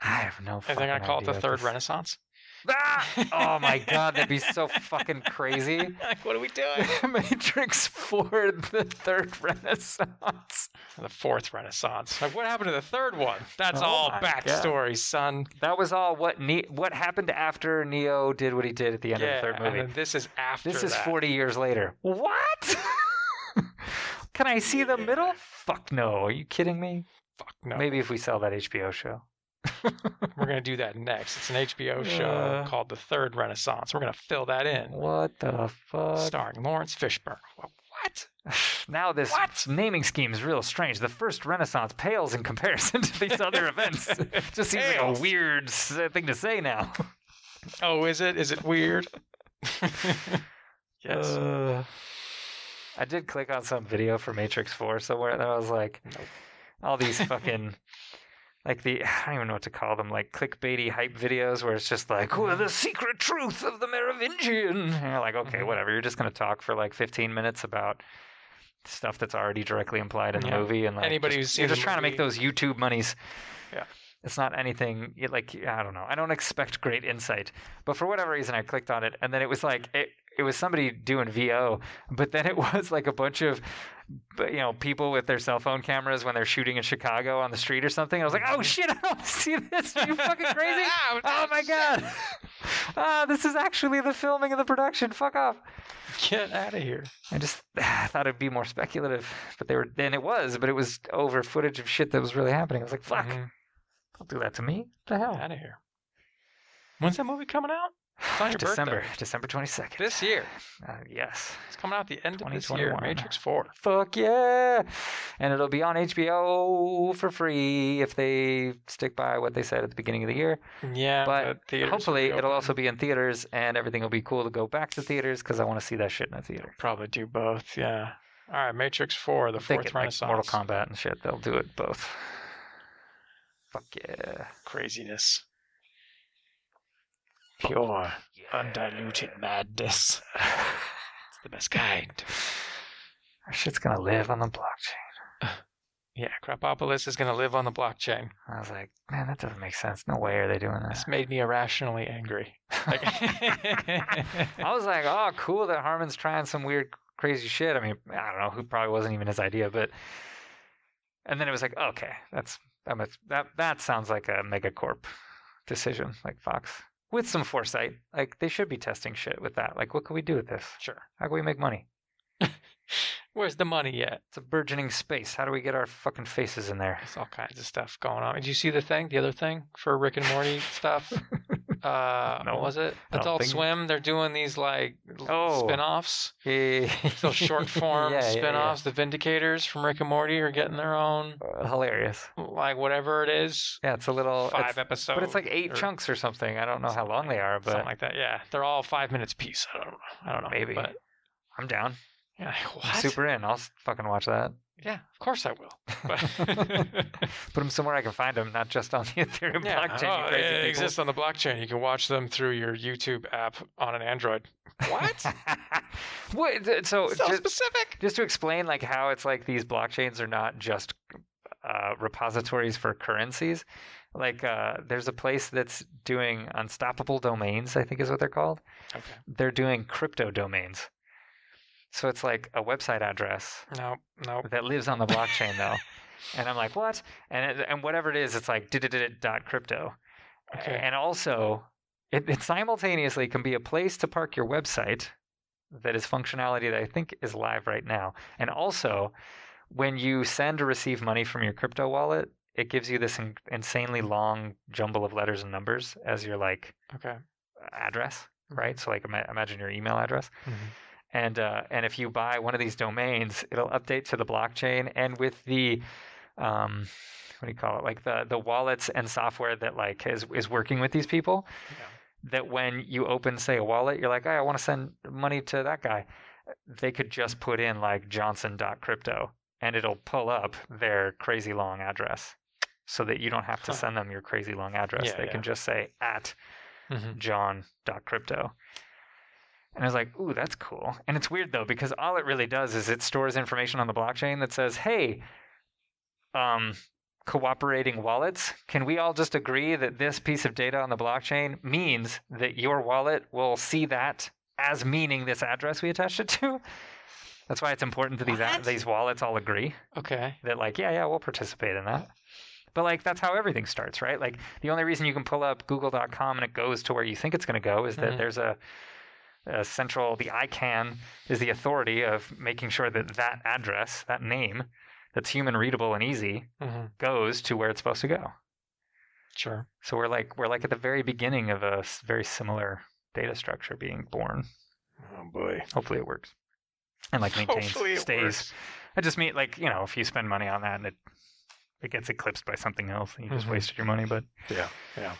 [SPEAKER 3] I have no.
[SPEAKER 2] And they're
[SPEAKER 3] fucking
[SPEAKER 2] gonna call it the
[SPEAKER 3] idea
[SPEAKER 2] third
[SPEAKER 3] this-
[SPEAKER 2] Renaissance.
[SPEAKER 3] Ah! Oh my god, that'd be so fucking crazy.
[SPEAKER 2] like, what are we doing?
[SPEAKER 3] Matrix Four: The Third Renaissance.
[SPEAKER 2] the fourth Renaissance. Like, what happened to the third one? That's
[SPEAKER 3] Oh
[SPEAKER 2] all
[SPEAKER 3] my
[SPEAKER 2] backstory, son.
[SPEAKER 3] That was all what ne- what happened after Neo did what he did at the end of the third
[SPEAKER 2] and
[SPEAKER 3] movie.
[SPEAKER 2] then this is after.
[SPEAKER 3] This is
[SPEAKER 2] that.
[SPEAKER 3] 40 years later. What? Can I see the middle? Fuck no. Are you kidding me?
[SPEAKER 2] Fuck no.
[SPEAKER 3] Maybe if we sell that HBO show.
[SPEAKER 2] We're gonna do that next. It's an HBO show
[SPEAKER 3] Uh.
[SPEAKER 2] called The Third Renaissance. We're gonna fill that in,
[SPEAKER 3] What the fuck?
[SPEAKER 2] starring Lawrence Fishburne. Wha- What?
[SPEAKER 3] Now this
[SPEAKER 2] What?
[SPEAKER 3] naming scheme is real strange. The first Renaissance pales in comparison to these other events. Just seems like
[SPEAKER 2] Pales.
[SPEAKER 3] a weird s- uh, thing to say now.
[SPEAKER 2] Oh, is it? Is it weird? yes.
[SPEAKER 3] Uh, I did click on some video for Matrix 4 somewhere and I was like, all these fucking, like the, I don't even know what to call them, like clickbaity hype videos where it's just like, oh, the secret truth of the Merovingian. And you're like, okay,
[SPEAKER 2] Mhm.
[SPEAKER 3] whatever. You're just going to talk for like 15 minutes about stuff that's already directly implied in the
[SPEAKER 2] Yeah.
[SPEAKER 3] movie. And like,
[SPEAKER 2] Anybody
[SPEAKER 3] just-
[SPEAKER 2] who's seen
[SPEAKER 3] you're
[SPEAKER 2] the
[SPEAKER 3] just trying to make
[SPEAKER 2] movie-
[SPEAKER 3] those YouTube monies.
[SPEAKER 2] Yeah.
[SPEAKER 3] It's not anything it, like I don't know. I don't expect great insight, but for whatever reason, I clicked on it, and then it was like it, it was somebody doing VO, but then it was like a bunch of but, you know people with their cell phone cameras when they're shooting in Chicago on the street or something. I was like,
[SPEAKER 2] Mm-hmm.
[SPEAKER 3] oh shit, I don't see this. Are you fucking crazy?
[SPEAKER 2] Ow,
[SPEAKER 3] Oh my god! Ah, this is actually the filming of the production. Fuck off!
[SPEAKER 2] Get out of here.
[SPEAKER 3] I just thought it'd be more speculative, but they were, and it was, but it was over footage of shit that was really happening. I was like, fuck,
[SPEAKER 2] Mm-hmm.
[SPEAKER 3] don't do that to me. What the hell?
[SPEAKER 2] Out of here. When's that movie coming out? It's on your
[SPEAKER 3] December,
[SPEAKER 2] birthday.
[SPEAKER 3] December twenty second.
[SPEAKER 2] This year.
[SPEAKER 3] uh, yes.
[SPEAKER 2] It's coming out the end of this year.
[SPEAKER 3] 2021.
[SPEAKER 2] Matrix Four.
[SPEAKER 3] Fuck yeah! And it'll be on HBO for free if they stick by what they said at the beginning of the year.
[SPEAKER 2] Yeah,
[SPEAKER 3] But
[SPEAKER 2] theaters
[SPEAKER 3] Hopefully,
[SPEAKER 2] will be
[SPEAKER 3] it'll
[SPEAKER 2] open.
[SPEAKER 3] also be in theaters, and everything will be cool to go back to theaters because I want to see that shit in a theater.
[SPEAKER 2] probably do both. Yeah. All right, Matrix Four, the
[SPEAKER 3] I'm
[SPEAKER 2] fourth
[SPEAKER 3] thinking, like
[SPEAKER 2] Renaissance.
[SPEAKER 3] Mortal Kombat and shit. They'll do it both. Fuck yeah!
[SPEAKER 2] Craziness. Pure, undiluted madness. It's the best kind.
[SPEAKER 3] Our shit's gonna live on the blockchain.
[SPEAKER 2] Yeah, Krapopolis is going to live on the blockchain.
[SPEAKER 3] I was like, man, that doesn't make sense. No way are they doing this.
[SPEAKER 2] This made me irrationally angry. Like-
[SPEAKER 3] I was like, oh, cool that Harmon's trying some weird, crazy shit. I mean, I don't know who probably wasn't even his idea, but. And then it was like, okay, that's I'm a- that that sounds like a megacorp decision, like Fox, with some foresight. Like they should be testing shit with that. Like, what could we do with this?
[SPEAKER 2] sure.
[SPEAKER 3] How can we make money?
[SPEAKER 2] Where's the money at?
[SPEAKER 3] It's a burgeoning space. How do we get our fucking faces in there?
[SPEAKER 2] There's all kinds of stuff going on. Did you see the thing, the other thing for Rick and Morty stuff? Uh,
[SPEAKER 3] No,
[SPEAKER 2] what was it?
[SPEAKER 3] I don't
[SPEAKER 2] Adult
[SPEAKER 3] think-
[SPEAKER 2] Swim. They're doing these like l-
[SPEAKER 3] Oh.
[SPEAKER 2] spin-offs.
[SPEAKER 3] Yeah,
[SPEAKER 2] Those short form
[SPEAKER 3] yeah, yeah, yeah.
[SPEAKER 2] spin-offs. The Vindicators from Rick and Morty are getting their own
[SPEAKER 3] Uh, hilarious.
[SPEAKER 2] like whatever it is.
[SPEAKER 3] Yeah, it's a little
[SPEAKER 2] five
[SPEAKER 3] it's-
[SPEAKER 2] episodes.
[SPEAKER 3] but it's like eight
[SPEAKER 2] or
[SPEAKER 3] chunks or something. I don't know how long they are,
[SPEAKER 2] something
[SPEAKER 3] but
[SPEAKER 2] like that. Yeah. They're all five minutes piece. I don't know. I don't know.
[SPEAKER 3] Maybe.
[SPEAKER 2] But
[SPEAKER 3] I'm down.
[SPEAKER 2] yeah, like,
[SPEAKER 3] I'm
[SPEAKER 2] what?
[SPEAKER 3] super in. I'll s- fucking watch that.
[SPEAKER 2] Yeah, of course I will. But
[SPEAKER 3] Put them somewhere I can find them, not just on the Ethereum
[SPEAKER 2] Yeah,
[SPEAKER 3] blockchain.
[SPEAKER 2] oh,
[SPEAKER 3] you crazy
[SPEAKER 2] it
[SPEAKER 3] people.
[SPEAKER 2] exists on the blockchain. You can watch them through your YouTube app on an Android. What? Oh,
[SPEAKER 3] what? th- So,
[SPEAKER 2] so
[SPEAKER 3] just,
[SPEAKER 2] specific.
[SPEAKER 3] just to explain, like how it's like these blockchains are not just uh, repositories for currencies. Like, uh, there's a place that's doing unstoppable domains. I think is what they're called.
[SPEAKER 2] Okay.
[SPEAKER 3] they're doing crypto domains. So it's like a website address
[SPEAKER 2] No, no.
[SPEAKER 3] that lives on the blockchain though. And I'm like, what? And it, and whatever it is, it's like dot crypto.
[SPEAKER 2] Okay.
[SPEAKER 3] And also, it, it simultaneously can be a place to park your website that is functionality that I think is live right now. And also, when you send or receive money from your crypto wallet, it gives you this in, insanely long jumble of letters and numbers as your like
[SPEAKER 2] Okay.
[SPEAKER 3] address, right? So like ima- imagine your email address, and uh, and if you buy one of these domains, it'll update to the blockchain, and with the um, what do you call it? Like the the wallets and software that like is is working with these people.
[SPEAKER 2] Yeah.
[SPEAKER 3] That when you open say a wallet, you're like, hey, I want to send money to that guy. They could just put in like Johnson.crypto, and it'll pull up their crazy long address, so that you don't have to
[SPEAKER 2] Huh.
[SPEAKER 3] send them your crazy long address.
[SPEAKER 2] Yeah,
[SPEAKER 3] they
[SPEAKER 2] yeah.
[SPEAKER 3] can just say at
[SPEAKER 2] Mhm.
[SPEAKER 3] john.crypto. And I was like, ooh, that's cool. And it's weird though, because all it really does is it stores information on the blockchain that says, hey, um, cooperating wallets, can we all just agree that this piece of data on the blockchain means that your wallet will see that as meaning this address we attached it to? That's why it's important that these
[SPEAKER 2] What?
[SPEAKER 3] these wallets all agree
[SPEAKER 2] Okay.
[SPEAKER 3] that like yeah yeah we'll participate in that but like that's how everything starts right like the only reason you can pull up google.com and it goes to where you think it's going to go is that
[SPEAKER 2] Mhm.
[SPEAKER 3] there's a, a central the icann is the authority of making sure that that address that name that's human readable and easy
[SPEAKER 2] hmm
[SPEAKER 3] goes to where it's supposed to go
[SPEAKER 2] Sure.
[SPEAKER 3] so we're like we're like at the very beginning of a s- very similar data structure being born
[SPEAKER 2] Oh boy.
[SPEAKER 3] hopefully it works and like maintains
[SPEAKER 2] Hopefully it
[SPEAKER 3] stays
[SPEAKER 2] works.
[SPEAKER 3] I just mean like you know if you spend money on that and it it gets eclipsed by something else, and you just
[SPEAKER 2] Mhm.
[SPEAKER 3] wasted your money. But
[SPEAKER 2] Yeah. Yeah.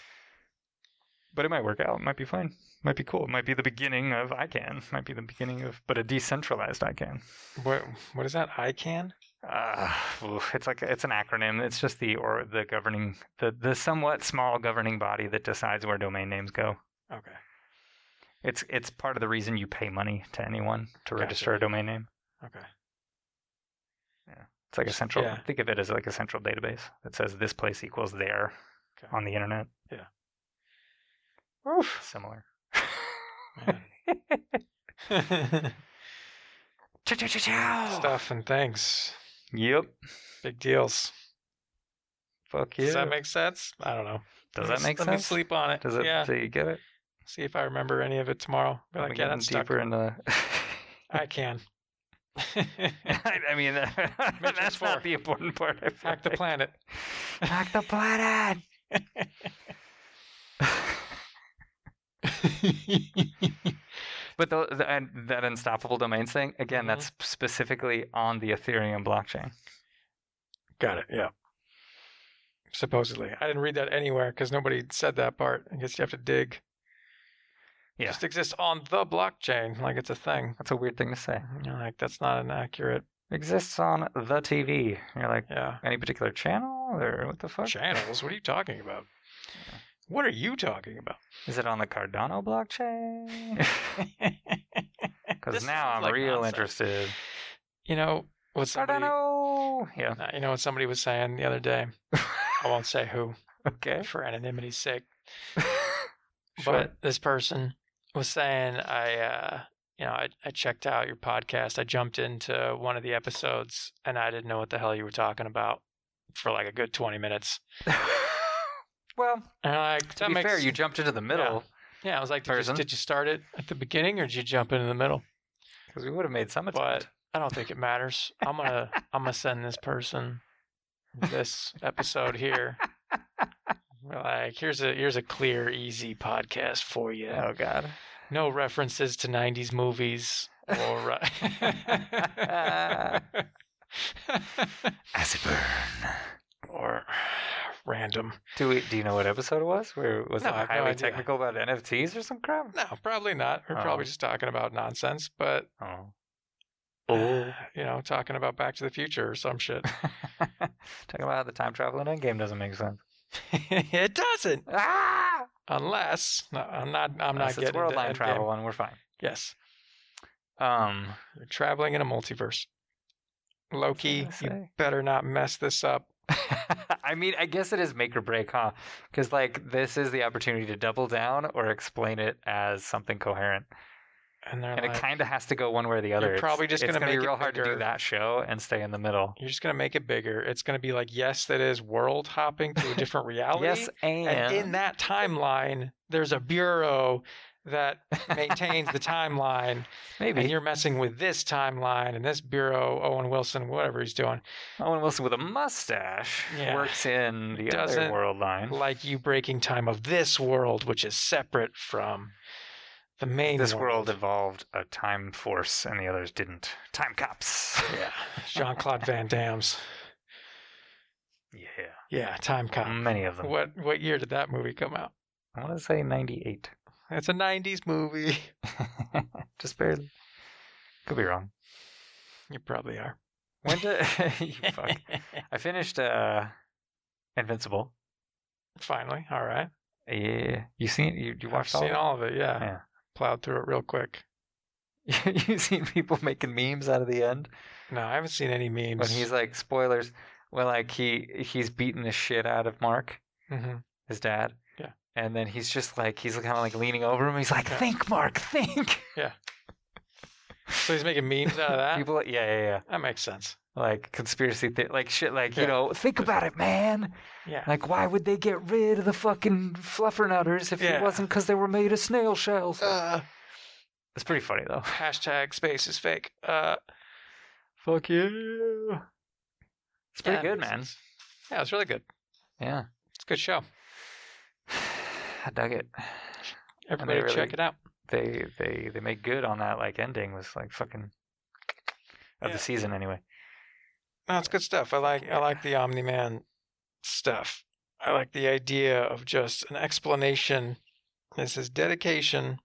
[SPEAKER 3] but it might work out. It might be fine. Might be cool. It might be the beginning of ICANN. Might be the beginning of but a decentralized ICANN.
[SPEAKER 2] What What is that? ICANN?
[SPEAKER 3] Uh,
[SPEAKER 2] Ah.
[SPEAKER 3] oof, it's like it's an acronym. It's just the or the governing the the somewhat small governing body that decides where domain names go.
[SPEAKER 2] Okay.
[SPEAKER 3] It's it's part of the reason you pay money to anyone to
[SPEAKER 2] Gotcha.
[SPEAKER 3] register a domain name.
[SPEAKER 2] Okay.
[SPEAKER 3] It's like a central.
[SPEAKER 2] Yeah.
[SPEAKER 3] Think of it as like a central database that says this place equals there
[SPEAKER 2] Okay.
[SPEAKER 3] on the internet.
[SPEAKER 2] Oof.
[SPEAKER 3] Similar.
[SPEAKER 2] Man.
[SPEAKER 3] Stuff.
[SPEAKER 2] Stuff and things.
[SPEAKER 3] Yep.
[SPEAKER 2] Big deals.
[SPEAKER 3] Fuck
[SPEAKER 2] Does
[SPEAKER 3] yeah.
[SPEAKER 2] that make sense? I don't know.
[SPEAKER 3] Does
[SPEAKER 2] Let
[SPEAKER 3] that
[SPEAKER 2] me-
[SPEAKER 3] make
[SPEAKER 2] let
[SPEAKER 3] sense?
[SPEAKER 2] me sleep on it.
[SPEAKER 3] Does it?
[SPEAKER 2] Yeah.
[SPEAKER 3] Do you get it?
[SPEAKER 2] See if I remember any of it tomorrow. Be
[SPEAKER 3] Are
[SPEAKER 2] like,
[SPEAKER 3] we
[SPEAKER 2] yeah,
[SPEAKER 3] getting
[SPEAKER 2] that's stuck.
[SPEAKER 3] deeper into.
[SPEAKER 2] I can.
[SPEAKER 3] I I mean, that's
[SPEAKER 2] four.
[SPEAKER 3] not the important part. I feel
[SPEAKER 2] Hack the
[SPEAKER 3] like.
[SPEAKER 2] planet.
[SPEAKER 3] Hack the planet. but the, the and that unstoppable domains thing again.
[SPEAKER 2] Mhm.
[SPEAKER 3] That's specifically on the Ethereum blockchain.
[SPEAKER 2] Got it. Yeah. Supposedly, I didn't read that anywhere because nobody said that part. I guess you have to dig.
[SPEAKER 3] Yeah.
[SPEAKER 2] Just exists on the blockchain, like it's a thing.
[SPEAKER 3] That's a weird thing to say.
[SPEAKER 2] You're like that's not an accurate.
[SPEAKER 3] Exists on the TV. You're like
[SPEAKER 2] Yeah.
[SPEAKER 3] any particular channel or what the fuck?
[SPEAKER 2] Channels. What are you talking about? What are you talking about?
[SPEAKER 3] Is it on the Cardano blockchain? Because
[SPEAKER 2] This
[SPEAKER 3] now
[SPEAKER 2] sounds
[SPEAKER 3] I'm
[SPEAKER 2] like
[SPEAKER 3] real
[SPEAKER 2] nonsense.
[SPEAKER 3] interested.
[SPEAKER 2] You know what's somebody,
[SPEAKER 3] Cardano. Yeah.
[SPEAKER 2] Uh, You know what somebody was saying the other day. I won't say who
[SPEAKER 3] Okay.
[SPEAKER 2] for anonymity's sake.
[SPEAKER 3] Sure.
[SPEAKER 2] But this person was saying, I, uh, you know, I, I checked out your podcast. I jumped into one of the episodes and I didn't know what the hell you were talking about for like a good 20 minutes.
[SPEAKER 3] well,
[SPEAKER 2] And I'm like,
[SPEAKER 3] to
[SPEAKER 2] that
[SPEAKER 3] be
[SPEAKER 2] makes,
[SPEAKER 3] fair, you jumped into the middle
[SPEAKER 2] yeah, I was like, did you,
[SPEAKER 3] person.
[SPEAKER 2] did you start it at the beginning or did you jump into the middle?
[SPEAKER 3] because we would have made some attempt.
[SPEAKER 2] I don't think it matters. I'm going to, I'm going to send this person this episode here. We're like, here's a, here's a clear, easy podcast for you.
[SPEAKER 3] Oh God.
[SPEAKER 2] No references to 90s movies or. uh,
[SPEAKER 3] As it burn.
[SPEAKER 2] or random.
[SPEAKER 3] Do we? Do you know what episode it was? Where was
[SPEAKER 2] No,
[SPEAKER 3] it
[SPEAKER 2] I have no
[SPEAKER 3] highly
[SPEAKER 2] idea.
[SPEAKER 3] technical about NFTs or some crap?
[SPEAKER 2] No, probably not. We're
[SPEAKER 3] Oh.
[SPEAKER 2] probably just talking about nonsense, but,
[SPEAKER 3] Oh. Oh.
[SPEAKER 2] you know, talking about Back to the Future or some shit.
[SPEAKER 3] Talking about how the time travel in Endgame doesn't make sense.
[SPEAKER 2] it doesn't.
[SPEAKER 3] Ah!
[SPEAKER 2] Unless. No, I'm not, I'm not
[SPEAKER 3] Unless
[SPEAKER 2] getting
[SPEAKER 3] it's world
[SPEAKER 2] into
[SPEAKER 3] line
[SPEAKER 2] Endgame.
[SPEAKER 3] travel, and we're fine.
[SPEAKER 2] Yes.
[SPEAKER 3] Um.
[SPEAKER 2] You're traveling in a multiverse. Loki,
[SPEAKER 3] gonna
[SPEAKER 2] you
[SPEAKER 3] say?
[SPEAKER 2] better not mess this up.
[SPEAKER 3] I mean, I guess it is make or break, huh? Because like this is the opportunity to double down or explain it as something coherent,
[SPEAKER 2] And they're
[SPEAKER 3] and
[SPEAKER 2] like,
[SPEAKER 3] it kind of has to go one way or the other. It's-
[SPEAKER 2] probably just
[SPEAKER 3] it's
[SPEAKER 2] gonna
[SPEAKER 3] gonna be
[SPEAKER 2] make it
[SPEAKER 3] real hard to do
[SPEAKER 2] bigger.
[SPEAKER 3] that show and stay in the middle.
[SPEAKER 2] You're just gonna make it bigger. It's gonna be like, yes, that is world hopping to a different reality.
[SPEAKER 3] Yes, and,
[SPEAKER 2] and in that timeline, there's a bureau that maintains the timeline, and
[SPEAKER 3] maybe
[SPEAKER 2] you're messing with this timeline and this bureau. Owen Wilson, whatever he's doing,
[SPEAKER 3] Owen Wilson with a mustache
[SPEAKER 2] Yeah.
[SPEAKER 3] works in the
[SPEAKER 2] Doesn't
[SPEAKER 3] other world line.
[SPEAKER 2] like you breaking time of this world, which is separate from the main
[SPEAKER 3] This world evolved a time force, and the others didn't. Time cops.
[SPEAKER 2] Yeah, Jean Claude Van Damme's.
[SPEAKER 3] Yeah,
[SPEAKER 2] Yeah, time cop.
[SPEAKER 3] many of them.
[SPEAKER 2] What what year did that movie come out?
[SPEAKER 3] I want to say ninety-eight.
[SPEAKER 2] It's a '90s movie.
[SPEAKER 3] just barely. Could be wrong.
[SPEAKER 2] You probably are.
[SPEAKER 3] When did you fuck? I finished uh Invincible.
[SPEAKER 2] Finally, all right.
[SPEAKER 3] Yeah, you seen you you
[SPEAKER 2] I've
[SPEAKER 3] watched all?
[SPEAKER 2] seen all of it. Yeah.
[SPEAKER 3] Yeah.
[SPEAKER 2] plowed through it real quick.
[SPEAKER 3] you seen people making memes out of the end
[SPEAKER 2] No, I haven't seen any memes.
[SPEAKER 3] when he's like spoilers. Well, like he he's beating the shit out of Mark,
[SPEAKER 2] Mm-hmm.
[SPEAKER 3] his dad.
[SPEAKER 2] Yeah.
[SPEAKER 3] And then he's just like he's kind of like leaning over him. He's like,
[SPEAKER 2] Yeah.
[SPEAKER 3] "Think, Mark, think."
[SPEAKER 2] So he's making memes out of that.
[SPEAKER 3] People, yeah, yeah, yeah.
[SPEAKER 2] that makes sense.
[SPEAKER 3] Like conspiracy, theory, like shit, like you
[SPEAKER 2] Yeah.
[SPEAKER 3] know, think about it, man.
[SPEAKER 2] Yeah.
[SPEAKER 3] Like, why would they get rid of the fucking fluffernutters if
[SPEAKER 2] Yeah.
[SPEAKER 3] it wasn't because they were made of snail shells?
[SPEAKER 2] Uh,
[SPEAKER 3] It's pretty funny though.
[SPEAKER 2] hashtag space is fake. Uh,
[SPEAKER 3] Fuck you. It's pretty
[SPEAKER 2] yeah,
[SPEAKER 3] good,
[SPEAKER 2] makes
[SPEAKER 3] man.
[SPEAKER 2] sense. Yeah, it's really good.
[SPEAKER 3] Yeah,
[SPEAKER 2] It's a good show.
[SPEAKER 3] I dug it.
[SPEAKER 2] Everybody
[SPEAKER 3] really-
[SPEAKER 2] check it out.
[SPEAKER 3] They they they made good on that. Like ending was like fucking of
[SPEAKER 2] Yeah.
[SPEAKER 3] the season anyway.
[SPEAKER 2] No, it's good stuff. I like I like the Omni Man stuff. I like the idea of just an explanation. This is dedication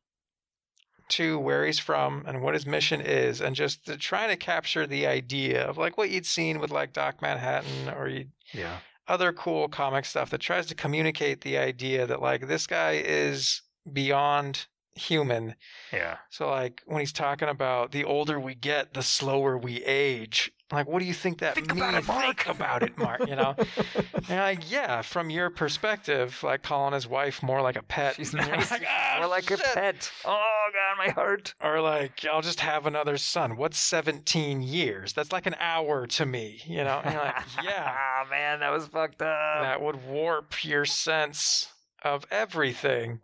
[SPEAKER 2] to where he's from and what his mission is, and just the, trying to capture the idea of like what you'd seen with like Doc Manhattan or you
[SPEAKER 3] Yeah.
[SPEAKER 2] other cool comic stuff that tries to communicate the idea that like this guy is beyond human
[SPEAKER 3] Yeah.
[SPEAKER 2] so like when he's talking about the older we get, the slower we age. Like, what do you think that
[SPEAKER 3] Think
[SPEAKER 2] means?
[SPEAKER 3] about it, Mark.
[SPEAKER 2] Think about it, Mark. You know, and you're like yeah, from your perspective, like calling his wife more like a pet.
[SPEAKER 3] She's
[SPEAKER 2] And you're
[SPEAKER 3] nice.
[SPEAKER 2] Uh, Like, "Ah,
[SPEAKER 3] Or like a
[SPEAKER 2] shit."
[SPEAKER 3] pet. Oh god, my heart.
[SPEAKER 2] Or like, I'll just have another son. What's 17 years? That's like an hour to me. You know, and you're like, yeah,
[SPEAKER 3] Ah, man, that was fucked up.
[SPEAKER 2] that would warp your sense of everything.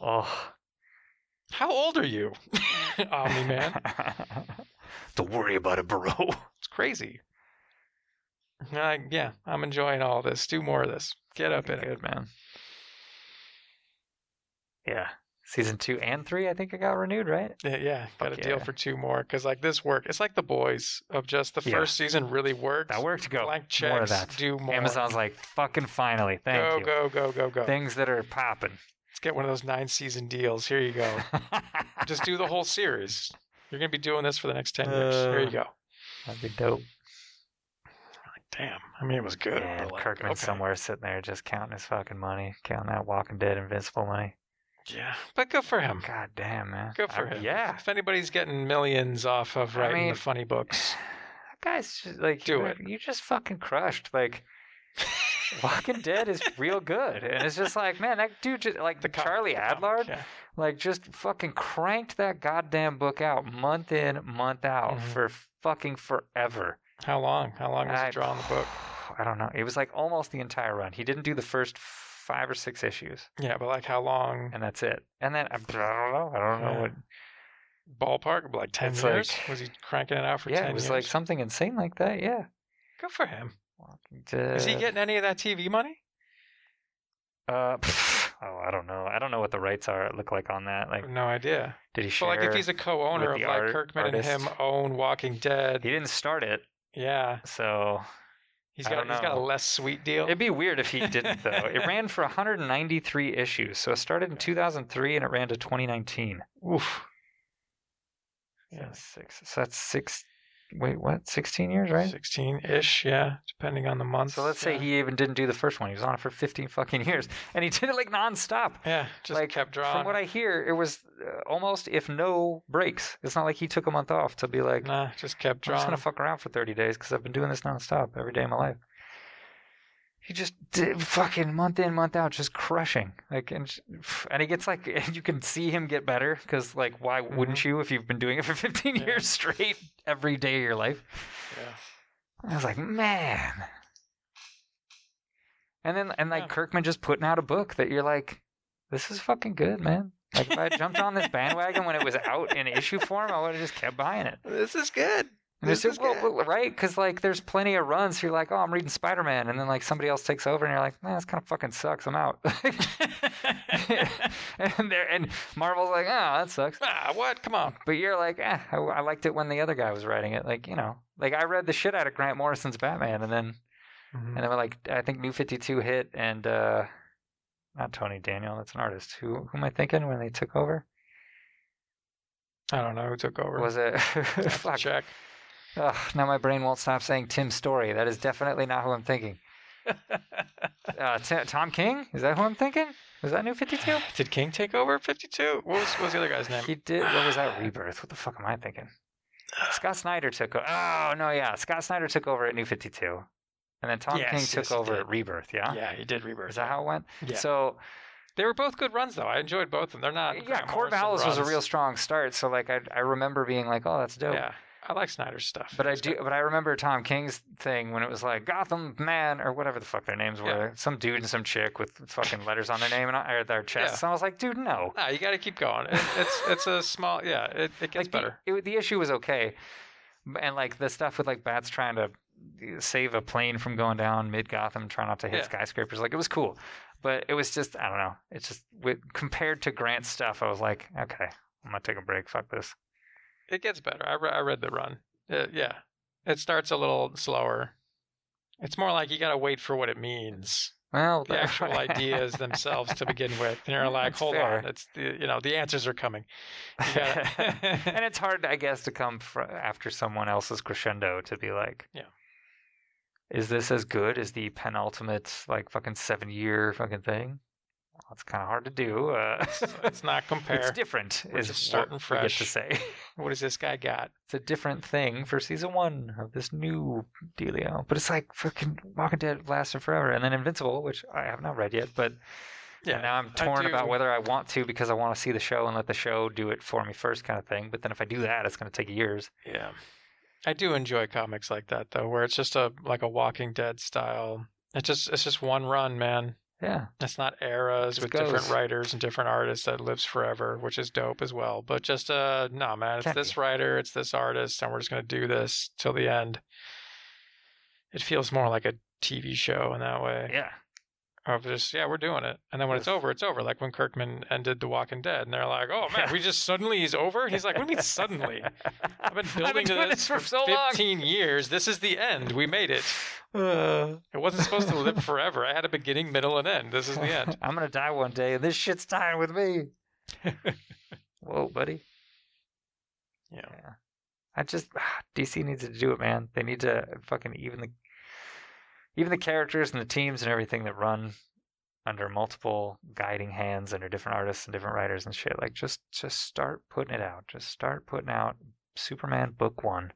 [SPEAKER 3] Oh.
[SPEAKER 2] How old are you, Omni Man?
[SPEAKER 3] Don't worry about it, bro.
[SPEAKER 2] It's crazy. I, yeah, I'm enjoying all this. Do more of this. Get up in it.
[SPEAKER 3] Good man. Yeah. Season two and three, I think it got renewed, right?
[SPEAKER 2] Yeah, yeah, got a
[SPEAKER 3] Fuck
[SPEAKER 2] deal
[SPEAKER 3] yeah.
[SPEAKER 2] for two more because like this work. It's like the boys of just the
[SPEAKER 3] Yeah.
[SPEAKER 2] first season really worked.
[SPEAKER 3] That worked. Go.
[SPEAKER 2] Blank checks.
[SPEAKER 3] More of that.
[SPEAKER 2] Do more.
[SPEAKER 3] Amazon's like, fucking finally. Thank
[SPEAKER 2] go,
[SPEAKER 3] you.
[SPEAKER 2] go go go go
[SPEAKER 3] Things that are popping.
[SPEAKER 2] Let's get one of those nine season deals. Here you go. just do the whole series. You're gonna be doing this for the next ten years. Here you
[SPEAKER 3] Uh.
[SPEAKER 2] go.
[SPEAKER 3] That'd be dope.
[SPEAKER 2] Damn. I mean, it was good.
[SPEAKER 3] Yeah,
[SPEAKER 2] but, like,
[SPEAKER 3] Kirkman
[SPEAKER 2] okay.
[SPEAKER 3] somewhere sitting there just counting his fucking money, counting that Walking Dead Invincible money.
[SPEAKER 2] Yeah, but good for him.
[SPEAKER 3] God damn, man.
[SPEAKER 2] Good for
[SPEAKER 3] I-
[SPEAKER 2] him.
[SPEAKER 3] Yeah.
[SPEAKER 2] If anybody's getting millions off of
[SPEAKER 3] I
[SPEAKER 2] writing
[SPEAKER 3] mean-
[SPEAKER 2] the funny books,
[SPEAKER 3] That guy's just like,
[SPEAKER 2] Do
[SPEAKER 3] you,
[SPEAKER 2] it.
[SPEAKER 3] you just fucking crushed. Like, Walking Dead is real good. And it's just like, man, that dude, just, like,
[SPEAKER 2] the comic,
[SPEAKER 3] Charlie
[SPEAKER 2] the comic,
[SPEAKER 3] Adlard,
[SPEAKER 2] yeah.
[SPEAKER 3] like, just fucking cranked that goddamn book out month in, month out
[SPEAKER 2] Mhm.
[SPEAKER 3] for fucking forever.
[SPEAKER 2] How long? How long was
[SPEAKER 3] I-
[SPEAKER 2] it drawn in the book?
[SPEAKER 3] I don't know. It was like almost the entire run. He didn't do the first five or six issues,
[SPEAKER 2] Yeah, but like how long?
[SPEAKER 3] and that's it. And then I I don't know. I don't know
[SPEAKER 2] Yeah.
[SPEAKER 3] what.
[SPEAKER 2] Ballpark? Like ten
[SPEAKER 3] It's
[SPEAKER 2] years?
[SPEAKER 3] like-
[SPEAKER 2] was he cranking it out for
[SPEAKER 3] yeah,
[SPEAKER 2] ten
[SPEAKER 3] it was
[SPEAKER 2] years?
[SPEAKER 3] like something insane like that. Yeah.
[SPEAKER 2] Good for him.
[SPEAKER 3] Is
[SPEAKER 2] Is he getting any of that TV money?
[SPEAKER 3] Uh, pff, oh, I don't know. I don't know what the rights are look like on that. Like,
[SPEAKER 2] No idea.
[SPEAKER 3] did he
[SPEAKER 2] But
[SPEAKER 3] share?
[SPEAKER 2] like, if he's a co-owner
[SPEAKER 3] with
[SPEAKER 2] of
[SPEAKER 3] the
[SPEAKER 2] like
[SPEAKER 3] art-
[SPEAKER 2] Kirkman and him
[SPEAKER 3] artist?
[SPEAKER 2] own Walking Dead,
[SPEAKER 3] he didn't start it,
[SPEAKER 2] yeah,
[SPEAKER 3] so
[SPEAKER 2] he's
[SPEAKER 3] I
[SPEAKER 2] got
[SPEAKER 3] don't
[SPEAKER 2] he's got a
[SPEAKER 3] know.
[SPEAKER 2] less sweet deal.
[SPEAKER 3] it'd be weird if he didn't. Though it ran for 193 issues, so it started in 2003 and it ran to 2019.
[SPEAKER 2] Oof.
[SPEAKER 3] So
[SPEAKER 2] Yeah.
[SPEAKER 3] six. So that's six. Wait, what? 16 years, right?
[SPEAKER 2] Sixteen-ish, yeah, depending on the month.
[SPEAKER 3] So let's say
[SPEAKER 2] yeah.
[SPEAKER 3] he even didn't do the first one. He was on it for 15 fucking years, and he did it like nonstop.
[SPEAKER 2] yeah, just
[SPEAKER 3] like,
[SPEAKER 2] kept drawing.
[SPEAKER 3] From what I hear, it was uh, almost if no breaks. It's not like he took a month off to be like,
[SPEAKER 2] nah, just kept
[SPEAKER 3] I'm just
[SPEAKER 2] drawing.
[SPEAKER 3] gonna fuck around for 30 days because I've been doing this nonstop every day of my life. He just did fucking month in, month out, just crushing. Like, and j- and he gets like, and you can see him get better because, like, why wouldn't you if you've been doing it for 15
[SPEAKER 2] Mm-hmm. Yeah.
[SPEAKER 3] years straight every day of your life?
[SPEAKER 2] Yeah.
[SPEAKER 3] I was like, man. And then and like
[SPEAKER 2] Yeah.
[SPEAKER 3] Kirkman just putting out a book that you're like, this is fucking good, man. Like if I had jumped on this bandwagon when it was out in issue form, I would have just kept buying it.
[SPEAKER 2] This is good.
[SPEAKER 3] And it's
[SPEAKER 2] This
[SPEAKER 3] just,
[SPEAKER 2] is
[SPEAKER 3] well,
[SPEAKER 2] good.
[SPEAKER 3] well, right? Because like there's plenty of runs. You're like, oh, I'm reading Spider Man, and then like somebody else takes over, and you're like, man, this kind of fucking sucks. I'm out. and there and Marvel's like, oh, that sucks.
[SPEAKER 2] ah, what? Come on.
[SPEAKER 3] But you're like, eh, I, I liked it when the other guy was writing it. Like, you know, like I read the shit out of Grant Morrison's Batman, and then
[SPEAKER 2] Mm-hmm.
[SPEAKER 3] and then like I think New Fifty Two hit and uh not Tony Daniel, that's an artist. Who who am I thinking when they took over?
[SPEAKER 2] I don't know who took over.
[SPEAKER 3] Was it
[SPEAKER 2] I have to
[SPEAKER 3] fuck?
[SPEAKER 2] check.
[SPEAKER 3] Ugh, now my brain won't stop saying Tim Story. That is definitely not who I'm thinking. Uh, Ti- Tom King? Is that who I'm thinking? Was that New Fifty Two?
[SPEAKER 2] Did King take over 52? What was, what was the other guy's name?
[SPEAKER 3] He did. What was that? Rebirth. What the fuck am I thinking? Scott Snyder took. o- Oh no, yeah, Scott Snyder took over at New Fifty Two. And then Tom
[SPEAKER 2] Yes,
[SPEAKER 3] King
[SPEAKER 2] yes,
[SPEAKER 3] took
[SPEAKER 2] he
[SPEAKER 3] over
[SPEAKER 2] did.
[SPEAKER 3] at Rebirth, yeah?
[SPEAKER 2] yeah, he did Rebirth.
[SPEAKER 3] Is that how it went?
[SPEAKER 2] Yeah.
[SPEAKER 3] So
[SPEAKER 2] They were both good runs, though. I enjoyed both of them. They're not.
[SPEAKER 3] yeah,
[SPEAKER 2] Grant
[SPEAKER 3] Core
[SPEAKER 2] Morrison
[SPEAKER 3] Vallis was a
[SPEAKER 2] runs.
[SPEAKER 3] real strong start. So like I I remember being like, oh, that's dope.
[SPEAKER 2] Yeah, I like Snyder's stuff.
[SPEAKER 3] But I
[SPEAKER 2] It's
[SPEAKER 3] do,
[SPEAKER 2] good.
[SPEAKER 3] but I remember Tom King's thing when it was like Gotham Man or whatever the fuck their names were. Some dude and some chick with fucking letters on their name and on- or their chests. And I was like, dude, no.
[SPEAKER 2] No, you got to keep going. It, it's it's a small. Yeah, it, it gets
[SPEAKER 3] like
[SPEAKER 2] better.
[SPEAKER 3] The, it, the issue was okay, B- and like the stuff with like bats trying to eh, save a plane from going down mid Gotham, trying not to hit
[SPEAKER 2] Yeah.
[SPEAKER 3] skyscrapers. Like it was cool, but it was just I don't know. It's just with, compared to Grant's stuff, I was like, okay, I'm gonna take a break. Fuck this.
[SPEAKER 2] It gets better. I, re- I read the run. Uh, yeah, it starts a little slower. It's more like you got to wait for what it means.
[SPEAKER 3] Well,
[SPEAKER 2] The actual ideas themselves to begin with, and you're like,
[SPEAKER 3] That's
[SPEAKER 2] hold
[SPEAKER 3] fair.
[SPEAKER 2] on, it's the, you know the answers are coming. You gotta-
[SPEAKER 3] and it's hard, I guess, to come fr- after someone else's crescendo to be like,
[SPEAKER 2] Yeah.
[SPEAKER 3] is this as good as the penultimate, like fucking seven year fucking thing? Well, it's kind of hard to do. Uh,
[SPEAKER 2] it's, it's not
[SPEAKER 3] it's
[SPEAKER 2] compare.
[SPEAKER 3] different.
[SPEAKER 2] We're
[SPEAKER 3] is
[SPEAKER 2] just
[SPEAKER 3] what
[SPEAKER 2] starting
[SPEAKER 3] we get to
[SPEAKER 2] fresh.
[SPEAKER 3] say.
[SPEAKER 2] what has this guy got?
[SPEAKER 3] It's a different thing for season one of this new dealio, but it's like fucking Walking Dead lasted forever, and then Invincible, which I have not read yet, but
[SPEAKER 2] Yeah,
[SPEAKER 3] and now I'm torn
[SPEAKER 2] do-
[SPEAKER 3] about whether I want to because I want to see the show and let the show do it for me first, kind of thing. But then if I do that, it's going to take years.
[SPEAKER 2] Yeah. I do enjoy comics like that though, where it's just a like a Walking Dead style. It's just it's just one run, man.
[SPEAKER 3] Yeah,
[SPEAKER 2] It's not eras
[SPEAKER 3] Just
[SPEAKER 2] with different
[SPEAKER 3] goes.
[SPEAKER 2] writers and different artists that lives forever, which is dope as well. But just uh no man, it's
[SPEAKER 3] Can't
[SPEAKER 2] this
[SPEAKER 3] be.
[SPEAKER 2] writer, it's this artist, and we're just gonna do this till the end. It feels more like a TV show in that way.
[SPEAKER 3] yeah.
[SPEAKER 2] Of just yeah, we're doing it, and then when it's
[SPEAKER 3] Yes.
[SPEAKER 2] over, it's over. Like when Kirkman ended The Walking Dead, and they're like, "Oh man,
[SPEAKER 3] Yeah.
[SPEAKER 2] we just suddenly he's over." And he's like, "What do you mean suddenly? I've been building to
[SPEAKER 3] doing
[SPEAKER 2] this
[SPEAKER 3] for so long.
[SPEAKER 2] 15 years. This is the end. We made it.
[SPEAKER 3] Uh,
[SPEAKER 2] It wasn't supposed to live forever. I had a beginning, middle, and end. This is the end.
[SPEAKER 3] I'm gonna die one day, and this shit's dying with me. Whoa, buddy.
[SPEAKER 2] Yeah.
[SPEAKER 3] I just DC needs to do it, man. They need to fucking even the even the characters and the teams and everything that run under multiple guiding hands under different artists and different writers and shit. Like just just start putting it out. Just start putting out Superman book 1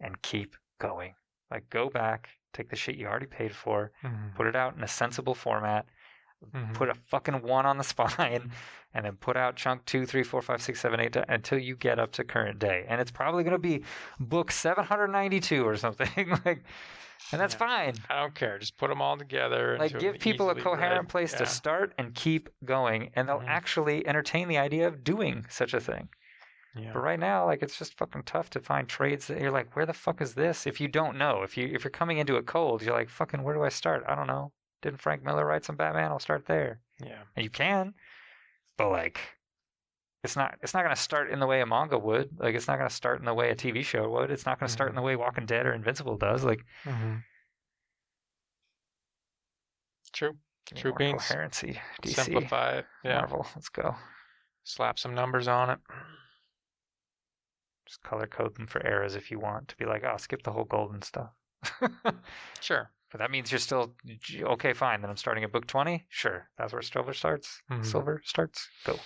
[SPEAKER 3] and keep going. Like go back, take the shit you already paid for, put it out in a sensible format
[SPEAKER 2] Mhm.
[SPEAKER 3] put a fucking one on the spine, and then put out chunk two, three, four, five, six, seven, eight until you get up to current day. And it's probably going to be book 792 or something. like, and that's
[SPEAKER 2] Yeah.
[SPEAKER 3] fine.
[SPEAKER 2] I don't care. Just put them all together.
[SPEAKER 3] Like,
[SPEAKER 2] into an
[SPEAKER 3] give people a
[SPEAKER 2] easily
[SPEAKER 3] coherent
[SPEAKER 2] read-
[SPEAKER 3] place to
[SPEAKER 2] yeah.
[SPEAKER 3] start and keep going, and they'll
[SPEAKER 2] Mhm.
[SPEAKER 3] actually entertain the idea of doing such a thing.
[SPEAKER 2] Yeah.
[SPEAKER 3] But right now, like, it's just fucking tough to find trades that you're like, where the fuck is this? If you don't know, if you if you're coming into it cold, you're like, fucking, where do I start? I don't know. Didn't Frank Miller write some Batman? I'll start there.
[SPEAKER 2] yeah.
[SPEAKER 3] And you can, but like, it's not it's not gonna start in the way a manga would. Like, it's not gonna start in the way a TV show would. It's not gonna start in
[SPEAKER 2] Mm-hmm.
[SPEAKER 3] the way Walking Dead or Invincible does. Like,
[SPEAKER 2] True.
[SPEAKER 3] give me
[SPEAKER 2] True
[SPEAKER 3] more
[SPEAKER 2] beans.
[SPEAKER 3] coherency. DC,
[SPEAKER 2] Simplify it. Yeah.
[SPEAKER 3] Marvel, let's go.
[SPEAKER 2] Slap some numbers on it.
[SPEAKER 3] Just color code them for eras if you want to be like, oh, skip the whole golden stuff. but
[SPEAKER 2] Sure.
[SPEAKER 3] that means you're still j- okay. Fine, then I'm starting at book twenty. Sure, that's where Silver starts.
[SPEAKER 2] Mhm.
[SPEAKER 3] Silver starts. Go.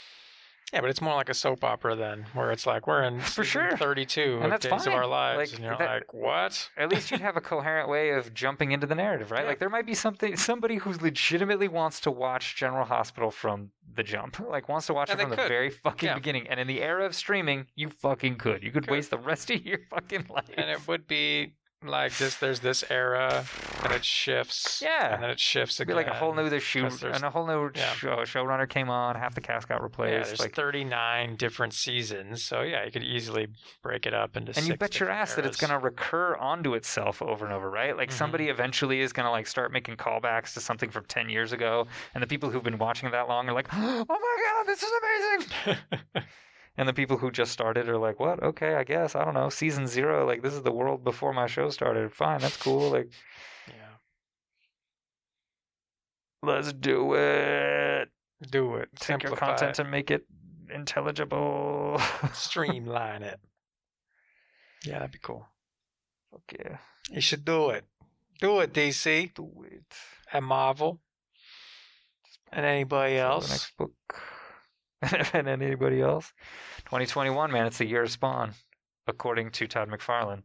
[SPEAKER 2] Yeah, but it's more like a soap opera then, where it's like we're in
[SPEAKER 3] For
[SPEAKER 2] season
[SPEAKER 3] sure.
[SPEAKER 2] 32
[SPEAKER 3] And
[SPEAKER 2] of
[SPEAKER 3] that's
[SPEAKER 2] Days
[SPEAKER 3] fine.
[SPEAKER 2] of Our Lives,
[SPEAKER 3] Like,
[SPEAKER 2] and you're
[SPEAKER 3] that-
[SPEAKER 2] like, what?
[SPEAKER 3] at least you'd have a coherent way of jumping into the narrative, right?
[SPEAKER 2] Yeah.
[SPEAKER 3] Like there might be something somebody who legitimately wants to watch General Hospital from the jump, like wants to watch
[SPEAKER 2] And they
[SPEAKER 3] it from the
[SPEAKER 2] could.
[SPEAKER 3] very fucking
[SPEAKER 2] Yeah.
[SPEAKER 3] beginning. And in the era of streaming, you fucking could. You could,
[SPEAKER 2] Could.
[SPEAKER 3] waste the rest of your fucking life.
[SPEAKER 2] and it would be like this there's this era and it shifts
[SPEAKER 3] Yeah.
[SPEAKER 2] and then it shifts
[SPEAKER 3] It'd
[SPEAKER 2] again
[SPEAKER 3] be like a whole new the shoe
[SPEAKER 2] 'cause there's-
[SPEAKER 3] and a whole new
[SPEAKER 2] yeah.
[SPEAKER 3] show, showrunner came on, half the cast got
[SPEAKER 2] yeah,
[SPEAKER 3] replaced.
[SPEAKER 2] there's
[SPEAKER 3] like,
[SPEAKER 2] 39 different seasons so yeah you could easily break it up into
[SPEAKER 3] and you
[SPEAKER 2] six
[SPEAKER 3] bet your
[SPEAKER 2] different
[SPEAKER 3] ass that it's
[SPEAKER 2] eras.
[SPEAKER 3] gonna recur onto itself over and over, right? Like
[SPEAKER 2] Mhm.
[SPEAKER 3] somebody eventually is gonna like start making callbacks to something from ten years ago, and the people who've been watching that long are like, "Oh my god, this is amazing!" and the people who just started are like, "What? Okay, I guess I don't know. Season zero, like this is the world before my show started. Fine, that's cool. Like,
[SPEAKER 2] yeah
[SPEAKER 3] let's do it.
[SPEAKER 2] do it
[SPEAKER 3] Take your
[SPEAKER 2] Simplify
[SPEAKER 3] content
[SPEAKER 2] it.
[SPEAKER 3] and make it intelligible.
[SPEAKER 2] streamline it yeah that'd be cool
[SPEAKER 3] Fuck yeah,
[SPEAKER 2] you should do it do it dc
[SPEAKER 3] do it.
[SPEAKER 2] and marvel and anybody
[SPEAKER 3] So the
[SPEAKER 2] else
[SPEAKER 3] next book. and then anybody else? 2021, man, it's the year of Spawn, according to Todd McFarlane.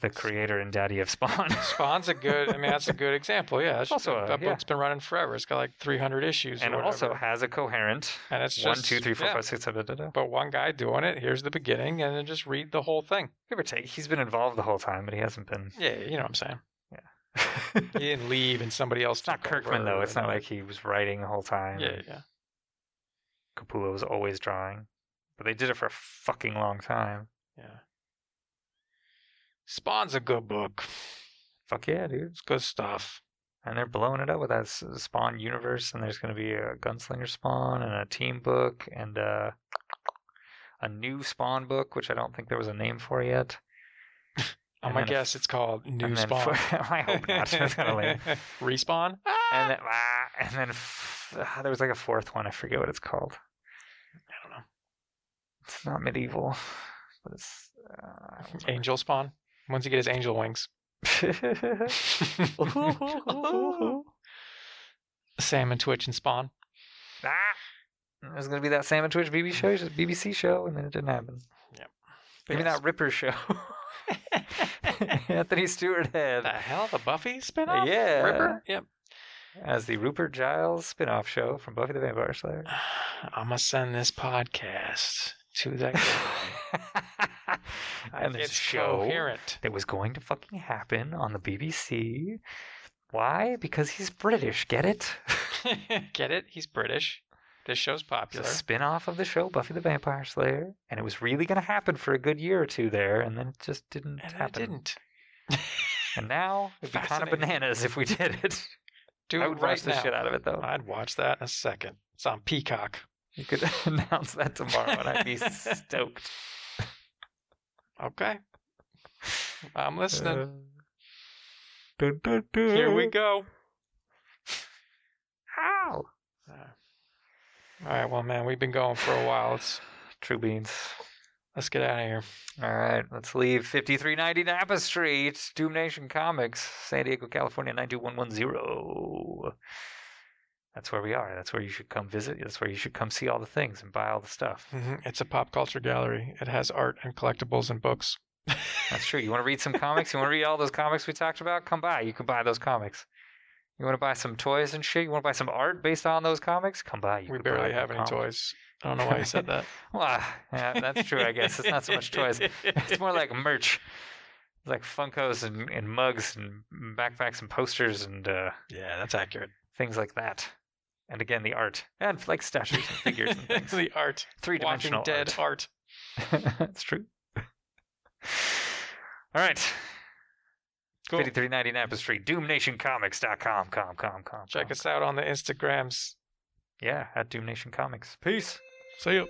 [SPEAKER 3] the creator and daddy of Spawn.
[SPEAKER 2] Spawn's a good. I mean, that's a good example. Yeah, it's
[SPEAKER 3] Also, uh,
[SPEAKER 2] that
[SPEAKER 3] yeah.
[SPEAKER 2] book's been running forever. It's got like 300 issues, or
[SPEAKER 3] and also
[SPEAKER 2] whatever.
[SPEAKER 3] has a coherent
[SPEAKER 2] and it's just
[SPEAKER 3] one, two, three, four,
[SPEAKER 2] yeah.
[SPEAKER 3] five, six, seven, da, da, da.
[SPEAKER 2] But one guy doing it. Here's the beginning, and then just read the whole thing.
[SPEAKER 3] Give or take, he's been involved the whole time, but he hasn't been.
[SPEAKER 2] Yeah, you know what I'm saying.
[SPEAKER 3] it's
[SPEAKER 2] He didn't leave, and somebody else.
[SPEAKER 3] not
[SPEAKER 2] took
[SPEAKER 3] Kirkman
[SPEAKER 2] over
[SPEAKER 3] though. It's
[SPEAKER 2] and-
[SPEAKER 3] not like he was writing the whole time.
[SPEAKER 2] Yeah, yeah.
[SPEAKER 3] Capullo was always drawing, but they did it for a fucking long time.
[SPEAKER 2] Yeah. Spawn's a good book.
[SPEAKER 3] Fuck yeah, dude!
[SPEAKER 2] It's good stuff.
[SPEAKER 3] And they're blowing it up with that s- Spawn universe, and there's gonna be a Gunslinger Spawn and a team book and uh, a new Spawn book, which I don't think there was a name for yet.
[SPEAKER 2] I'm gonna
[SPEAKER 3] And
[SPEAKER 2] Um,
[SPEAKER 3] then a-
[SPEAKER 2] guess it's called New
[SPEAKER 3] and then
[SPEAKER 2] Spawn.
[SPEAKER 3] fu- I hope not. That's kind of lame.
[SPEAKER 2] Respawn?
[SPEAKER 3] And then, ah, and then f- ah, there was like a fourth one. I forget what it's called.
[SPEAKER 2] I don't know.
[SPEAKER 3] It's not medieval, but it's. Uh,
[SPEAKER 2] Angel Spawn. Once you get his angel wings. Sam and Twitch and Spawn.
[SPEAKER 3] ah, it was gonna be that Sam and Twitch BBC show, just BBC show, and then it didn't happen.
[SPEAKER 2] Yep.
[SPEAKER 3] Maybe
[SPEAKER 2] Yes.
[SPEAKER 3] that Ripper show. Anthony Stewart
[SPEAKER 2] The
[SPEAKER 3] had
[SPEAKER 2] hell? The Buffy spinoff?
[SPEAKER 3] Yeah.
[SPEAKER 2] Ripper? Yep.
[SPEAKER 3] as the Rupert Giles spin-off show from Buffy the Vampire Slayer.
[SPEAKER 2] I'm gonna send this podcast to that guy.
[SPEAKER 3] and this
[SPEAKER 2] it's
[SPEAKER 3] show.
[SPEAKER 2] coherent.
[SPEAKER 3] that was going to fucking happen on the BBC. Why? Because he's British, get it?
[SPEAKER 2] Get it? He's British. This show's
[SPEAKER 3] It's a
[SPEAKER 2] popular.
[SPEAKER 3] spin off of the show Buffy the Vampire Slayer, and it was really going to happen for a good year or two there, and then it just didn't
[SPEAKER 2] And I
[SPEAKER 3] happen.
[SPEAKER 2] didn't.
[SPEAKER 3] And now it'd be kind of
[SPEAKER 2] Fascinating.
[SPEAKER 3] bananas if we did it.
[SPEAKER 2] Do
[SPEAKER 3] I
[SPEAKER 2] it
[SPEAKER 3] would
[SPEAKER 2] right
[SPEAKER 3] watch the
[SPEAKER 2] now.
[SPEAKER 3] shit out of it, though.
[SPEAKER 2] I'd watch that in a second. It's on Peacock.
[SPEAKER 3] You could announce that tomorrow, and I'd be stoked.
[SPEAKER 2] Okay. I'm listening.
[SPEAKER 3] Uh, dun, dun, dun.
[SPEAKER 2] Here we go.
[SPEAKER 3] How?
[SPEAKER 2] All right, well, man, we've been going for a while. Let's
[SPEAKER 3] True beans.
[SPEAKER 2] let's get out of here.
[SPEAKER 3] All right, let's leave 5390 Napa Street, Doom Nation Comics, San Diego, California 92110. That's where we are. That's where you should come visit. That's where you should come see all the things and buy all the stuff.
[SPEAKER 2] Mhm. It's a pop culture gallery. It has art and collectibles and books.
[SPEAKER 3] That's true. You want to read some comics? You want to read all those comics we talked about? Come by. You can buy those comics. You want to buy some toys and shit? You want to buy some art based on those comics? Come by. You
[SPEAKER 2] we
[SPEAKER 3] can buy
[SPEAKER 2] barely
[SPEAKER 3] the
[SPEAKER 2] have any
[SPEAKER 3] comics.
[SPEAKER 2] toys. I don't know why you said that.
[SPEAKER 3] Well, yeah, that's true, I guess. It's not so much toys. It's more like merch. It's like Funkos and, and mugs and backpacks and posters and uh,
[SPEAKER 2] yeah, that's accurate.
[SPEAKER 3] things like that. And again, the art. And like statues and figures and things.
[SPEAKER 2] the art.
[SPEAKER 3] Three
[SPEAKER 2] Walking
[SPEAKER 3] dimensional
[SPEAKER 2] Dead art.
[SPEAKER 3] art. That's true. All right.
[SPEAKER 2] Cool.
[SPEAKER 3] 5390 Napa Street, doomnationcomics.com. Com, com, com.
[SPEAKER 2] Check
[SPEAKER 3] com.
[SPEAKER 2] us out on the Instagrams.
[SPEAKER 3] Yeah, at Doom Nation Comics. Peace.
[SPEAKER 2] See you.